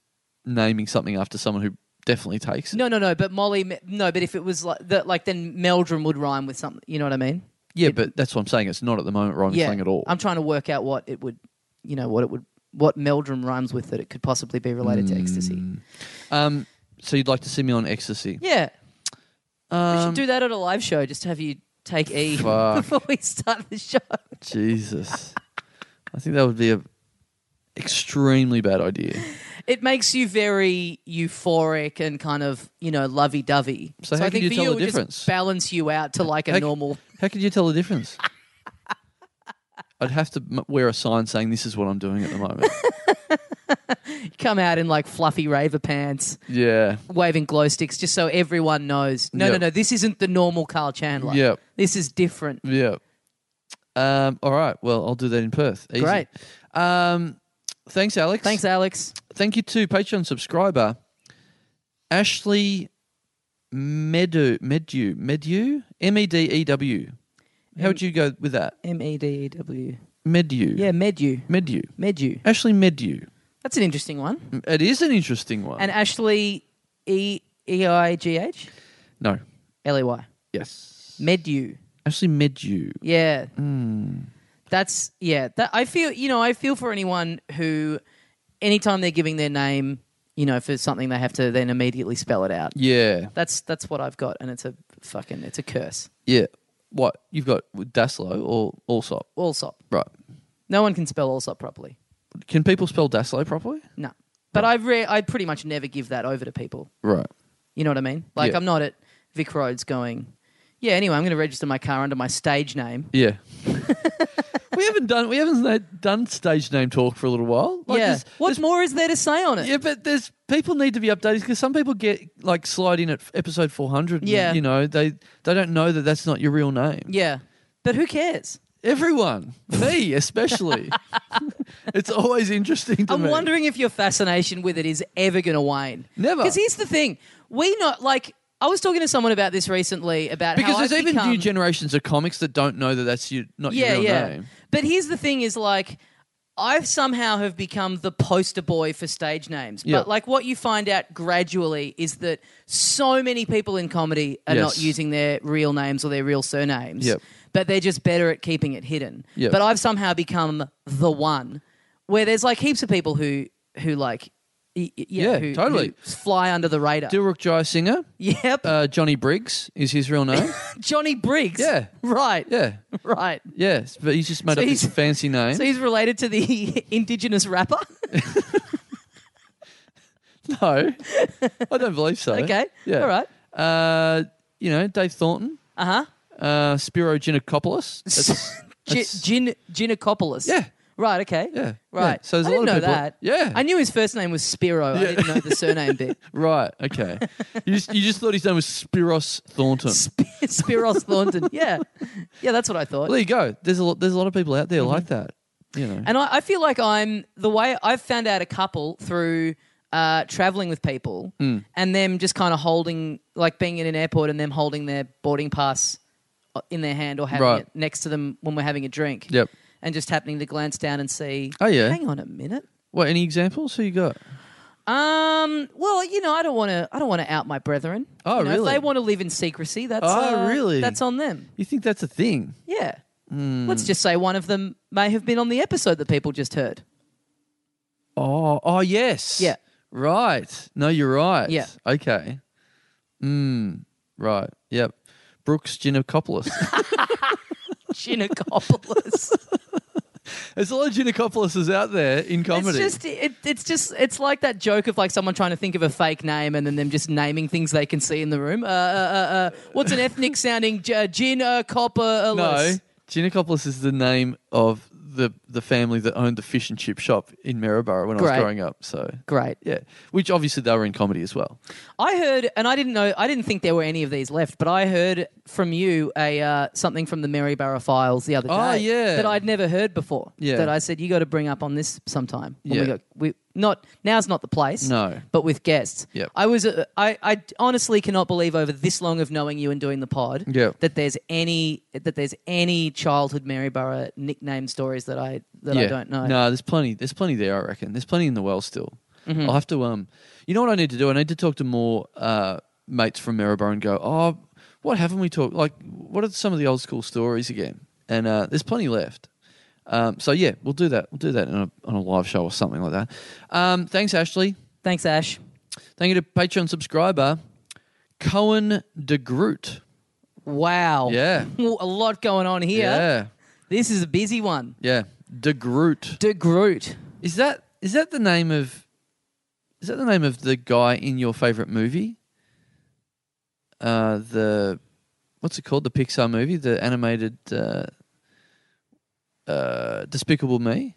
naming something after someone who definitely takes it. No, no, no. But Molly, Me- no. But if it was like that, like then Meldrum would rhyme with something. You know what I mean? yeah, but that's what I'm saying. It's not at the moment rhyming slang at all. I'm trying to work out what it would, you know, what it would, what Meldrum rhymes with that it could possibly be related to ecstasy. um, so you'd like to see me on ecstasy? Yeah, we Um, should do that at a live show. Just have you take E Fuck. *laughs* before we start the show. Jesus, I think that would be a extremely bad idea. It makes you very euphoric and kind of, you know, lovey dovey. So how I could think you for tell you, the it would difference? Just balance you out to like a How- normal. How could you tell the difference? *laughs* I'd have to m- wear a sign saying this is what I'm doing at *laughs* the moment. Come out in like fluffy raver pants. yeah, waving glow sticks just so everyone knows. No, Yep. no, no. This isn't the normal Carl Chandler. Yep. This is different. yeah. Um, all right. Well, I'll do that in Perth. Easy. Great. Um, thanks, Alex. Thanks, Alex. thank you to Patreon subscriber Ashley Medu Medu Medu M E D E W. How would you go with that? M E D E W. Medu. Yeah, Medu. Medu. Medu. Ashley Medu. That's an interesting one. It is an interesting one. And Ashley E E I G H no. L E Y. Yes. Medu. Ashley Medu. Yeah. Hmm. That's yeah. That I feel you know, I feel for anyone who anytime they're giving their name, you know, for something they have to then immediately spell it out. Yeah. That's that's what I've got and it's a fucking it's a curse. Yeah. What you've got with Daslow or Allsop? Allsop. Right. No one can spell Allsop properly. Can people spell Daslow properly? No. But I re- I pretty much never give that over to people. Right. You know what I mean? Like Yeah. I'm not at Vic Roads going, yeah, anyway, I'm going to register my car under my stage name. *laughs* Yeah. we haven't done we haven't na- done stage name talk for a little while. Like, yeah. there's- What there's more is there to say on it? Yeah, but there's people need to be updated because some people get like slide in at f- episode 400. and, Yeah. you know they they don't know that that's not your real name. Yeah. But who cares? *laughs* Everyone, me especially. *laughs* it's always interesting to I'm me. wondering if your fascination with it is ever going to wane. Never. Because here's the thing: we not like I was talking to someone about this recently about because how there's I've even become, new generations of comics that don't know that that's you not yeah, your real yeah. name. But here's the thing: is like I somehow have become the poster boy for stage names. Yeah. But like what you find out gradually is that so many people in comedy are not Yes. using their real names or their real surnames. Yep. But they're just better at keeping it hidden. Yep. But I've somehow become the one where there's like heaps of people who who like y- y- yeah, Yeah, who, totally. who fly under the radar. Dilruk Jai Singer, *laughs* yep. uh, Johnny Briggs is his real *laughs* name. Johnny Briggs. Yeah. *laughs* Right. yeah, Right. yes, but he's just made So up this he's- fancy *laughs* name. So he's related to the *laughs* indigenous rapper. no, I don't believe *laughs* so. Okay. yeah, All right. Uh, you know, Dave Thornton, Uh huh. uh, Spiro Ginakopoulos. *laughs* That's- G- that's- Gin Ginakopoulos. Yeah. Right. Okay. Yeah, Right. yeah. So there's I a didn't lot of know people- that. Yeah. I knew his first name was Spiro. I didn't know the surname *laughs* bit. Right. *laughs* Okay. you just you just thought his name was Spiros Thornton. Sp- Spiros Thornton. Yeah. Yeah. That's what I thought. well, there you go. There's a lot. There's a lot of people out there Mm-hmm. like that. You know. And I, I feel like I'm the way I've found out a couple through uh, traveling with people Hmm. and them just kind of holding, like being in an airport and them holding their boarding pass uh, in their hand or having Right. it next to them when we're having a drink. Yep. And just happening to glance down and see, Oh, yeah. hang on a minute. What? Any examples? Who you got? Um. Well, you know, I don't want to. I don't want to out my brethren. Oh, You know, really? If they want to live in secrecy, that's Oh, uh, really? Hmm. That's on them. You think that's a thing? Yeah. Let's just say one of them may have been on the episode that people just *laughs* heard. Oh, oh yes. Yeah. Right. No, you're right. Yeah. Okay. Mm. Right. Yep. *laughs* Brooks Ginocopoulos. Ginocopoulos. There's a lot of Ginocopoulos out there in it's comedy. just. It, it's just. It's like that joke of like someone trying to think of a fake name and then them just naming things they can see in the room. Uh. uh, uh, uh what's an ethnic sounding G- uh, Ginocopoulos? no. Ginocopoulos is the name of the the family that owned the fish and chip shop in Maryborough when I Great. was growing up. So Great. yeah. Which obviously they were in comedy as well. I heard, and I didn't know, I didn't think there were any of these left, but I heard from you a uh, something from the Maryborough Files the other day. Oh, yeah. that I'd never heard before. Yeah. that I said you got to bring up on this sometime. When we Yeah. got, we not now's not the place. No. but with guests. Yep. I was, uh, I, I honestly cannot believe over this long of knowing you and doing the pod. Yeah. that there's any that there's any childhood Maryborough nickname stories that I that I don't know. No, there's plenty. There's plenty there. I reckon there's plenty in the well still. Mm-hmm. I'll have to. Um, you know what I need to do? I need to talk to more uh, mates from Maryborough and go. Oh, what haven't we talked? Like, what are some of the old school stories again? And uh, there's plenty left. Um, so yeah, we'll do that. We'll do that on a, on a live show or something like that. Um, thanks, Ashley. Thanks, Ash. Thank you to Patreon subscriber Cohen de Groot. Wow. Yeah. *laughs* a lot going on here. Yeah, This is a busy one. yeah. De Groot. De Groot. Is that is that the name of is that the name of the guy in your favorite movie? Uh, the what's it called? The Pixar movie, the animated uh, uh, Despicable Me.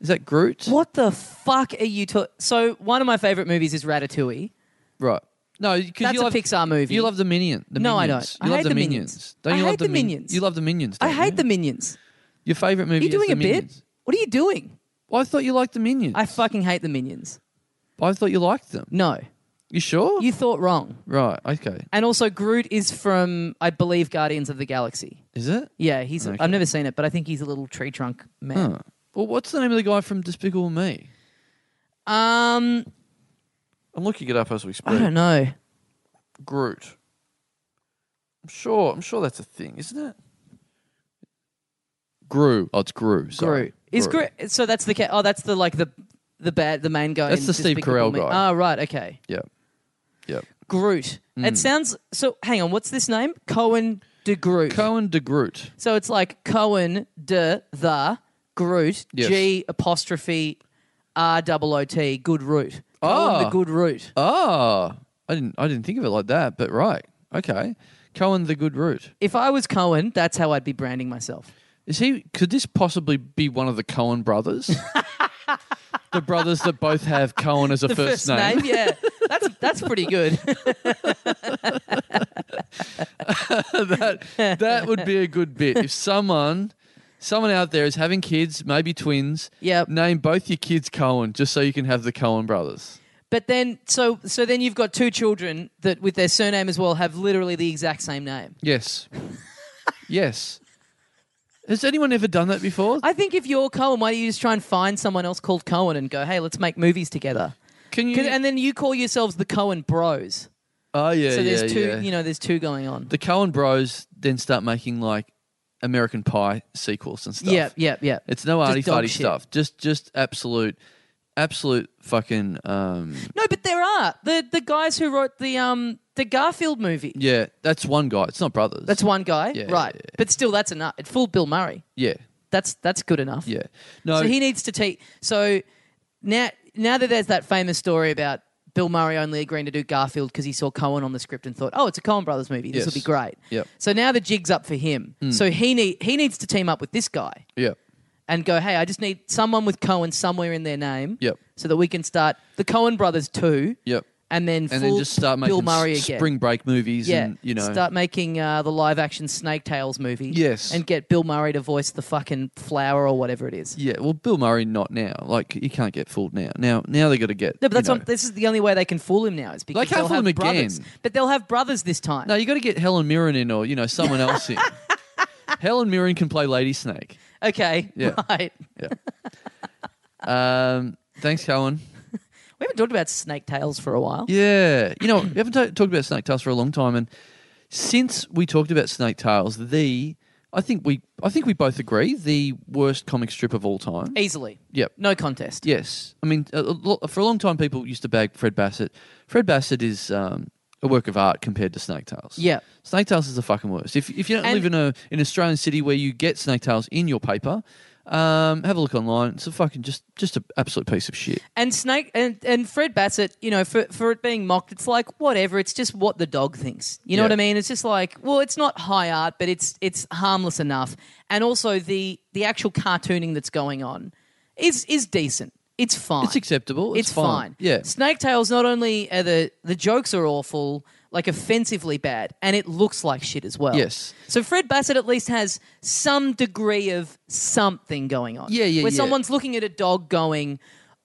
Is that Groot? What the fuck are you talking? So one of my favorite movies is Ratatouille. Right. No, because That's you a love, Pixar movie. You love the Minion. The No, I Minions. don't. You I love hate the the Minions. Minions. Don't I you love hate the the Min- Minions. You love the Minions. I don't hate you? the Minions. Your favorite Are movie. you doing is a the bit? Minions. What are you doing? Well, I thought you liked the Minions. I fucking hate the Minions. I thought you liked them. No, You sure? you thought wrong. right. Okay. And also, Groot is from, I believe, Guardians of the Galaxy. Is it? Yeah, he's. Okay. I've never seen it, but I think he's a little tree trunk man. Oh. Well, what's the name of the guy from Despicable Me? Um, I'm looking it up as we speak. I don't know. Groot. I'm sure. I'm sure that's a thing, isn't it? Gru. Oh, it's Gru. Sorry. Groot is Groot. So that's the ca- oh, that's the like the the bad the main guy. That's in the Steve Despicable Carell Me. guy. Ah, right. Okay. Yeah. Yeah. *sighs* Groot. Hmm. It sounds so. Hang on, what's this name? Cohen de Groot. Cohen de Groot. so it's like Cohen de the Groot Yes. G apostrophe R double O T good root. Cohen Ah. the good root. Oh, I didn't. I didn't think of it like that. But right. Okay. Cohen the Good Root. If I was Cohen, that's how I'd be branding myself. Is he? Could this possibly be one of the *laughs* Cohen brothers? the brothers that both have Cohen as a The first, name. yeah. That's that's pretty *laughs* good. *laughs* that that would be a good bit *laughs* if someone someone out there is having kids maybe twins Yep. name both your kids cohen just so you can have the cohen brothers but then so so then you've got two children that with their surname as well have literally the exact same name. yes yes has anyone ever done that before I think if you're Cohen, why don't you just try and find someone else called Cohen and go, hey, let's make movies together. can you 'Cause- And then you call yourselves the Cohen Bros. oh yeah So there's yeah, two, yeah. you know, there's two going on. the cohen bros then start making like american pie sequels and stuff Yeah, yeah, yeah. it's no arty dog farty shit. stuff just just absolute absolute fucking um No, but there are the the guys who wrote the um the Garfield movie. yeah that's one guy it's not brothers That's one guy, Yeah, right? yeah, yeah. But still, that's enough. It fooled Bill Murray. yeah That's that's good enough. yeah no So he needs to take. So now now that there's that famous story about Bill Murray only agreeing to do Garfield because he saw Cohen on the script and thought, oh, it's a Cohen Brothers movie. This Yes. will be great. Yep. Hmm. So now the jig's up for him. So he need he needs to team up with this guy yeah and go, hey, I just need someone with Cohen somewhere in their name. Yep. So that we can start the Cohen Brothers two. Yep. And then And full then just start making Bill Murray s- again. spring break movies yeah, and you know start making uh, the live action Snake Tales movie. Yes. and get Bill Murray to voice the fucking flower or whatever it is. Yeah, well Bill Murray not now. Like you can't get fooled now. Now now they gotta get No, but that's you know- on, this is the only way they can fool him now is because They can't will fool have him again. brothers. But they'll have brothers this time. No, you gotta get Helen Mirren in or, you know, someone *laughs* else in. Helen Mirren can play Lady Snake. Okay, *laughs* Yeah. right. Um thanks, Cohen. We haven't talked about snake tails for a while. Yeah, you know, we haven't ta talked about snake tails for a long time, and since we talked about snake tails, the I think we I think we both agree the worst comic strip of all time. Easily. Yep. No contest. Yes, I mean, a- a lo- for a long time, people used to bag Fred Bassett. Fred Bassett is um, a work of art compared to Snake Tails. Yeah. Snake Tails is the fucking worst. If if you don't And- live in a in an Australian city where you get Snake Tails in your paper, um, have a look online. It's a fucking just just an absolute piece of shit. And Snake and, and Fred Bassett, you know, for, for it being mocked, it's like whatever. It's just what the dog thinks. You know Yeah. what I mean? It's just like, well, it's not high art, but it's it's harmless enough. And also the the actual cartooning that's going on is is decent. It's fine. It's acceptable. It's, It's, fine. Yeah. Snake Tails. Not only are the the jokes are awful, like offensively bad, and it looks like shit as well. Yes. So Fred Bassett at least has some degree of something going on. Yeah, yeah, Where yeah. someone's looking at a dog going,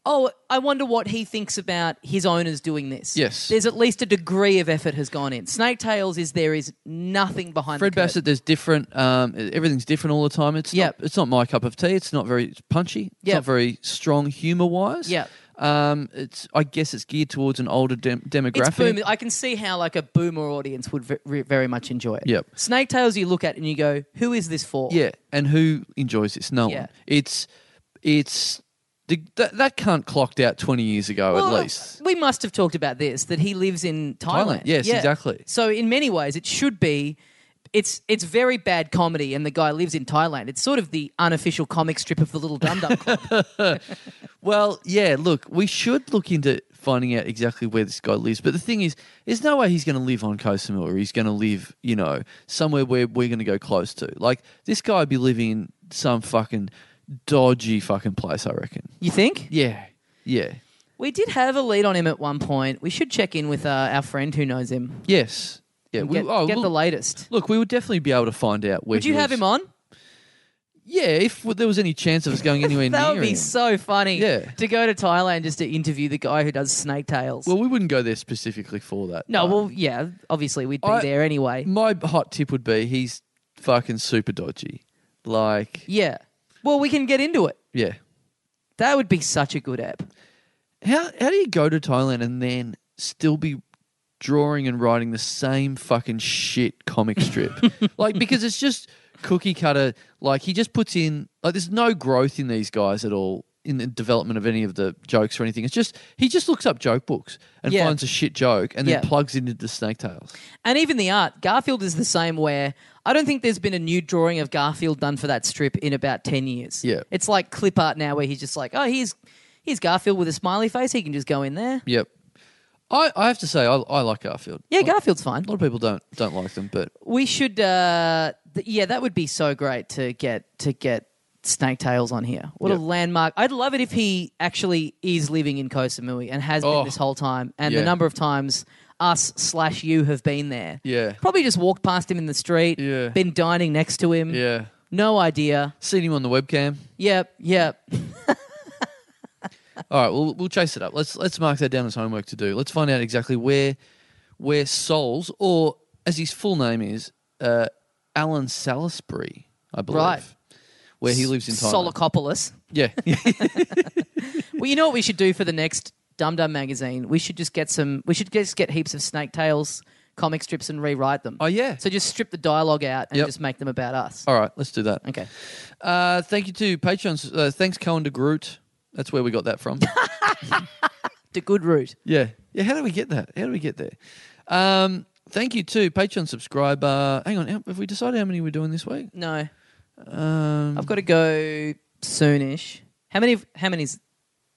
"Oh, I wonder what he thinks about his owners doing this." Yes. There's at least a degree of effort has gone in. Snake Tails is there is nothing behind Fred the curtain. Bassett, there's different. Um, everything's different all the time. It's Yep. not. It's not my cup of tea. It's not very punchy. It's Yep. not very strong humor wise. Yep. Um, it's. I guess it's geared towards an older dem- demographic. It's boom. I can see how like a boomer audience would ve- re- very much enjoy it. Yep. Snake Tails, you look at and you go, "Who is this for?" Yeah, and who enjoys this? No Yeah. one. It's. It's. the- That, that cunt clocked out twenty years ago Well, at least. We must have talked about this that he lives in Thailand. Thailand, yes, Yeah. exactly. So in many ways, it should be. It's it's very bad comedy, and the guy lives in Thailand. It's sort of the unofficial comic strip of the Little Dum *laughs* Dum Club. Well, yeah. Look, we should look into finding out exactly where this guy lives. But the thing is, there's no way he's going to live on Koh Samui or he's going to live, you know, somewhere where we're going to go close to. Like this guy would be living in some fucking dodgy fucking place, I reckon. You think? Yeah, yeah, We did have a lead on him at one point. We should check in with uh, our friend who knows him. yes, yeah. and we- get oh, get the look, latest. look, we would definitely be able to find out where. Would you he have lives. him on? Yeah, if there was any chance of us *laughs* going anywhere That near would be him. so funny. Yeah. To go to Thailand just to interview the guy who does snake tails. well, we wouldn't go there specifically for that. no, but well, yeah. Obviously, we'd be I- there anyway. my hot tip would be he's fucking super dodgy. Like, Yeah. Well, we can get into it. Yeah. That would be such a good app. How how do you go to Thailand and then still be drawing and writing the same fucking shit *laughs* comic strip? like because it's just cookie cutter. Like he just puts in like there's no growth in these guys at all in the development of any of the jokes or anything. It's just he just looks up joke books and Yeah. finds a shit joke and then Yeah. plugs it into the snake tails. And even the art, Garfield is the same where I don't think there's been a new drawing of Garfield done for that strip in about 10 years. Yeah. It's like clip art now where he's just like, oh, here's, here's Garfield with a smiley face. He can just go in there. Yep. I, I have to say I, I like Garfield. Yeah, a lot, Garfield's fine. a lot of people don't don't like them, but We should, uh, th- yeah, that would be so great to get, to get Snake Tails on here. What Yep. a landmark. I'd love it if he actually is living in Koh Samui and has been Oh. this whole time. And Yeah. the number of times us slash you have been there. yeah. Probably just walked past him in the street. Yeah. Been dining next to him. Yeah. No idea. Seen him on the webcam. Yep, yep. All right, well, we'll chase it up. Let's let's mark that down as homework to do. Let's find out exactly where where Souls, or as his full name is, uh, Alan Salisbury, I believe, Right. where he lives in Thailand. Solocopoulos. yeah, *laughs* Well, you know what we should do for the next Dum Dum magazine? We should just get some. We should just get heaps of snake tails comic strips and rewrite them. oh yeah. So just strip the dialogue out and Yep. just make them about us. All right, let's do that. Okay. Uh, thank you to Patreons. Uh, thanks, Cohen de Groot. That's where we got *laughs* that from. The good route. yeah, yeah. How do we get that? How do we get there? Um, thank you to Patreon subscriber. Hang on, how- have we decided how many we're doing this week? No, Um, I've got to go soonish. How many? How many's?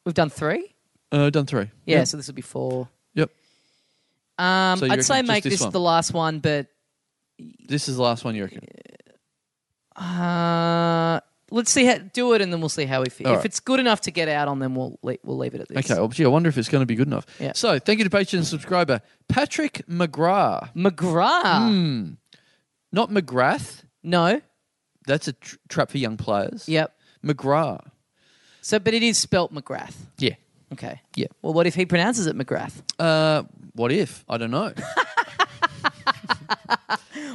We've done three. uh, done three. Yeah. So this will be four. Yep. Um, So you reckon I'd say just make this this, one? the last one, but This is the last one you reckon? uh, let's see how do it, and then we'll see how we feel. All If right. it's good enough to get out on, then we'll le- we'll leave it at this. Okay, well, gee, I wonder if it's going to be good enough. Yeah. So, thank you to Patreon subscriber Patrick McGrath. McGrath. Hmm. Not McGrath. No. That's a tr- trap for young players. Yep. McGrath. So, but it is spelt McGrath. Yeah. Okay. Yeah. Well, what if he pronounces it McGrath? Uh, what if? I don't know. *laughs*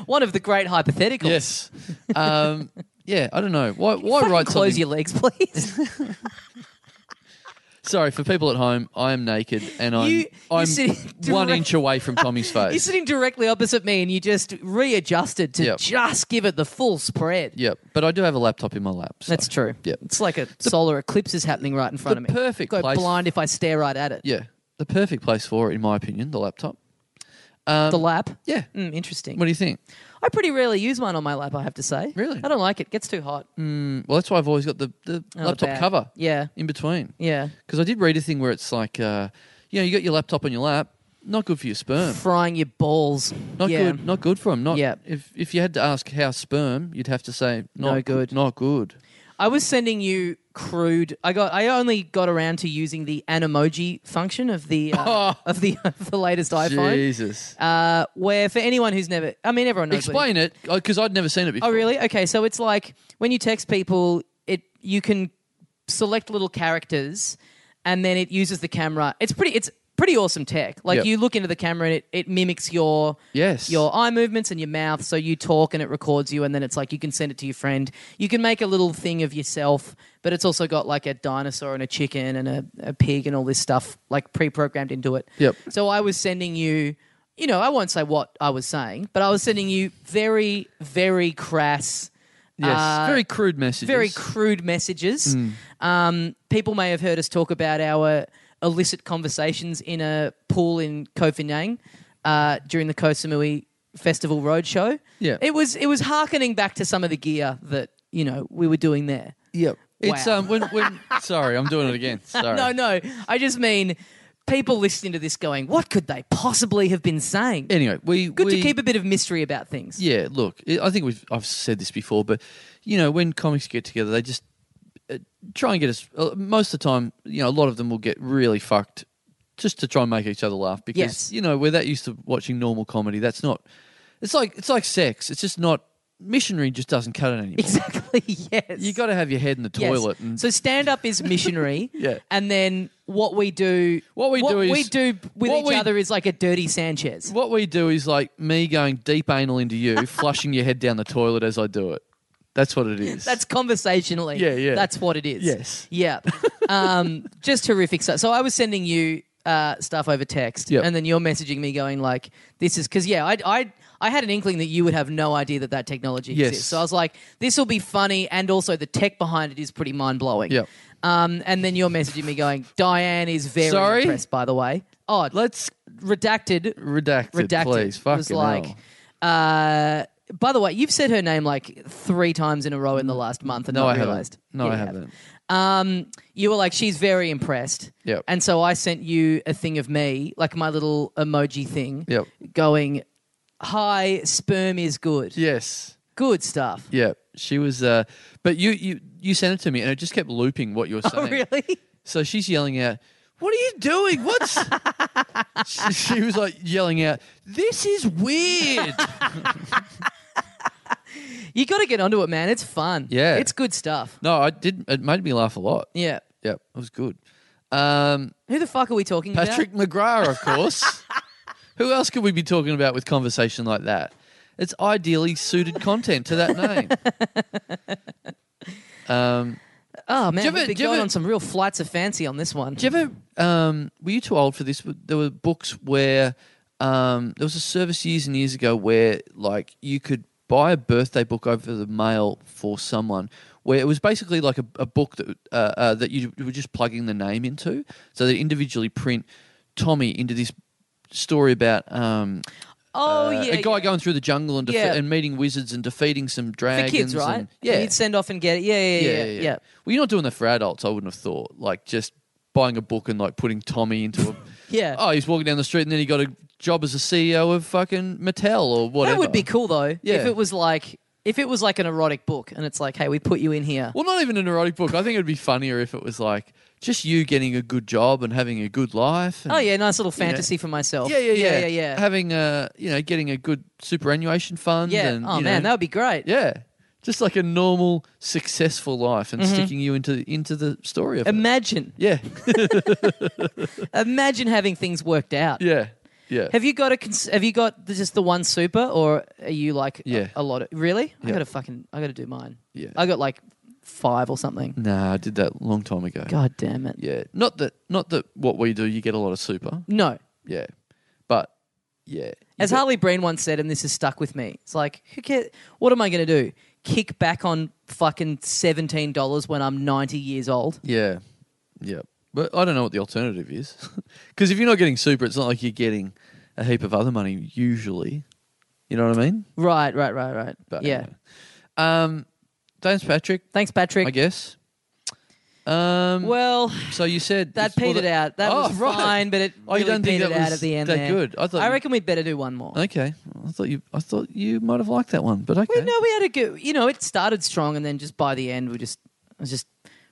One of the great hypotheticals. yes. Um, yeah, I don't know. Why, why Fucking write *laughs* close something? your legs, please. Sorry for people at home. I am naked and I'm You- you're I'm sitting *laughs* one direct- inch away *laughs* from Tommy's You're face. sitting directly opposite me, and you just readjusted to Yep. just give it the full spread. yep, but I do have a laptop in my lap. so- That's true. Yep. It's like a solar eclipse is happening right in front the of me. perfect Go place- blind if I stare right at it. Yeah, the perfect place for it, in my opinion, the laptop. Um, The lap. yeah. Mm, interesting. What do you think? I pretty rarely use one on my lap, I have to say. Really? I don't like it. Gets too hot. Well, that's why I've always got the, the Oh, the laptop bag. cover Yeah. in between. Yeah. Because I did read a thing where it's like, uh, you know, you got your laptop on your lap, not good for your sperm. Frying your balls. Hmm. Not yeah. good. Not good for them. Not Yeah. if if you had to ask how sperm, you'd have to say No not good. Not good. I was sending you crude. I got. I only got around to using the animoji function of the *laughs* uh, of the of the latest iPhone. Jesus. Uh, where for anyone who's never, I mean, everyone knows. what it Explain it, because I'd never seen it before. Oh, really? Okay, so it's like when you text people, it you can select little characters, and then it uses the camera. It's pretty. It's pretty awesome tech. Like Yep. you look into the camera, and it, it mimics your Yes. your eye movements and your mouth. So you talk, and it records you, and then it's like you can send it to your friend. You can make a little thing of yourself, but it's also got like a dinosaur and a chicken and a, a pig and all this stuff like pre-programmed into it. Yep. So I was sending you, you know, I won't say what I was saying, but I was sending you very, very crass, Yes. uh, very crude messages. very crude messages. Hmm. Um, people may have heard us talk about our illicit conversations in a pool in Koh Phanang uh, during the Koh Samui Festival Roadshow. Yeah. it was it was harkening back to some of the gear that you know we were doing there. Yep. It's Wow. um when *laughs* when sorry, I'm doing it again. Sorry. No, no, I just mean people listening to this going, what could they possibly have been saying? Anyway, we Good to we- keep a bit of mystery about things. Yeah, look, i I think we've I've said this before, but you know, when comics get together, they just uh, try and get us. Uh, most of the time, you know, a lot of them will get really fucked just to try and make each other laugh because Yes. you know we're that used to watching normal comedy. That's not. It's like it's like sex. It's just not missionary. Just doesn't cut it anymore. *laughs* Exactly. Yes. You got to have your head in the Yes. toilet. And So stand up is missionary. *laughs* Yeah. And then what we do, What we do is- we do with what each we- other is like a dirty Sanchez. what we do is like me going deep anal *laughs* into you, flushing your head down the toilet as I do it. That's what it is. That's conversationally. Yeah, yeah. That's what it is. Yes. Yeah. Um, *laughs* just horrific stuff. So I was sending you uh, stuff over text, Yep. and then you're messaging me going like, "This is because yeah, I, I I had an inkling that you would have no idea that that technology Yes. exists." So I was like, "This will be funny," and also the tech behind it is pretty mind blowing. Yep. Um, and then you're messaging me going, "Diane is very Sorry? impressed." By the way, oh, Let's redacted, redacted, redacted please. It Fucking was like, hell. uh, by the way, you've said her name like three times in a row in the last month, and No, not I haven't. realized. No, Yeah, I you have. haven't. Um, you were like, she's very impressed. Yep. And so I sent you a thing of me, like my little emoji thing. Yep. Going, hi, sperm is good. Yes. Good stuff. *laughs* Yeah. She was. Uh, but you, you, you sent it to me, and it just kept looping what you were saying. *laughs* Oh, really? So she's yelling out, "What are you doing? *laughs* What's?" she, she was like yelling out, "This *laughs* is weird." You got to get onto it, man. It's fun. Yeah. It's good stuff. no, I did. It made me laugh a lot. Yeah. Yeah, it was good. Um, Who the fuck are we talking Patrick about? McGrath, of *laughs* course. Who else could we be talking about with conversation like that? It's ideally suited content to that name. um, Oh, Do man. you We've been ever- do you going ever- on some real flights of fancy on this one. Do you ever? Um, were you too old for this? But There were books where um, there was a service years and years ago where like you could buy a birthday book over the mail for someone. Where it was basically like a, a book that uh, uh, that you you were just plugging the name into, so they individually print Tommy into this story about um, oh, uh, yeah. a guy yeah. going through the jungle and, defe- Yeah. and meeting wizards and defeating some dragons. for kids, right? And, yeah, you'd send off and get it. Yeah, yeah, yeah, yeah. yeah. Well, you're not doing that for adults, I wouldn't have thought. Like just buying a book and like putting Tommy into a. Yeah. Oh, he's walking down the street and then he got a job as a CEO of fucking Mattel or whatever. That would be cool though. If Yeah. it was like if it was like an erotic book and it's like, hey, we put you in here. Well, not even an erotic book. I think it'd be funnier if it was like just you getting a good job and having a good life. And Oh yeah, nice little fantasy for myself. Yeah, yeah, yeah, Oh, yeah, yeah. Having a you know getting a good superannuation fund. Yeah. And, oh you man, know, that would be great. yeah, just like a normal successful life Mm-hmm. and sticking you into into the story of it. Imagine, Yeah, imagine having things worked out. yeah, yeah. Have you got a? cons- Have you got the- just the one super, or are you like a- Yeah. a, lot of? Really? I Yeah. got to fucking. I got to do mine. Yeah. I got like five or something. Nah, I did that long time ago. God damn it. Yeah, not that not that what we do, you get a lot of super. No. Yeah, but yeah, As Harley Breen once said, and this has stuck with me, it's like, who cares? What am I going to do? Kick back on fucking $17 when I'm 90 years old? yeah, yeah. But I don't know what the alternative is, *laughs* because if you're not getting super, it's not like you're getting a heap of other money usually. You know what I mean? Right, right, right, right. But yeah. anyway. Um, James Patrick, Thanks, Patrick. I guess. Um, Well, so you said that well, petered out. That Oh, was right. fine, but it Oh, you really don't think petered that out was at the end. that there. good? I thought I you- reckon we'd better do one more. Okay, I thought you. I thought you might have liked that one, but okay. Well, no, we had a good. You know, it started strong, and then just by the end, we just I was just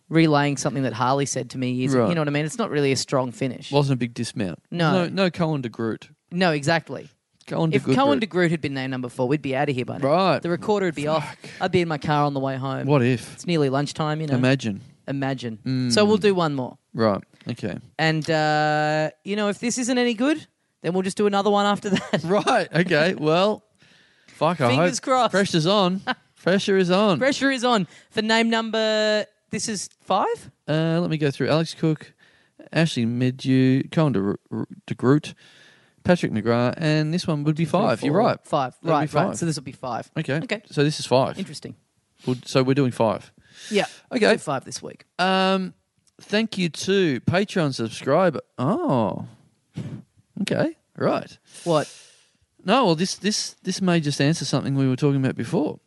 relaying something that Harley said to me. years- Right. You know what I mean? It's not really a strong finish. Wasn't a big dismount. No. no, no Cohen de Groot. no, exactly. Cohen de If Groot. Cohen de Groot had been named number four, we'd be out of here by now. Right. The recorder would be off. I'd be in my car on the way home. What Mm. if? It's uh, nearly lunchtime, you know. Imagine. Imagine. So we'll do one more. Right. Okay. And, uh, you know, if this isn't any good, then we'll just do another one after that. Right. Okay. Well, fuck. *laughs* I Fingers hope crossed. *laughs* Pressure's on. Pressure is on. Pressure is on for name number. This is five? Uh, let me go through Alex Cook, Ashley Medew, Cohen de, de Groot, Patrick McGrath, and this one would be five. You're Four. right. Five. That'd be right, right. five. So this will be five. Okay. Okay. So this is five. Interesting. We'll- so we're doing five. Yeah. Okay. Do five this week. Um, thank you to Patreon subscriber. Oh. Okay. Right. What? No. Well, this this this may just answer something we were talking about before.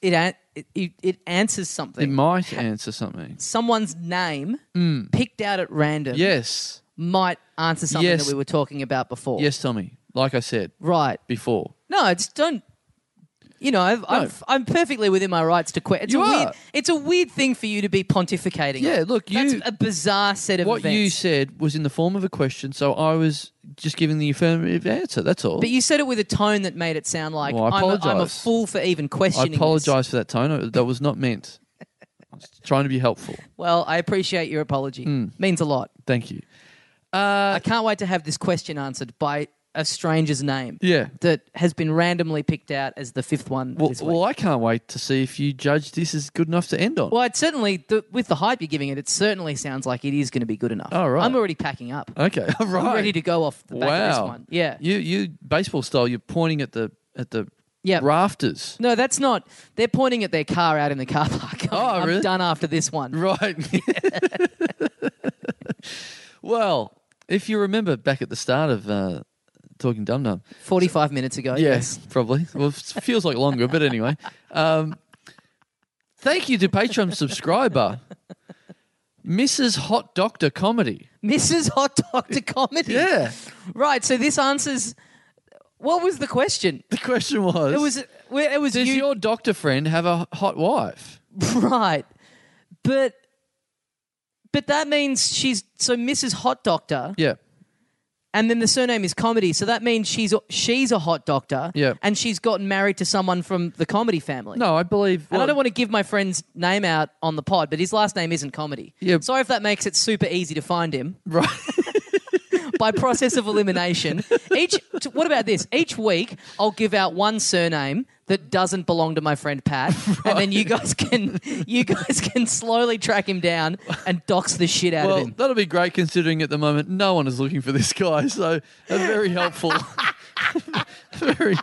It, an- it, it, it answers something. It Mm. might answer something. Someone's name picked out at random Yes. might answer something Yes. that we were talking about before. Yes, Tommy. Like I said Right. before. No, just don't. You know, I've, I've, I'm perfectly within my rights to quit. It's You a are. weird. It's a weird thing for you to be pontificating. on. Yeah, look, you- That's a bizarre set of What events. you said was in the form of a question, so I was just giving the affirmative answer. That's all. but you said it with a tone that made it sound like Well, I I'm, a, I'm a apologise. fool for even I questioning. this. apologise for that tone. I- That was *laughs* not meant. I was trying to be helpful. Well, I appreciate your apology. Hmm. Means a lot. Thank you. Uh, I can't wait to have this question answered by a stranger's name. Yeah. That has been randomly picked out as the fifth one Well, this week. well I can't wait to see if you judge this is good enough to end on. Well, it certainly the, with the hype you're giving it, it certainly sounds like it is going to be good enough. All Oh, right. I'm already packing up. Okay, right. I'm ready to go off the back wow. of this one. Yeah. You you baseball style. You're pointing at the at the Yeah. rafters. no, that's not. They're pointing at their car out in the car park. I'm, Oh, I'm really? done after this one. Right. *laughs* well, if you remember back at the start of uh, Talking Dum Dum. 45 minutes ago. Yes. probably. Well, it feels like longer, but anyway. Um, thank you to Patreon subscriber, Mrs. Hot Doctor Comedy. Mrs. Hot Doctor Comedy. Right. So this answers. What was the question? *laughs* The question was, It was. It was Does you. your doctor friend have a hot wife? *laughs* right. But. But that means she's so Mrs. Hot Doctor, Yeah. and then the surname is Comedy. So that means she's she's a hot doctor, Yeah. and she's gotten married to someone from the Comedy family. No, I believe. And I well, don't want to give my friend's name out on the pod, but his last name isn't comedy. Yeah. Sorry if that makes it super easy to find him. *laughs* Right. By process of elimination, each t- what about this? Each week, I'll give out one surname that doesn't belong to my friend *laughs* Pat, and then you guys can you guys can slowly track him down and dox the shit out of Well, him. that'll be great considering at the moment no one is looking for this guy. *laughs* So a very helpful, *laughs* very,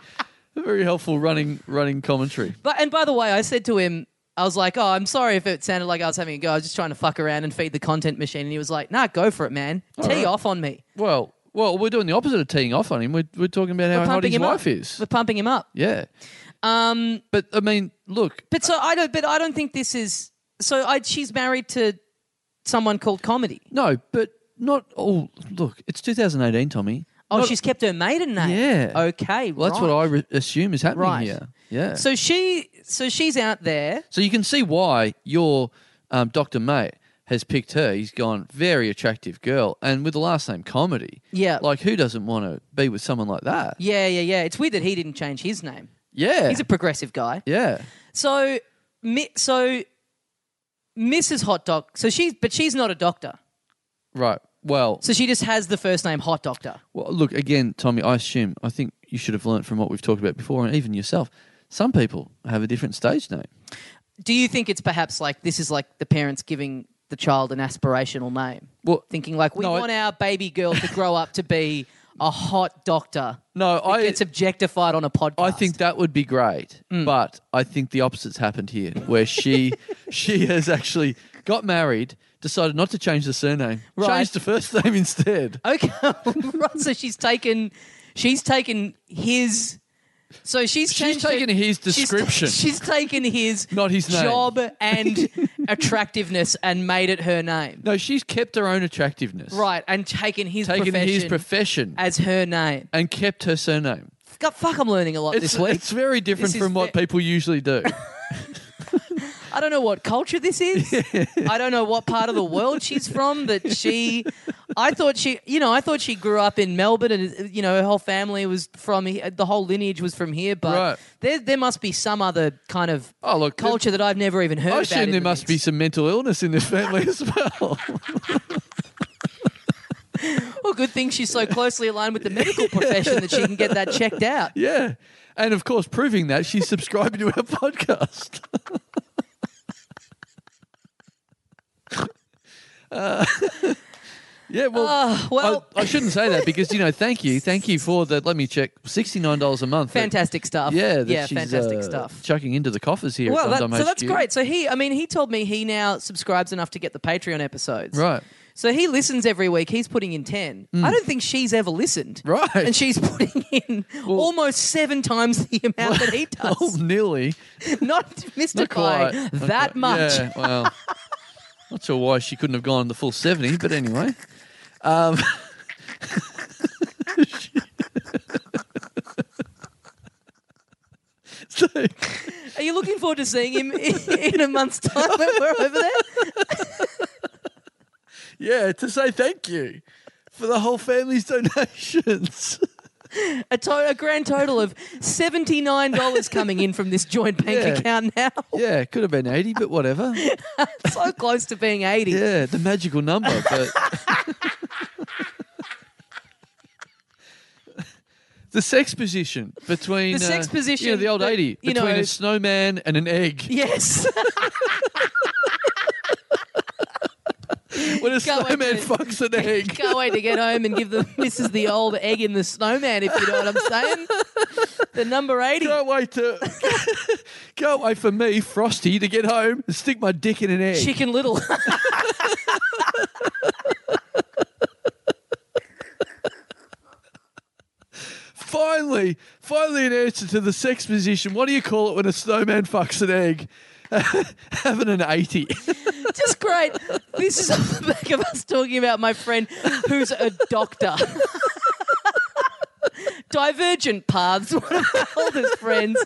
very helpful running running commentary. But and by the way, I said to him, I was like, "Oh, I'm sorry if it sounded like I was having a go. I was just trying to fuck around and feed the content machine." And he was like, "Nah, go for it, man. Tee off on me. Well, well, we're doing the opposite of teeing off on him. We're, we're talking about how hot his him wife up. is. We're pumping him up." Yeah. Um. But I mean, look. But so I don't. But I don't think this is. So I, she's married to someone called Comedy. No, but not all. Look, it's 2018, Tommy. Oh, Not- she's kept her maiden name. Yeah. Okay. Well, that's right. what I re- assume is happening Right. here. Yeah. So, So she. So she's out there. so you can see why your um, Doctor Mate has picked her. He's gone very attractive girl, and with the last name comedy. Yeah. Like who doesn't want to be with someone like that? Yeah, yeah, yeah. It's weird that he didn't change his name. Yeah. He's a progressive guy. yeah. So, mi- so Mrs. Hot Doc. So she's, but she's not a doctor. Right. Well, So she just has the first name Hot Doctor. Well, look again, Tommy. I assume I think you should have learnt from what we've talked about before, and even yourself. Some people have a different stage name. do you think it's perhaps like this is like the parents giving the child an aspirational name? Well, Thinking like we no, I- want our baby girl to grow up to be a hot doctor. No, that I- gets objectified on a podcast. I think that would be great, Mm. but I think the opposite's happened here, *laughs* where she she has actually got married, decided not to change the surname, Right. changed the first name instead. Okay, *laughs* right. So she's taken, she's taken his. So she's She's changed her- taken his she's- description. *laughs* She's, taken his Not his name. job and *laughs* attractiveness and made it her name. No, she's kept her own attractiveness, Right, and taken his Taken profession his profession as her name. and kept her surname. God, fuck, I'm learning a lot It's, this week. it's very different This is from what ve- people *laughs* usually do. I don't know what culture this *laughs* is. I don't know what part of the world she's from. That she, I thought she, you know, I thought she grew up in Melbourne, and you know, her whole family was from he- the whole lineage was from here. But Right. there, there must be some other kind of Oh, look, there- culture that I've never even heard. I about assume in there the must be mix. some mental illness in this *laughs* family as well. Well, good thing she's *laughs* so closely aligned with the medical profession that she can get that checked out. *laughs* yeah. And of course, proving that, she's subscribing to our podcast. *laughs* Uh, *laughs* yeah, well, Ah, well- I, I shouldn't say that because, you know, thank you. Thank you for the, let me check, $69 a month. that- Fantastic stuff. yeah, that yeah, she's, fantastic uh, stuff. Chucking into the coffers here. Well, at that, Dundum so that's HQ. great. So he, I mean, he told me he now subscribes enough to get the Patreon episodes. Right. Hmm. So he listens every week. He's putting in 10. I don't think she's ever listened. Right. And she's putting in almost seven times the amount that he *laughs* Oh, *laughs* does. *laughs* nearly. Not Not mystify quite. that Okay. much. Yeah, *laughs* well, not sure why she couldn't have gone the full 70, but anyway. Um, *laughs* so, Are you looking forward to seeing him *laughs* in, in a month's time when we're over there? yeah, to say thank you for the whole family's donations. A, to- a grand total of $79 coming in from this joint bank Yeah. account now. *laughs* yeah, it could have been 80, but whatever. so close to being 80. Yeah, the magical number, but. *laughs* The sex position between The sex uh, yeah, position the old that, eighty you between know- a snowman and *laughs* an egg. Yes. When a Can't wait snowman to- *laughs* fucks an egg, Can't wait to get home and give the *laughs* Mrs. the old egg in the snowman, if you know what I'm saying. The number 80. can't wait to *laughs* can't wait for me Frosty to get home and stick my dick in an egg. Chicken Little. *laughs* Finally, finally, an answer to the sex position. What do you call it when a snowman fucks an egg? *laughs* Having an *laughs* eighty. Just great. This is off the back of us talking about my friend who's a doctor. *laughs* Divergent paths, one of my oldest friends.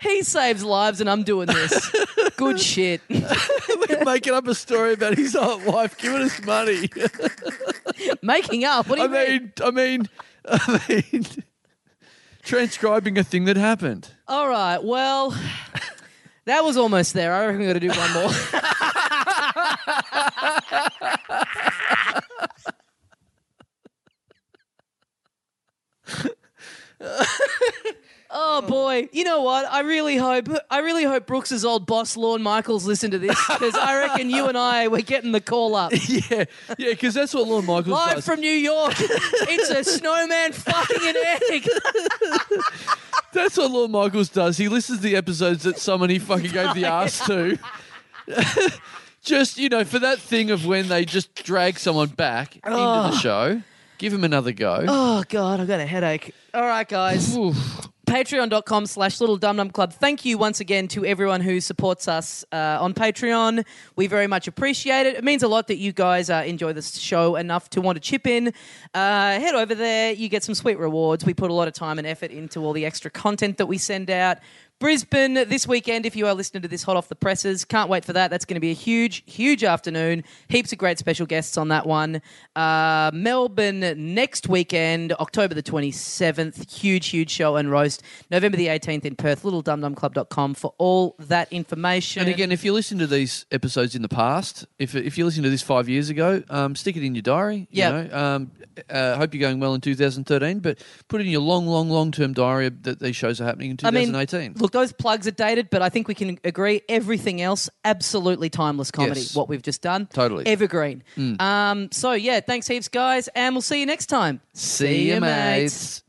He saves lives, and I'm doing this. Good shit. We're making up a story about his aunt wife giving us money. Making up. What do I you mean? mean, I mean, *laughs* I mean, transcribing a thing that happened. *laughs* All right. Well, that was almost there. I reckon we're going to do one more. *laughs* Oh boy! You know what? I really hope I really hope Brooks's old boss, Lorne Michaels, listen to this because I reckon you and I we're getting the call up Yeah, yeah, because that's what Lorne Michaels live does. from New York. It's a snowman fucking an egg. that's what Lorne Michaels does. He listens to the episodes that someone he fucking gave the ass *laughs* to. *laughs* just you know, for that thing of when they just drag someone back into the show, give him another go. Oh god, I've got a headache. All right, guys. Oof. patreon.com slash little dum dum club thank you once again to everyone who supports us uh, on patreon we very much appreciate it it means a lot that you guys uh, enjoy this show enough to want to chip in uh, head over there you get some sweet rewards we put a lot of time and effort into all the extra content that we send out Brisbane this weekend, if you are listening to this hot off the presses, can't wait for that. That's going to be a huge, huge afternoon. Heaps of great special guests on that one. Uh, Melbourne next weekend, October the 27th. Huge, huge show and roast. November the 18th in Perth, littledumdumclub.com for all that information. And again, if you listen to these episodes in the past, if if you listen to this five years ago, um, stick it in your diary. you Yeah. know. Um, uh, hope you're going well in 2013, but put in your long, long, long term diary that these shows are happening in I mean, 2018. look, Look, those plugs are dated, but I think we can agree everything else absolutely timeless comedy. Yes. What we've just done, Totally. Mm. evergreen. Um, so yeah, thanks heaps, guys, and we'll see you next time. See you, ya, mates.